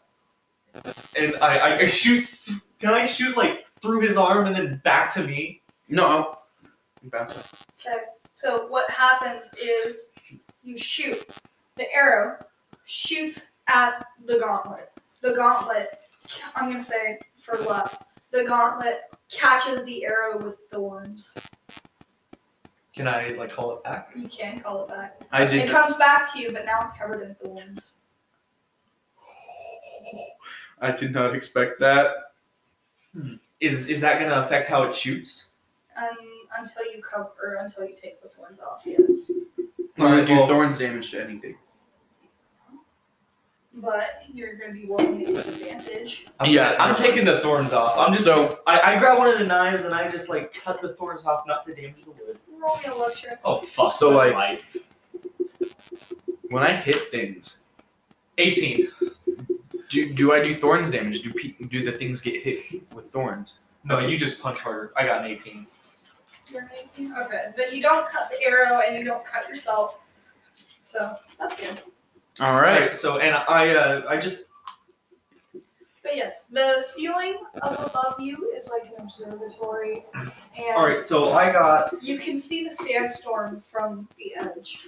Speaker 3: And I, I, I shoot. th- Can I shoot like through his arm and then back to me?
Speaker 2: No, I'll bounce. it.
Speaker 1: Okay. So what happens is you shoot the arrow, shoots at the gauntlet. The gauntlet. I'm gonna say for luck. The gauntlet catches the arrow with thorns.
Speaker 3: Can I like call it back?
Speaker 1: You can call it back.
Speaker 2: I
Speaker 1: It
Speaker 2: did.
Speaker 1: comes back to you, but now it's covered in thorns.
Speaker 2: I did not expect that.
Speaker 3: Is is that gonna affect how it shoots?
Speaker 1: Um, until you cover, or until you take the thorns off. Yes,
Speaker 2: I'm gonna do
Speaker 3: Well-
Speaker 2: thorns damage to anything.
Speaker 1: but you're gonna be rolling at disadvantage.
Speaker 3: I'm,
Speaker 2: Yeah.
Speaker 3: I'm taking the thorns off. I'm just
Speaker 2: so
Speaker 3: I, I grab one of the knives and I just like cut the thorns off, not to damage the wood.
Speaker 1: Roll me a luck check.
Speaker 3: Oh fuck.
Speaker 2: So,
Speaker 3: my
Speaker 2: like-
Speaker 3: life.
Speaker 2: When I hit things,
Speaker 3: eighteen.
Speaker 2: do do I do thorns damage? Do pe- do the things get hit with thorns?
Speaker 3: No, you just punch harder. I got an eighteen.
Speaker 1: You're an 18? Okay. But you don't cut the arrow and you don't cut yourself. So that's good.
Speaker 2: All right.
Speaker 3: So and I uh I just
Speaker 1: But yes, the ceiling up above you is like an observatory, and
Speaker 3: all right. So I got.
Speaker 1: you can see the sandstorm from the edge.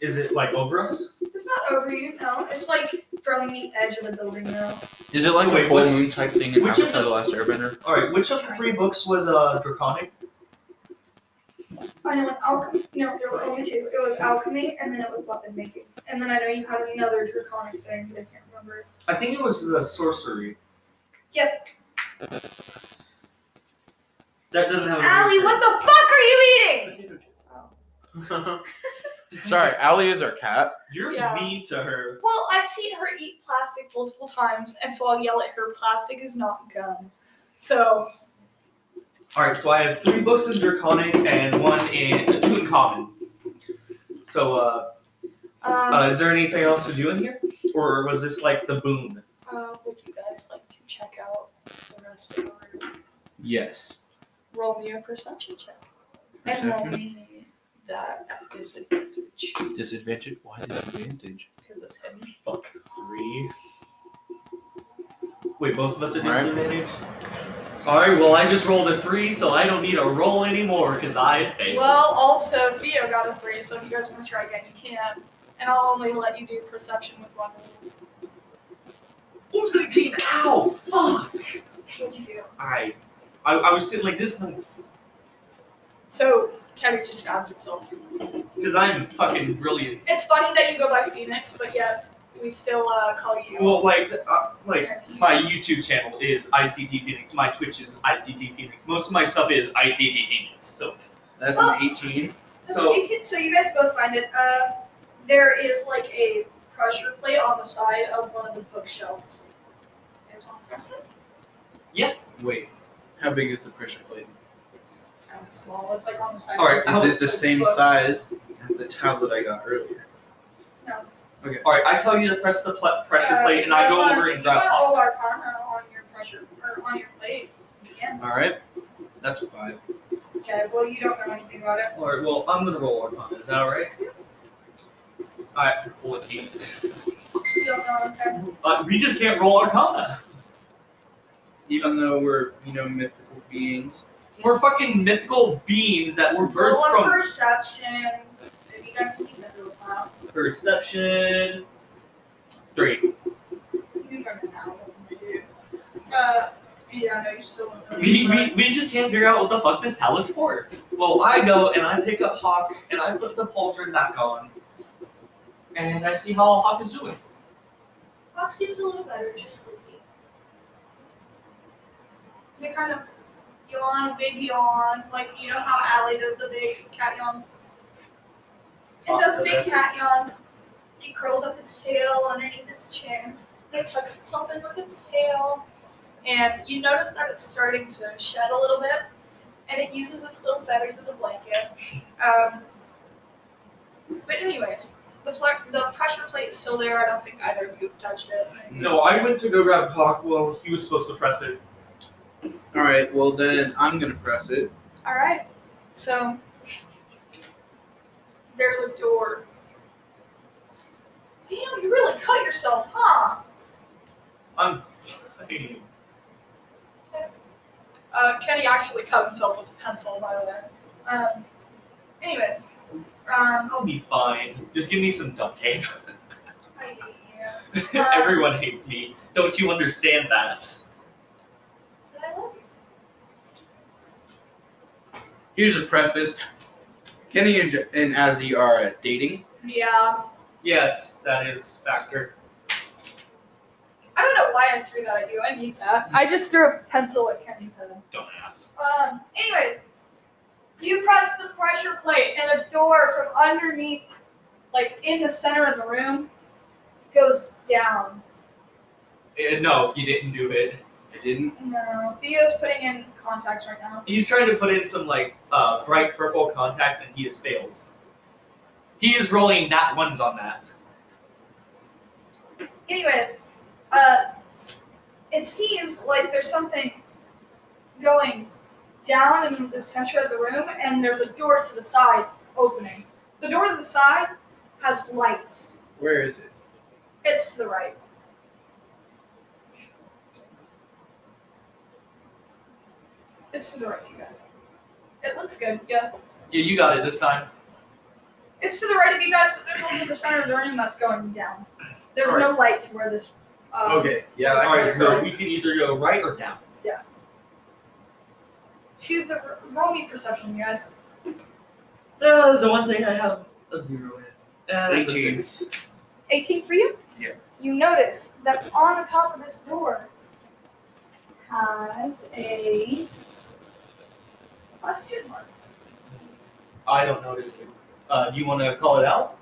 Speaker 3: Is it like over us?
Speaker 1: It's not over you, no. It's like from the edge of the building now.
Speaker 2: Is it like
Speaker 3: Wait,
Speaker 2: a full
Speaker 3: what's-
Speaker 2: moon type thing in
Speaker 3: which of
Speaker 2: Avatar: The Last Airbender?
Speaker 3: All right. Which of the three books was uh draconic?
Speaker 1: I know an alchemy. No, there were only two. It was alchemy, and then it was weapon making. And then I know you had another draconic thing, but I can't remember.
Speaker 3: I think it was the sorcery.
Speaker 1: Yep.
Speaker 3: That doesn't have. a
Speaker 1: Allie, what the fuck are you eating?
Speaker 2: <laughs> Sorry, Allie is our cat.
Speaker 3: You're
Speaker 1: Yeah.
Speaker 3: mean to her.
Speaker 1: Well, I've seen her eat plastic multiple times, and so I'll yell at her, "Plastic is not gum." So
Speaker 3: All right, so I have three books in Draconic and one in two in Common. So, uh,
Speaker 1: um,
Speaker 3: uh, is there anything else to do in here, or was this like the boon?
Speaker 1: Uh, would you guys like to check out the rest of the room?
Speaker 2: Yes.
Speaker 1: Roll me a perception check. And roll me that at disadvantage
Speaker 2: Disadvantage? Why disadvantage?
Speaker 1: because it's hidden.
Speaker 3: Fuck three. Wait, both of us at
Speaker 2: All right.
Speaker 3: disadvantage. All right, well I just rolled a three, so I don't need a roll anymore because I failed.
Speaker 1: Well, also, Theo got a three, so if you guys want to try again, you can. And I'll only let you do perception with one.
Speaker 3: Ooh, 19. Ow! Fuck!
Speaker 1: What'd you do?
Speaker 3: I, I, I was sitting like this
Speaker 1: So, Kevin just stabbed himself.
Speaker 3: because I'm fucking brilliant.
Speaker 1: It's funny that you go by Phoenix, but yet we still uh, call you.
Speaker 3: Well, like, uh, like
Speaker 1: Kennedy.
Speaker 3: My YouTube channel is ICT Phoenix. My Twitch is ICT Phoenix. Most of my stuff is ICT Phoenix. So
Speaker 2: That's
Speaker 1: Well-
Speaker 2: an 18.
Speaker 1: That's
Speaker 3: So-
Speaker 1: 18, so you guys both find it. Uh, there is like a pressure plate on the side of one of the bookshelves. You guys want to press it?
Speaker 2: Wait, how big is the pressure plate?
Speaker 1: It's kind of small. It's like on the side.
Speaker 3: All right,
Speaker 1: of
Speaker 2: Is
Speaker 3: How-
Speaker 2: it the same
Speaker 1: book.
Speaker 2: size as the tablet I got earlier?
Speaker 3: all right, I tell you to press the pl- pressure
Speaker 1: Uh,
Speaker 3: plate, and I
Speaker 1: if uh, you
Speaker 3: go
Speaker 1: guys
Speaker 3: over
Speaker 1: wanna-
Speaker 3: and grab
Speaker 1: If you want
Speaker 3: pop.
Speaker 1: roll Arcana on your pressure or on your plate, you can.
Speaker 2: All right. That's a five.
Speaker 1: Okay. Well, you don't know anything about it.
Speaker 3: All right, well I'm gonna roll Arcana. Is that all right? All right, roll an eight.
Speaker 1: You don't know. Okay.
Speaker 3: Uh, we just can't roll Arcana.
Speaker 2: Even though we're, you know, mythical beings.
Speaker 3: We're fucking mythical beings that were birthed
Speaker 1: roll a
Speaker 3: from
Speaker 1: perception. If you guys can keep that little file,
Speaker 3: perception. Three.
Speaker 1: you can go to now. Uh, yeah, no, you still don't know.
Speaker 3: We, we, we just can't figure out what the fuck this talent's for. Well, I go and I pick up Hawk and I put the pauldron back on, and I see how Hawk is doing.
Speaker 1: Hawk seems a little better, just sleepy. They kind of yawn, big yawn, like you know how Allie does the big cat yawns. It does a big cat yawn. It curls up its tail underneath its chin, and it tucks itself in with its tail. And you notice that it's starting to shed a little bit, and it uses its little feathers as a blanket. Um, but anyways, the pl- the pressure plate is still there. I don't think either of you have touched it.
Speaker 3: No, I went to go grab Hawk while he was supposed to press it.
Speaker 2: All right. Well, then I'm gonna press it.
Speaker 1: All right. So there's a door. Damn, you really cut yourself, huh?
Speaker 3: I'm. fucking-
Speaker 1: Uh, Kenny actually cut himself with a pencil, by the way. Um, anyways, um,
Speaker 3: I'll be fine. Just give me some duct tape.
Speaker 1: I hate you.
Speaker 3: Uh, <laughs> Everyone hates me. Don't you understand that?
Speaker 1: But I love you.
Speaker 2: Here's a preface. Kenny and, and Azzy are uh, dating.
Speaker 1: Yeah,
Speaker 3: Yes, that is factor.
Speaker 1: I don't know why I threw that at you. I need that. I just threw a pencil at Kenny's head.
Speaker 3: Dumbass.
Speaker 1: Um, anyways, you press the pressure plate, and a door from underneath, like in the center of the room, goes down.
Speaker 3: Eh, no, you Uh, didn't do it.
Speaker 2: I didn't.
Speaker 1: No, Theo's putting in contacts right now.
Speaker 3: He's trying to put in some like uh, bright purple contacts, and he has failed. He is rolling nat ones on that.
Speaker 1: Anyways, uh, it seems like there's something going down in the center of the room, and there's a door to the side opening. The door to the side has lights.
Speaker 2: Where is it?
Speaker 1: It's to the right. It's to the right, to you guys. It looks good, yeah.
Speaker 3: Yeah, you got it this time.
Speaker 1: It's to the right of you guys, but there's also the center of the room that's going down. There's no light to where this. Um,
Speaker 2: okay. Yeah.
Speaker 3: All
Speaker 2: That's
Speaker 3: right,
Speaker 2: right,
Speaker 3: so we can either go right or down.
Speaker 1: To the roll me perception, you guys.
Speaker 3: Uh, the one thing I have a zero in. Uh, that's a
Speaker 2: 18.
Speaker 3: six.
Speaker 1: 18 for you?
Speaker 2: Yeah.
Speaker 1: You notice that on the top of this door has a question mark.
Speaker 3: I don't notice it. Uh, do you want to call it out?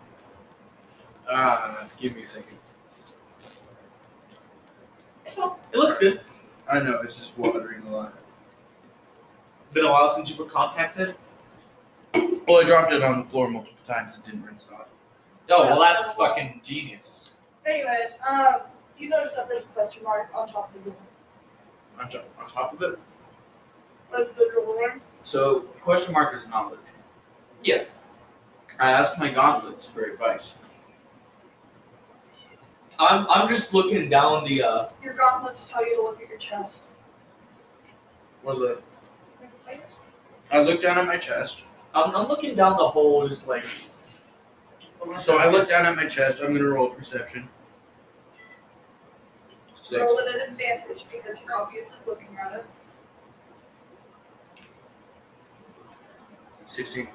Speaker 2: Uh, give me a second.
Speaker 3: It looks good.
Speaker 2: I know it's just watering a lot.
Speaker 3: Been a while since you put contacts in.
Speaker 2: Well, I dropped it on the floor multiple times and didn't rinse it off.
Speaker 3: Oh well,
Speaker 1: That's
Speaker 3: that's
Speaker 1: cool.
Speaker 3: fucking genius.
Speaker 1: Anyways, um, you notice that there's a question mark on top of the door.
Speaker 2: On top, on top of it.
Speaker 1: Of the door.
Speaker 2: So question mark is knowledge.
Speaker 3: Yes,
Speaker 2: I asked my gauntlets for advice.
Speaker 3: I'm. I'm just looking down the. Uh,
Speaker 1: Your gauntlets tell you to look at your chest.
Speaker 2: Well, the I looked down at my chest.
Speaker 3: I'm, I'm looking down the hole, just like.
Speaker 2: So I looked down at my chest. I'm gonna roll perception. Six.
Speaker 1: Roll it at advantage because you're obviously looking at it.
Speaker 2: Sixteen.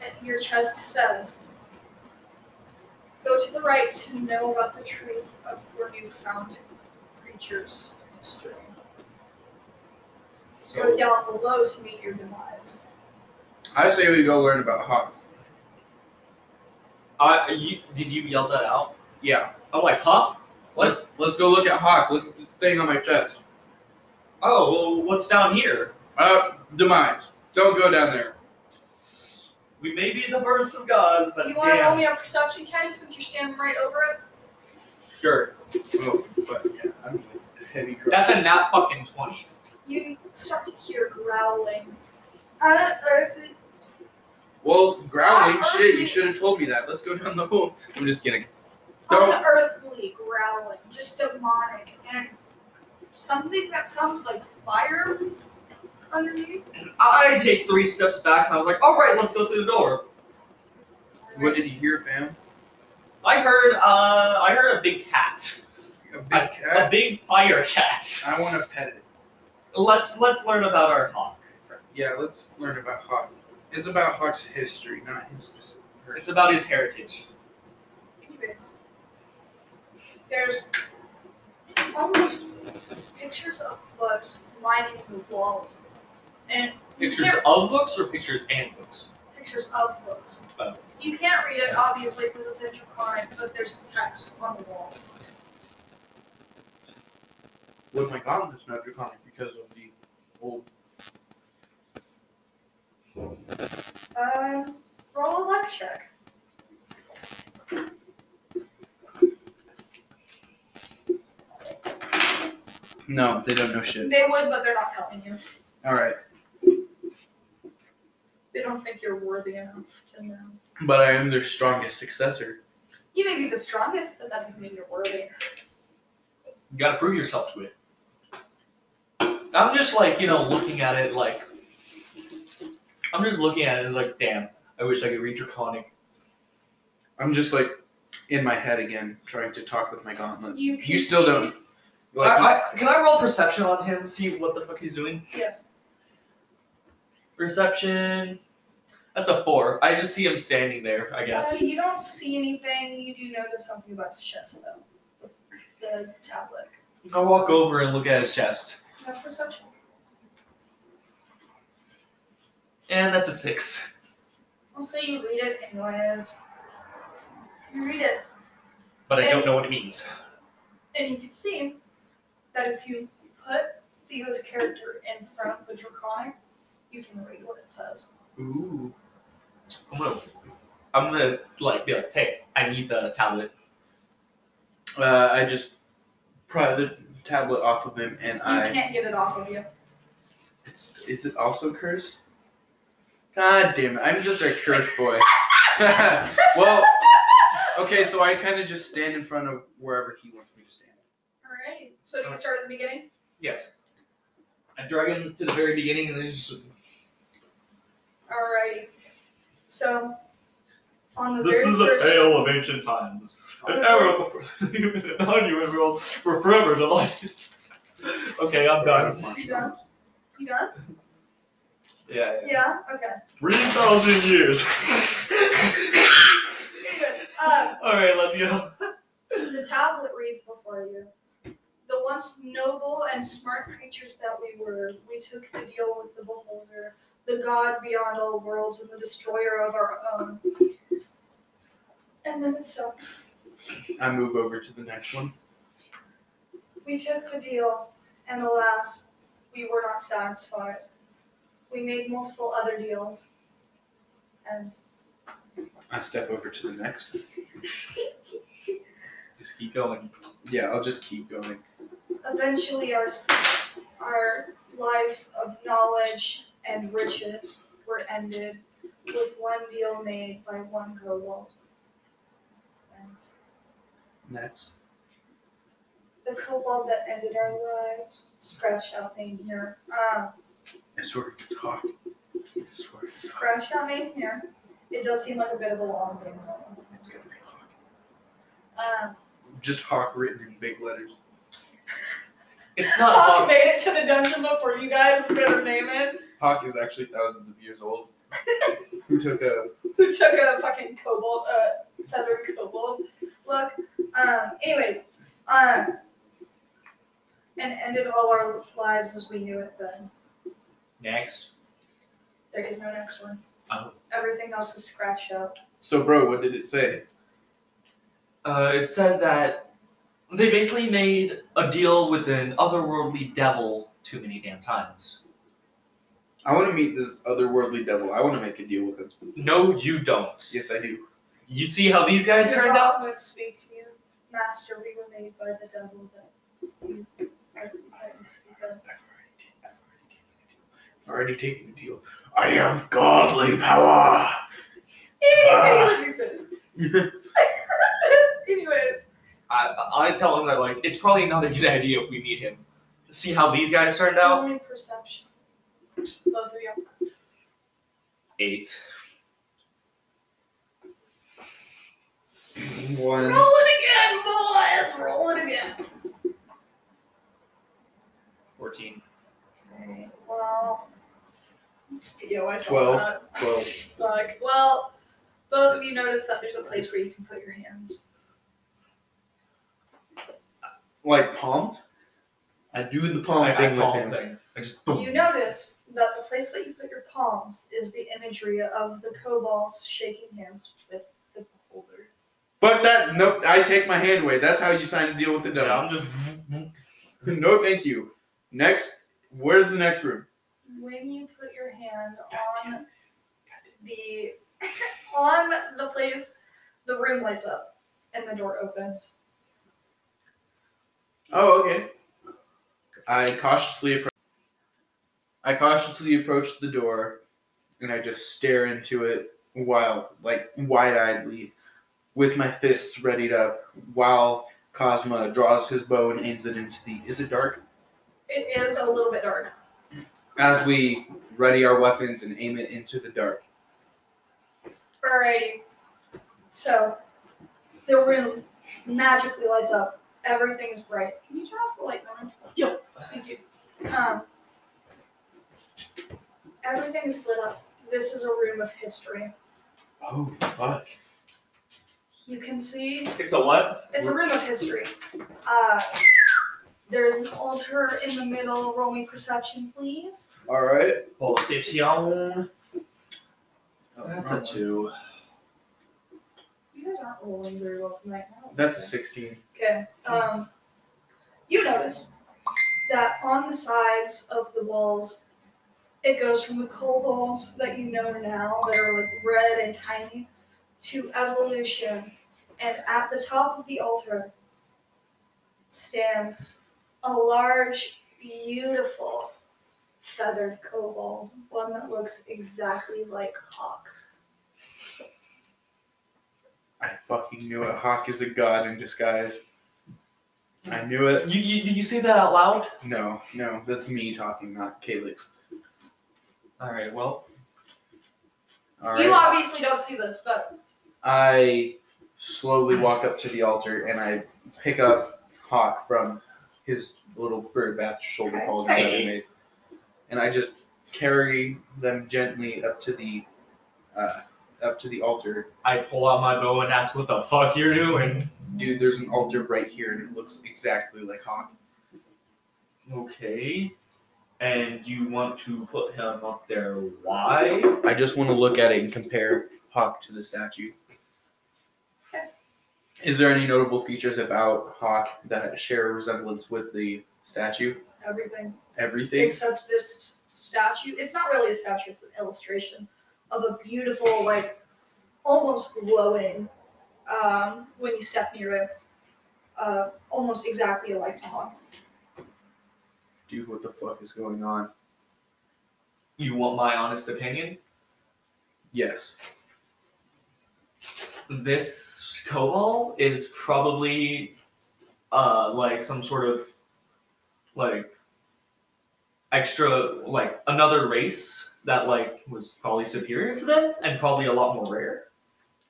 Speaker 1: And Your chest says, Go to the right to know about the truth of your newfound creature's history. Go
Speaker 2: So
Speaker 1: down below to meet your demise.
Speaker 2: I say we go learn about Hawk.
Speaker 3: I, you, did you yell that out?
Speaker 2: Yeah.
Speaker 3: I'm like, huh?
Speaker 2: Let Let's go look at Hawk. Look at the thing on my chest.
Speaker 3: Oh, well, what's down here?
Speaker 2: Uh, demise. Don't go down there.
Speaker 3: We may be the birds of gods, but
Speaker 1: You want to roll
Speaker 3: damn,
Speaker 1: me on perception, Kenny, since you're standing right over it?
Speaker 3: sure.
Speaker 2: Oh, but yeah, I'm a heavy girl.
Speaker 3: That's a not fucking twenty.
Speaker 1: You start to hear growling. Unearthly.
Speaker 2: Well, growling.
Speaker 1: Ah,
Speaker 2: Shit,
Speaker 1: earthy.
Speaker 2: you should have told me that. Let's go down the hole. I'm just kidding. Don't.
Speaker 1: Unearthly growling, just demonic, and something that sounds like fire underneath.
Speaker 3: I take three steps back and I was like, all right, let's go through the door.
Speaker 2: What did you hear, fam?
Speaker 3: I heard, uh, I heard a big cat,
Speaker 2: A big
Speaker 3: I- a
Speaker 2: cat.
Speaker 3: big fire cat.
Speaker 2: I want to pet it.
Speaker 3: Let's let's learn about our hawk.
Speaker 2: Yeah, let's learn about Hawk. It's about Hawk's history, not his specific. person.
Speaker 3: It's about his heritage.
Speaker 1: Anyways, there's almost pictures of books lining the walls, and you
Speaker 3: Pictures
Speaker 1: can't-
Speaker 3: of books or pictures and books.
Speaker 1: pictures of books.
Speaker 3: Oh.
Speaker 1: You can't read it obviously because it's in Draconic, but there's text on the wall.
Speaker 2: Well, my god, it's not draconic because of the old.
Speaker 1: Um, roll a luck check.
Speaker 2: No, they don't know shit.
Speaker 1: They would, but they're not telling you.
Speaker 2: All right,
Speaker 1: They don't think you're worthy enough to know.
Speaker 2: but I am their strongest successor.
Speaker 1: You may be the strongest, but that doesn't mean you're worthy.
Speaker 3: You gotta prove yourself to it. I'm just like, you know, looking at it like I'm just looking at it and it's like, damn, I wish I could read Draconic.
Speaker 2: I'm just like in my head again, trying to talk with my gauntlets.
Speaker 1: You can-
Speaker 2: still don't. Like,
Speaker 3: I- I- can I roll perception on him, see what the fuck he's doing?
Speaker 1: Yes.
Speaker 3: Perception That's a four. I just see him standing there, I
Speaker 1: Uh,
Speaker 3: guess.
Speaker 1: you don't see anything. You do notice something about his chest, though. The tablet.
Speaker 3: I walk over and look at his chest.
Speaker 1: Have perception.
Speaker 3: And that's a six.
Speaker 1: I'll say you read it anyways. You read it,
Speaker 3: But I don't know what it means.
Speaker 1: and you can see that if you put Theo's character in front of the draconic, you can read what it says.
Speaker 13: Ooh. I'm gonna, I'm gonna like be like, hey, I need the tablet.
Speaker 2: Uh, I just pry the tablet off of him, and
Speaker 1: You
Speaker 2: I.
Speaker 1: can't get it off of you.
Speaker 2: It's, is it also cursed? God damn it! I'm just a
Speaker 1: <laughs>
Speaker 2: cursed boy. <laughs> well, okay, so I kind of just stand in front of wherever he wants me to stand.
Speaker 1: Alright. So do you start at the beginning?
Speaker 13: Yes.
Speaker 7: I drag him to the very beginning and then just
Speaker 1: Alright. So on the
Speaker 13: This
Speaker 1: very
Speaker 13: is a
Speaker 1: first
Speaker 13: tale of ancient <laughs> times. An era before <laughs> human and non-human were forever delighted. <laughs> okay, I'm done.
Speaker 1: You done? You done?
Speaker 13: Yeah.
Speaker 1: Yeah? Okay.
Speaker 13: Three thousand years.
Speaker 1: Anyways, um,
Speaker 13: <laughs> All right, let's go.
Speaker 1: the tablet reads before you. The once noble and smart creatures that we were, we took the deal with the beholder, the god beyond all worlds, and the destroyer of our own. And then it stops.
Speaker 2: I move over to the next one.
Speaker 1: We took the deal, and alas, we were not satisfied. We made multiple other deals, and
Speaker 2: I step over to the next.
Speaker 13: Just keep going.
Speaker 2: Yeah, I'll just keep going.
Speaker 1: eventually our s- our lives of knowledge and riches were ended with one deal made by one kobold. And
Speaker 2: Next.
Speaker 1: the kobold that ended our lives, scratch out name here. Um,
Speaker 2: I swear it's hot. I swear it's hot.
Speaker 1: scratch out name here. It does seem like a bit of a long name. though.
Speaker 2: It's gonna be hot.
Speaker 1: Um,
Speaker 2: Just hawk written in big letters.
Speaker 13: It's not
Speaker 1: Hawk
Speaker 13: hot.
Speaker 1: made it to the dungeon before you guys better name it.
Speaker 2: Hawk is actually thousands of years old. <laughs> Who took a
Speaker 1: Who took a fucking kobold, uh, feathered kobold look. Um, anyways, um, and ended all our lives as we knew it then.
Speaker 13: Next.
Speaker 1: There is no next one.
Speaker 13: Oh.
Speaker 1: Everything else is scratched out.
Speaker 2: So bro, what did it say?
Speaker 13: Uh, it said that they basically made a deal with an otherworldly devil too many damn times.
Speaker 2: I wanna meet this otherworldly devil. I wanna make a deal with him.
Speaker 13: No, you don't.
Speaker 2: Yes I do.
Speaker 13: You see how these guys
Speaker 1: Your
Speaker 13: turned
Speaker 1: God
Speaker 13: out?
Speaker 1: would speak to you, Master. We were made by the devil that you are. that you speak of.
Speaker 2: I've already taken the deal. I have godly power.
Speaker 13: Ah.
Speaker 1: Anyways, anyways,
Speaker 13: I, I tell him that like it's probably not a good <laughs> idea if we meet him. See how these guys turned out?
Speaker 1: only perception. Both of you.
Speaker 13: Eight.
Speaker 2: <laughs> One.
Speaker 1: it again, boys! Roll it again!
Speaker 13: Fourteen.
Speaker 1: Alright, well. Yo, I saw
Speaker 2: Twelve.
Speaker 1: that.
Speaker 2: Twelve.
Speaker 1: Fuck. Well, both of you notice that there's a place where you can put your hands.
Speaker 2: Like palms? I do the palm
Speaker 13: I, I
Speaker 2: thing with
Speaker 13: call
Speaker 2: him.
Speaker 13: thing. I just
Speaker 1: You notice that the place that you put your palms is the imagery of the kobolds shaking hands with the beholder.
Speaker 2: Fuck that. Nope. I take my hand away. That's how you sign a deal with the
Speaker 13: yeah,
Speaker 2: devil.
Speaker 13: I'm just
Speaker 2: <laughs> No, thank you. Next. Where's the next room?
Speaker 1: When you put your hand on the on the <laughs> place, the room lights up and the door opens.
Speaker 2: Oh, okay. I cautiously approach. I cautiously approach the door, and I just stare into it while, like, wide-eyedly, with my fists readied up, while Cosma draws his bow and aims it into the. Is it dark?
Speaker 1: It is a little bit dark.
Speaker 2: As we ready our weapons and aim it into the dark.
Speaker 1: Alrighty. So the room magically lights up. Everything is bright. Can you turn off the light, Norman?
Speaker 8: Yep.
Speaker 1: Thank you. Um, everything is lit up. This is a room of history.
Speaker 2: Oh fuck!
Speaker 1: You can see
Speaker 13: it's a what?
Speaker 1: it's a room of history. Uh, there is an altar in the middle. Roll me perception, please.
Speaker 2: All right.
Speaker 13: Oh, Perception. That's a
Speaker 2: Oh, Wrong one.
Speaker 13: two.
Speaker 1: You guys aren't rolling very well tonight. I don't
Speaker 2: That's a
Speaker 1: think.
Speaker 2: sixteen.
Speaker 1: okay. Um, you notice that on the sides of the walls, it goes from the kobolds that you know now that are like red and tiny to evolution. And at the top of the altar stands a large, beautiful feathered kobold, one that looks exactly like Hawk.
Speaker 2: I fucking knew it. Hawk is a god in disguise. I knew it.
Speaker 13: You, you, did you say that out loud?
Speaker 2: No, no, that's me talking, not Calix.
Speaker 13: All right. Well,
Speaker 2: All
Speaker 1: You
Speaker 2: right.
Speaker 1: obviously don't see this, but
Speaker 2: I slowly walk up to the altar and I pick up Hawk from his little bird bath shoulder pauldron that I
Speaker 13: Hey.
Speaker 2: made, and I just carry them gently up to the uh, up to the altar
Speaker 13: I pull out my bow and ask what the fuck you're doing.
Speaker 2: Dude, there's an altar right here, and it looks exactly like Hawk.
Speaker 13: Okay. And you want to put him up there? Why?
Speaker 2: I just want to look at it and compare Hawk to the statue. Is there any notable features about Hawk that share a resemblance with the statue?
Speaker 1: everything
Speaker 2: Everything?
Speaker 1: except this statue. It's not really a statue, it's an illustration of a beautiful, like almost glowing, um, when you step near it. Uh, almost exactly like Hawk.
Speaker 2: Dude, what the fuck is going on?
Speaker 13: You want my honest opinion?
Speaker 2: Yes.
Speaker 13: This kobold is probably, uh, like some sort of, like, extra, like another race that like was probably superior to them and probably a lot more rare.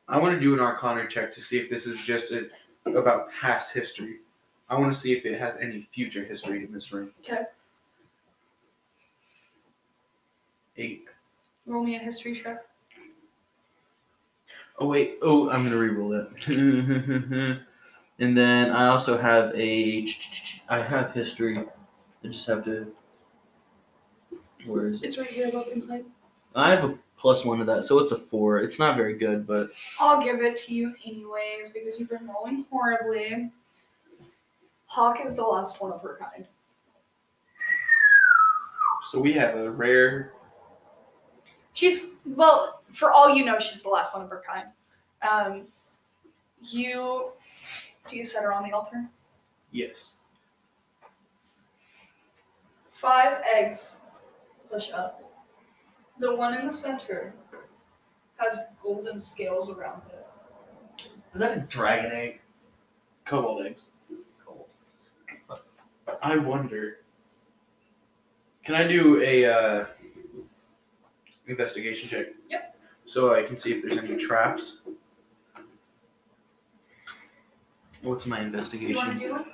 Speaker 2: I want to do an Arcana check to see if this is just a, about past history. I want to see if it has any future history in this room.
Speaker 1: Okay.
Speaker 2: Eight.
Speaker 1: Roll me a history check.
Speaker 7: Oh wait, oh I'm gonna re-roll it. and then I also have a I have history. I just have to where is it?
Speaker 1: It's right here, look inside.
Speaker 7: I have a plus one to that, so it's a four. It's not very good, but
Speaker 1: I'll give it to you anyways because you've been rolling horribly. Hawk is the last one of her kind.
Speaker 2: <laughs> So we have a rare.
Speaker 1: She's well, for all you know, she's the last one of her kind. Um, you do you set her on the altar?
Speaker 2: Yes.
Speaker 1: Five eggs push up. The one in the center has golden scales around it.
Speaker 13: Is that a dragon egg?
Speaker 2: Cobalt eggs.
Speaker 13: Kobold.
Speaker 2: I wonder. Can I do a uh, investigation check? Yep. So I can see if there's any traps.
Speaker 7: what's my
Speaker 1: You want to
Speaker 7: investigation?
Speaker 1: do one?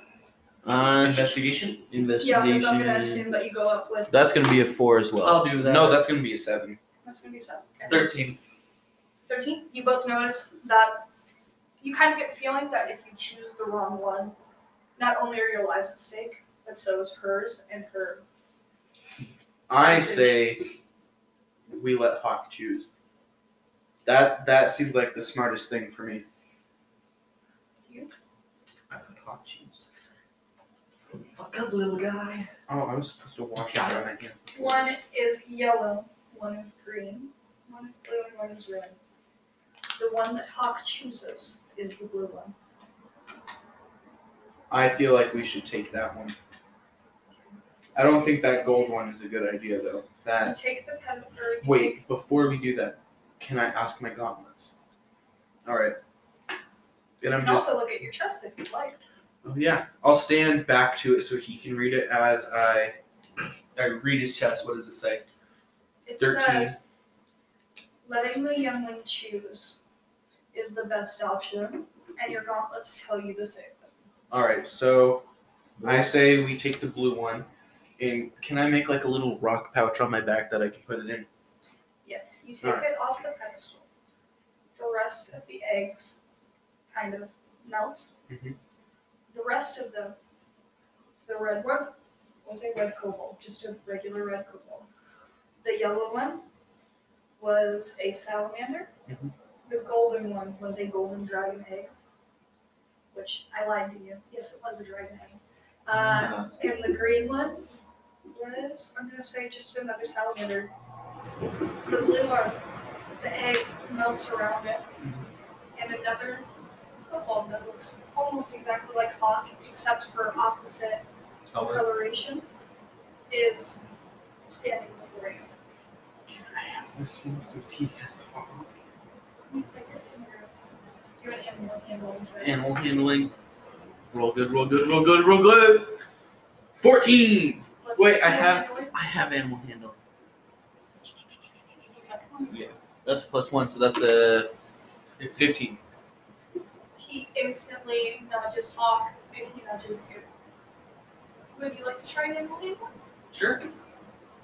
Speaker 7: Uh,
Speaker 13: Investigation.
Speaker 1: Yeah, because I'm gonna
Speaker 7: investigation.
Speaker 1: assume that you go up with.
Speaker 7: That's gonna be a four as well.
Speaker 13: I'll do that.
Speaker 2: No, that's gonna be a seven.
Speaker 1: That's gonna be seven. Okay.
Speaker 13: thirteen.
Speaker 1: Thirteen. You both notice that you kind of get the feeling that if you choose the wrong one, not only are your lives at stake, but so is hers and her.
Speaker 2: I say we let Hawk choose. That that seems like the smartest thing for me.
Speaker 13: I could talk cheese. Fuck up, little guy.
Speaker 2: Oh, I was supposed to wash it
Speaker 13: Got
Speaker 2: out of my hand.
Speaker 1: One is yellow, one is green, one is blue, and one is red. The one that Hawk chooses is the blue one.
Speaker 2: I feel like we should take that one. I don't think that gold one is a good idea though. That
Speaker 1: You take the pen, or you take.
Speaker 2: Wait, before we do that, can I ask my gauntlets? All right. And
Speaker 1: You
Speaker 2: I'm
Speaker 1: can
Speaker 2: just
Speaker 1: also look at your chest if you'd like.
Speaker 2: oh, yeah. I'll stand back to it so he can read it as I.
Speaker 13: I read his chest. What does it say?
Speaker 1: It
Speaker 2: 13.
Speaker 1: says, letting the youngling choose is the best option, and your gauntlets tell you the same.
Speaker 2: All right. So I say we take the blue one, and can I make like a little rock pouch on my back that I can put it in?
Speaker 1: Yes, you take
Speaker 2: Alright.
Speaker 1: it off the pedestal. The rest of the eggs kind of melt.
Speaker 2: Mhm.
Speaker 1: The rest of them, the red one was a red kobold, just a regular red kobold. The yellow one was a salamander.
Speaker 2: Mhm.
Speaker 1: The golden one was a golden dragon egg, which I lied to you. Yes, it was a dragon egg. Uh, and the green one was, I'm gonna say, just another salamander. The blue one, the egg melts around it. And another football that looks almost exactly like hawk, except for opposite
Speaker 13: Color.
Speaker 1: coloration, is standing before you.
Speaker 7: Can I have this one since he has a farm?
Speaker 1: You put your finger up. Do an animal handle into it.
Speaker 2: Oh, Animal handling. Roll good, roll good, roll good, roll good. 14!
Speaker 1: Plus
Speaker 2: Wait,
Speaker 1: your
Speaker 2: I have-
Speaker 1: animal handling.
Speaker 2: I have animal handling.
Speaker 1: It's the second one.
Speaker 2: That's plus one, so that's a 15.
Speaker 1: He instantly nudges Hawk and he nudges you. Would you like to try an animal handling?
Speaker 13: Sure.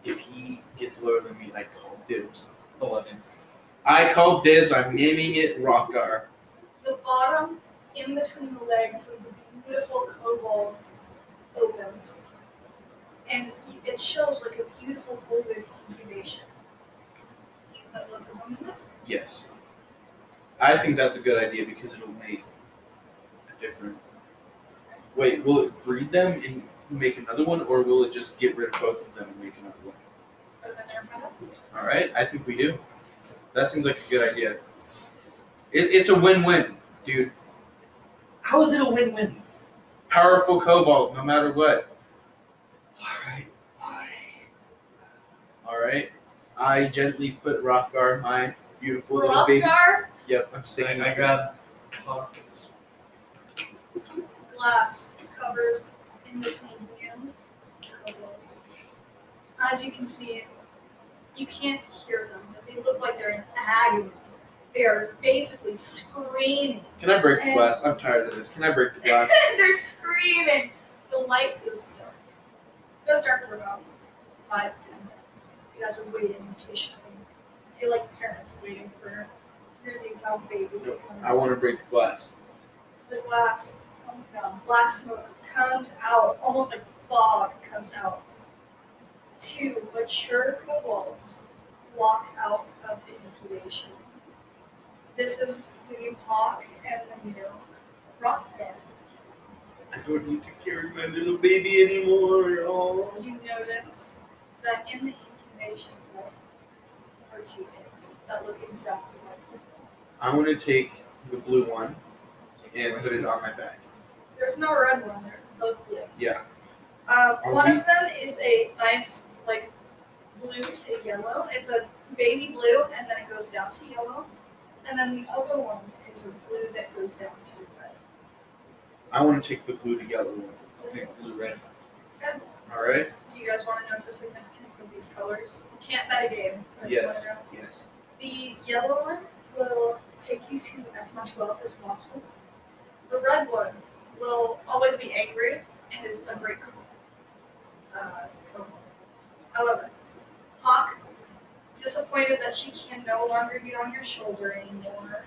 Speaker 2: If he gets lower than me, I call dibs.
Speaker 13: Eleven.
Speaker 2: I call dibs, I'm naming it Rothgar.
Speaker 1: The bottom in between the legs of the beautiful kobold opens. And it shows like a beautiful golden incubation. You let the woman in?
Speaker 2: Yes. I think that's a good idea because it'll make a different. Wait, will it breed them and make another one, or will it just get rid of both of them and make another one?
Speaker 1: Or the nirvana?
Speaker 2: All right, I think we do. That seems like a good idea. It, it's a win-win, dude.
Speaker 13: How is it a win-win?
Speaker 2: Powerful cobalt, no matter what.
Speaker 13: All right.
Speaker 2: All right. I gently put Rothgar, my beautiful little baby.
Speaker 1: Rothgar
Speaker 2: Yep, I'm sticking.
Speaker 13: I,
Speaker 2: with
Speaker 13: I
Speaker 2: it.
Speaker 13: grab. Hawk and just-
Speaker 1: glass covers in between you and the walls. As you can see, you can't hear them, but they look like they're in agony. They are basically screaming. <laughs>
Speaker 2: Can I break the glass? I'm tired of this. Can I break the glass?
Speaker 1: they're screaming. The light goes dark. It goes dark for about five, ten minutes. You guys are waiting patiently. You feel like parents waiting for newly found babies to come.
Speaker 2: I want to break the glass.
Speaker 1: the glass comes down, black smoke comes out, almost like fog comes out. Two mature kobolds walk out of the incubation. This is the new hawk and the new rockfin.
Speaker 2: I don't need to carry my little baby anymore. Oh.
Speaker 1: You notice that in the incubation zone are two eggs that look exactly like the kobolds.
Speaker 2: I want to take the blue one and put it on my back.
Speaker 1: There's no red one, they're both blue.
Speaker 2: Yeah.
Speaker 1: Uh,
Speaker 2: Are
Speaker 1: one
Speaker 2: we-
Speaker 1: of them is a nice, like, blue to yellow. It's a baby blue, and then it goes down to yellow. And then the other one is a blue that goes down to red.
Speaker 2: I want to take the blue to yellow one.
Speaker 13: Okay, blue red.
Speaker 1: Red.
Speaker 2: All right.
Speaker 1: Do you guys want to know the significance of these colors? You can't bet a game. but you wanna
Speaker 2: Yes.
Speaker 1: know.
Speaker 2: Yes.
Speaker 1: The yellow one will take you to as much wealth as possible. The red one will always be angry and is a great co- uh, co- However, Hawk, disappointed that she can no longer get on your shoulder anymore,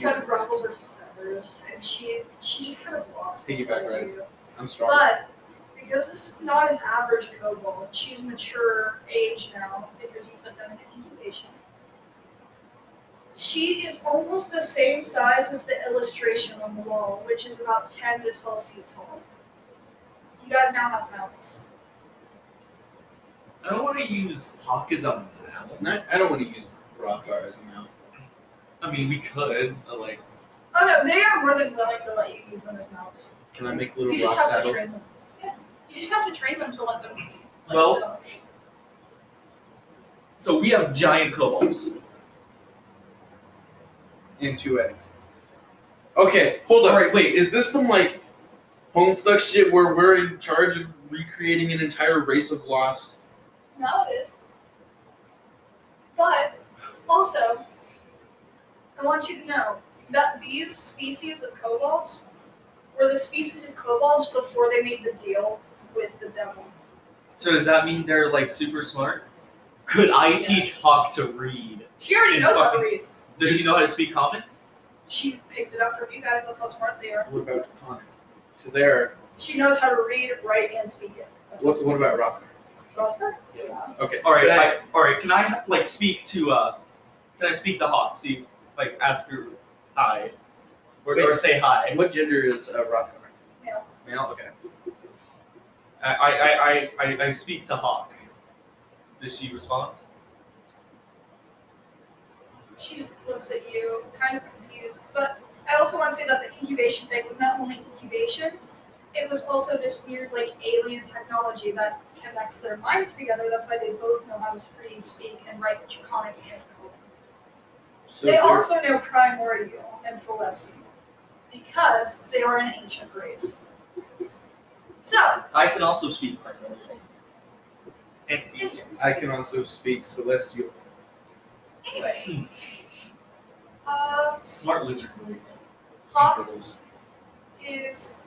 Speaker 1: kind of ruffles her feathers, and she she just kind of lost.
Speaker 2: Piggyback
Speaker 1: herself in
Speaker 2: rides.
Speaker 1: you.
Speaker 2: I'm strong.
Speaker 1: But because this is not an average kobold, she's mature age now because you put them in incubation. She is almost the same size as the illustration on the wall, which is about 10 to 12 feet tall. You guys now have mounts.
Speaker 13: I don't want to use hawk as a mount.
Speaker 2: Not, I don't want to use Rothgar as a mount.
Speaker 13: I mean, we could, but like,
Speaker 1: Oh no, they are more than willing to let you use them as mounts.
Speaker 2: Can I make
Speaker 1: You
Speaker 2: little
Speaker 1: just
Speaker 2: rock
Speaker 1: have to
Speaker 2: saddles?
Speaker 1: train them. Yeah, you just have to train them to let them. <laughs> Like,
Speaker 13: Well,
Speaker 1: so.
Speaker 13: so we have giant kobolds.
Speaker 2: And two eggs. Okay, hold up.
Speaker 13: Alright, wait.
Speaker 2: Is this some like homestuck shit where we're in charge of recreating an entire race of lost?
Speaker 1: Now it is. But also, I want you to know that these species of kobolds were the species of kobolds before they made the deal with the devil.
Speaker 13: So does that mean they're like super smart? Could I
Speaker 1: Yes.
Speaker 13: teach Hawk to read?
Speaker 1: She already knows how to read.
Speaker 13: Does she know how to speak common?
Speaker 1: She picked it up from you guys. That's how smart they are.
Speaker 2: What about Draconic? Because they're.
Speaker 1: She knows how to read, write, and speak it. That's
Speaker 2: What, what about Rothgar?
Speaker 1: about her.
Speaker 2: Okay.
Speaker 13: All right,
Speaker 2: that-
Speaker 13: I, all right. Can I like speak to? uh Can I speak to Hawk? See, like ask her hi, or, or
Speaker 2: Wait.
Speaker 13: say hi.
Speaker 2: what gender is uh, Rothgar?
Speaker 1: Male.
Speaker 2: Male. Okay.
Speaker 13: I I I I, I speak to Hawk. Does she respond?
Speaker 1: She looks at you, kind of confused. But I also want to say that the incubation thing was not only incubation, it was also this weird, like, alien technology that connects their minds together. That's why they both know how to read, speak, and write Draconic and Cold.
Speaker 2: So
Speaker 1: they
Speaker 2: there-
Speaker 1: also know Primordial and Celestial because they are an ancient race. So,
Speaker 13: I can also speak primordial. And
Speaker 1: visions.
Speaker 2: I can also speak celestial. Hmm.
Speaker 1: Anyways. Um,
Speaker 13: smart lizard movies.
Speaker 1: Hawk
Speaker 13: Those.
Speaker 1: is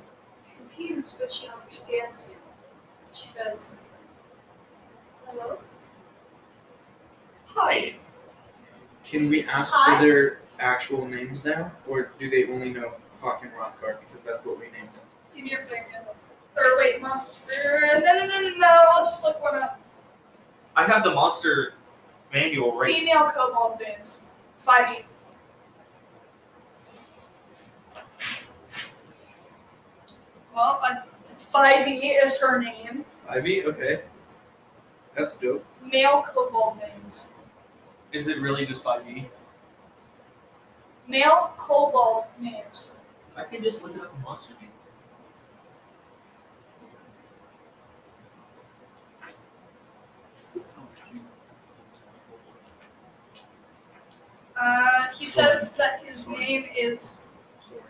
Speaker 1: confused, but she understands you. She says, Hello?
Speaker 13: Hi.
Speaker 2: Can we ask
Speaker 1: Hi.
Speaker 2: for their actual names now, or do they only know Hawk and Rothgar because that's what we named them?
Speaker 1: Give me your thing. Or wait, monster. No, no, no, no, no. I'll just look one up.
Speaker 13: I have the monster manual right.
Speaker 1: Female kobold names. 5e. Well, uh, 5e is her name.
Speaker 2: Ivy, okay, that's dope.
Speaker 1: Male kobold names.
Speaker 13: Is it really just by me?
Speaker 1: Male kobold names.
Speaker 13: I can just look it up in monster manual.
Speaker 1: Uh, he
Speaker 2: Sorry.
Speaker 1: says that his
Speaker 2: Sorry.
Speaker 1: name is
Speaker 2: Sorry.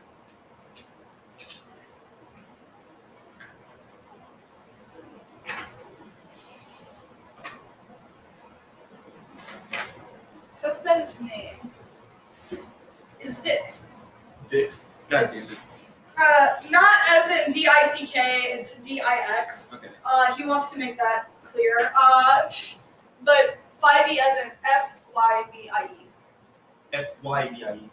Speaker 1: says that his name is Dix.
Speaker 2: Dicks. God damn it.
Speaker 1: Uh, not as in D I C K. It's D I X.
Speaker 2: Okay.
Speaker 1: Uh, he wants to make that clear. Uh, <laughs> but five E as in F Y V I E.
Speaker 13: F Y B I E.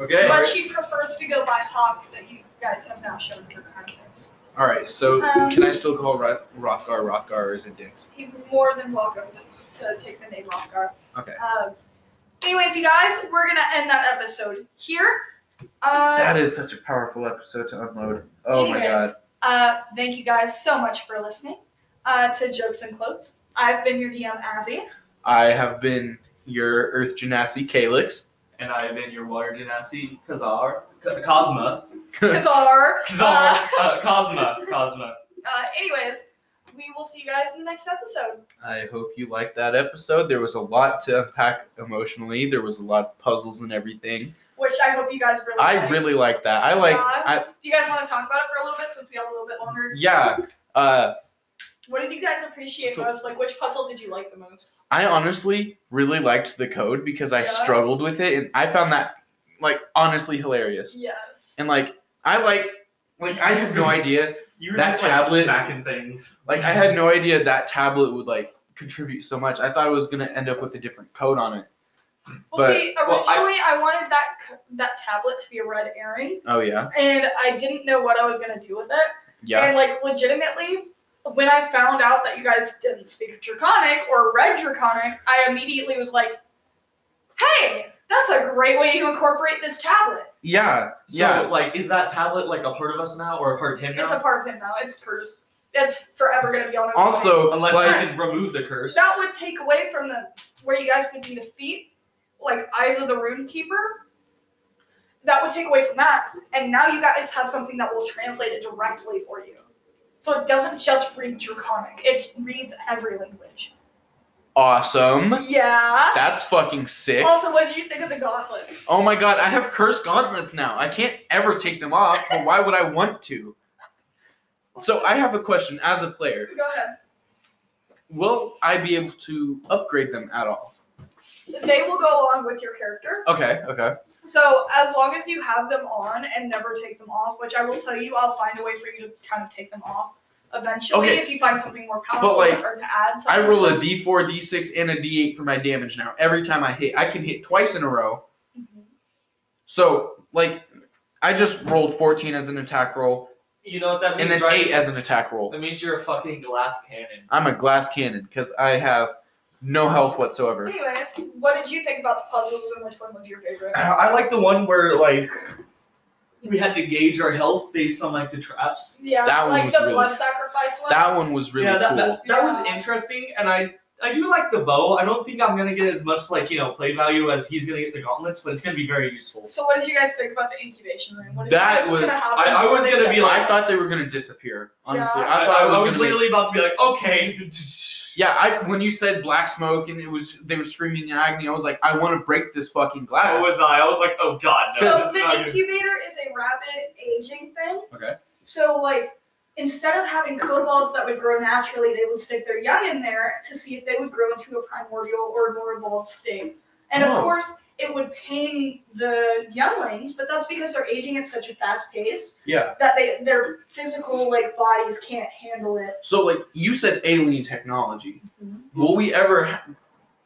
Speaker 2: Okay.
Speaker 1: But she prefers to go by Hawk that you guys have now shown her kindness.
Speaker 2: All right. So
Speaker 1: Um,
Speaker 2: can I still call Roth- Rothgar Rothgar or is it Dicks?
Speaker 1: He's more than welcome to, to take the name Hawkar.
Speaker 2: Okay.
Speaker 1: Um, anyways, you guys, we're gonna end that episode here. Uh,
Speaker 2: That is such a powerful episode to unload. Oh my
Speaker 1: Anyways.
Speaker 2: god.
Speaker 1: Uh, thank you guys so much for listening uh, to Jokes and Clothes. I've been your DM,
Speaker 2: <laughs>
Speaker 1: Azzy.
Speaker 2: I have been your Earth Genasi Calyx.
Speaker 13: And I have been your water genasi, Kazar, K- Cosma,
Speaker 1: Kazar.
Speaker 13: Kazar,
Speaker 1: <laughs> Uh,
Speaker 13: uh, Cosma, Cosma.
Speaker 1: uh, anyways, we will see you guys in the next episode.
Speaker 2: I hope you liked that episode. There was a lot to unpack emotionally. There was a lot of puzzles and everything.
Speaker 1: Which I hope you guys really.
Speaker 2: I
Speaker 1: liked.
Speaker 2: really like that. I like. I
Speaker 1: Do you guys want to talk about it for a little bit since we have a little bit longer?
Speaker 2: yeah. Uh,
Speaker 1: What did you guys appreciate
Speaker 2: So-
Speaker 1: most? Like, which puzzle did you like the most?
Speaker 2: I honestly really liked the code because I
Speaker 1: Yeah.
Speaker 2: struggled with it and I found that like honestly hilarious.
Speaker 1: Yes.
Speaker 2: And like I like like I had no idea
Speaker 13: You were
Speaker 2: That
Speaker 13: just like
Speaker 2: tablet-
Speaker 13: smacking things.
Speaker 2: like I had no idea that tablet would like contribute so much. I thought it was gonna end up with a different code on it.
Speaker 1: Well,
Speaker 2: but-
Speaker 1: see, originally
Speaker 13: well, I-
Speaker 1: I wanted that c- that tablet to be a red earring,
Speaker 2: Oh yeah.
Speaker 1: and I didn't know what I was gonna do with it.
Speaker 2: Yeah.
Speaker 1: And like legitimately, when I found out that you guys didn't speak Draconic or read Draconic, I immediately was like, "Hey, that's a great way to incorporate this tablet."
Speaker 2: Yeah.
Speaker 13: So,
Speaker 2: yeah.
Speaker 13: like, is that tablet like a part of us now or a part of him
Speaker 1: It's
Speaker 13: now?
Speaker 1: a part of him now. It's cursed. It's forever gonna be on his. body.
Speaker 2: Also
Speaker 13: Unless
Speaker 2: like
Speaker 13: I can remove the curse.
Speaker 1: that would take away from the where you guys would need a feat, like Eyes of the Rune Keeper. That would take away from that, and now you guys have something that will translate it directly for you. So it doesn't just read Draconic; it reads every language.
Speaker 2: awesome.
Speaker 1: Yeah.
Speaker 2: That's fucking sick.
Speaker 1: Also, what did you think of the gauntlets?
Speaker 2: Oh my god, I have cursed gauntlets now. I can't ever take them off, but why would I want to? So I have a question as a player.
Speaker 1: Go ahead.
Speaker 2: Will I be able to upgrade them at all?
Speaker 1: They will go along with your character.
Speaker 2: Okay, okay.
Speaker 1: So as long as you have them on and never take them off, which I will tell you, I'll find a way for you to kind of take them off eventually
Speaker 2: Okay.
Speaker 1: if you find something more powerful
Speaker 2: like,
Speaker 1: or to add
Speaker 2: I
Speaker 1: something.
Speaker 2: roll
Speaker 1: to
Speaker 2: a
Speaker 1: it.
Speaker 2: d4, d6, and a d8 for my damage now. Every time I hit, I can hit twice in a row.
Speaker 1: Mhm.
Speaker 2: So, like, I just rolled 14 as an attack roll
Speaker 13: you know what that means,
Speaker 2: and then
Speaker 13: right?
Speaker 2: 8 as an attack roll.
Speaker 13: That means you're a fucking glass cannon.
Speaker 2: I'm a glass cannon because I have no health whatsoever.
Speaker 1: Anyways, what did you think about the puzzles and which one was your favorite?
Speaker 13: I like the one where like
Speaker 3: we had to gauge our health based on like the traps.
Speaker 1: Yeah,
Speaker 2: That one
Speaker 1: like
Speaker 2: was
Speaker 1: the
Speaker 2: really-
Speaker 1: blood sacrifice one.
Speaker 2: That one was really
Speaker 3: yeah, that,
Speaker 2: cool.
Speaker 3: that, that was
Speaker 1: Yeah.
Speaker 3: interesting, and I I do like the bow. I don't think I'm gonna get as much like you know play value as he's gonna get the gauntlets, but it's gonna be very useful.
Speaker 1: So what did you guys think about the incubation room? What did
Speaker 2: That
Speaker 1: you think
Speaker 2: was-
Speaker 1: gonna happen?
Speaker 3: I- I
Speaker 1: before
Speaker 3: was
Speaker 1: they
Speaker 3: gonna be
Speaker 1: step
Speaker 3: like-
Speaker 2: I
Speaker 1: out?
Speaker 2: thought they were gonna disappear. Honestly,
Speaker 1: Yeah.
Speaker 2: I thought it was, gonna be.
Speaker 3: literally about to be like, okay,
Speaker 2: <laughs> Yeah, I when you said black smoke and it was they were screaming in agony, I was like, I want to break this fucking glass.
Speaker 3: So was I. I was like, oh god, no.
Speaker 1: So
Speaker 3: this is
Speaker 1: the
Speaker 3: not good.
Speaker 1: incubator is a rapid aging thing.
Speaker 2: Okay.
Speaker 1: So like instead of having kobolds that would grow naturally, they would stick their young in there to see if they would grow into a primordial or more evolved state. And
Speaker 3: Oh.
Speaker 1: of course, it would pain the younglings, but that's because they're aging at such a fast pace
Speaker 2: yeah.
Speaker 1: that they their physical like bodies can't handle it.
Speaker 2: So like you said, alien technology. Will we ever, ha-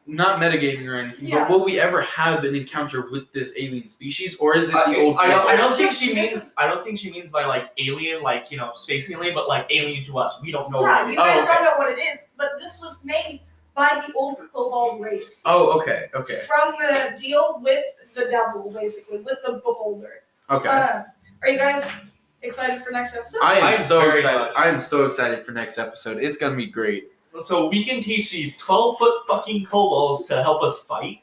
Speaker 2: not metagaming or anything,
Speaker 1: Mm-hmm. Yeah.
Speaker 2: but will we ever have an encounter with this alien species, or is it the
Speaker 3: I,
Speaker 2: old?
Speaker 3: I,
Speaker 1: This
Speaker 3: I
Speaker 1: is
Speaker 3: don't think
Speaker 1: just-
Speaker 3: she
Speaker 1: this
Speaker 3: means. I don't think she means by like alien, like you know, space alien, but like alien to us. We don't know. what
Speaker 1: yeah, you
Speaker 3: it is.
Speaker 2: Oh,
Speaker 1: guys
Speaker 2: okay.
Speaker 1: don't know what it is, but this was made by the old kobold race.
Speaker 2: oh, okay, okay,
Speaker 1: From the deal with the devil, basically, with the beholder.
Speaker 2: okay.
Speaker 1: Uh, are you guys excited for next episode?
Speaker 2: I am
Speaker 3: I'm
Speaker 2: so
Speaker 3: very
Speaker 2: excited.
Speaker 3: much-
Speaker 2: I am so excited for next episode. It's gonna be great.
Speaker 3: So we can teach these twelve foot fucking kobolds to help us fight.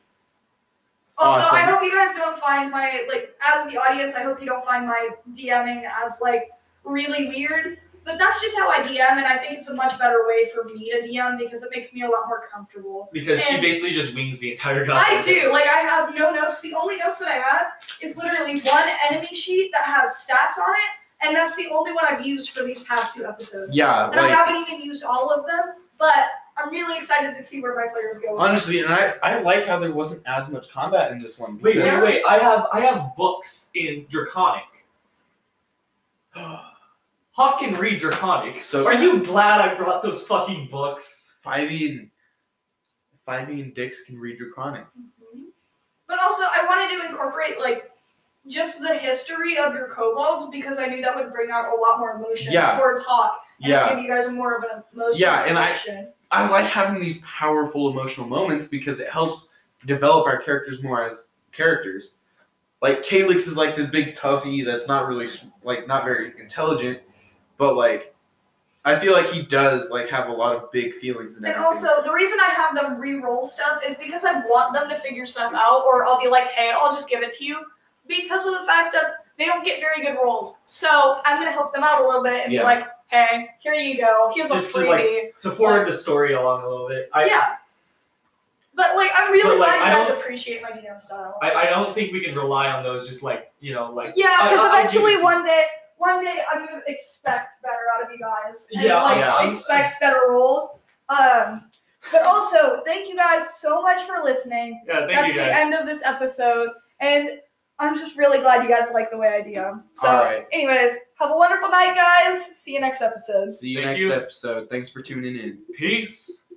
Speaker 1: also, I
Speaker 2: awesome.
Speaker 1: hope you guys don't find my like as the audience. I hope you don't find my DMing as like really weird. But that's just how I DM, and I think it's a much better way for me to DM because it makes me a lot more comfortable.
Speaker 3: Because she
Speaker 1: And-
Speaker 3: basically just wings the entire guy.
Speaker 1: I do like I have no notes. The only notes that I have is literally one enemy sheet that has stats on it, and that's the only one I've used for these past two episodes.
Speaker 2: Yeah,
Speaker 1: And I
Speaker 2: like
Speaker 1: haven't even used all of them, but I'm really excited to see where my players go. with it.
Speaker 2: honestly, and I I like how there wasn't as much combat in this one.
Speaker 3: Wait,
Speaker 2: because-
Speaker 3: wait, wait! I have I have books in Draconic. Hawk can read Draconic.
Speaker 2: So
Speaker 3: Are you glad I brought those fucking books?
Speaker 2: Five E and Five E and Dix can read Draconic.
Speaker 1: Mhm. But also, I wanted to incorporate like just the history of your kobolds because I knew that would bring out a lot more emotion
Speaker 2: Yeah.
Speaker 1: towards Hawk and
Speaker 2: Yeah,
Speaker 1: give you guys more of an emotional
Speaker 2: Yeah, and I-
Speaker 1: connection.
Speaker 2: I like having these powerful emotional moments because it helps develop our characters more as characters. Like Calix is like this big toughie that's not really like not very intelligent, but like I feel like he does like have a lot of big feelings and
Speaker 1: and
Speaker 2: everything.
Speaker 1: also, the reason I have them re-roll stuff is because I want them to figure stuff out, or I'll be like, "Hey, I'll just give it to you," because of the fact that they don't get very good rolls. So I'm gonna help them out a little bit and
Speaker 2: Yeah.
Speaker 1: be like, "Hey, here you go. Here's a
Speaker 3: Just to, like,
Speaker 1: freebie."
Speaker 3: To forward the story along a little bit, I,
Speaker 1: yeah. But like, I'm really
Speaker 3: But, like,
Speaker 1: glad
Speaker 3: I
Speaker 1: you guys
Speaker 3: don't-
Speaker 1: appreciate my DM style.
Speaker 3: I, I don't think we can rely on those. Just like you know, like
Speaker 1: yeah,
Speaker 3: I-
Speaker 1: because
Speaker 3: I'll- I'll give it
Speaker 1: eventually
Speaker 3: to
Speaker 1: one day, one day I'm gonna expect better out of you guys. And,
Speaker 3: Yeah,
Speaker 1: like
Speaker 2: yeah, I'm-
Speaker 1: expect better roles. Um, but also thank you guys so much for listening.
Speaker 3: yeah. Thank
Speaker 1: That's
Speaker 3: you
Speaker 1: the
Speaker 3: guys.
Speaker 1: end of this episode, and I'm just really glad you guys like the way I DM. So,
Speaker 2: All right.
Speaker 1: anyways, have a wonderful night, guys. See you next episode.
Speaker 2: See you
Speaker 3: Thank
Speaker 2: next
Speaker 3: you.
Speaker 2: episode. Thanks for tuning in.
Speaker 3: Peace.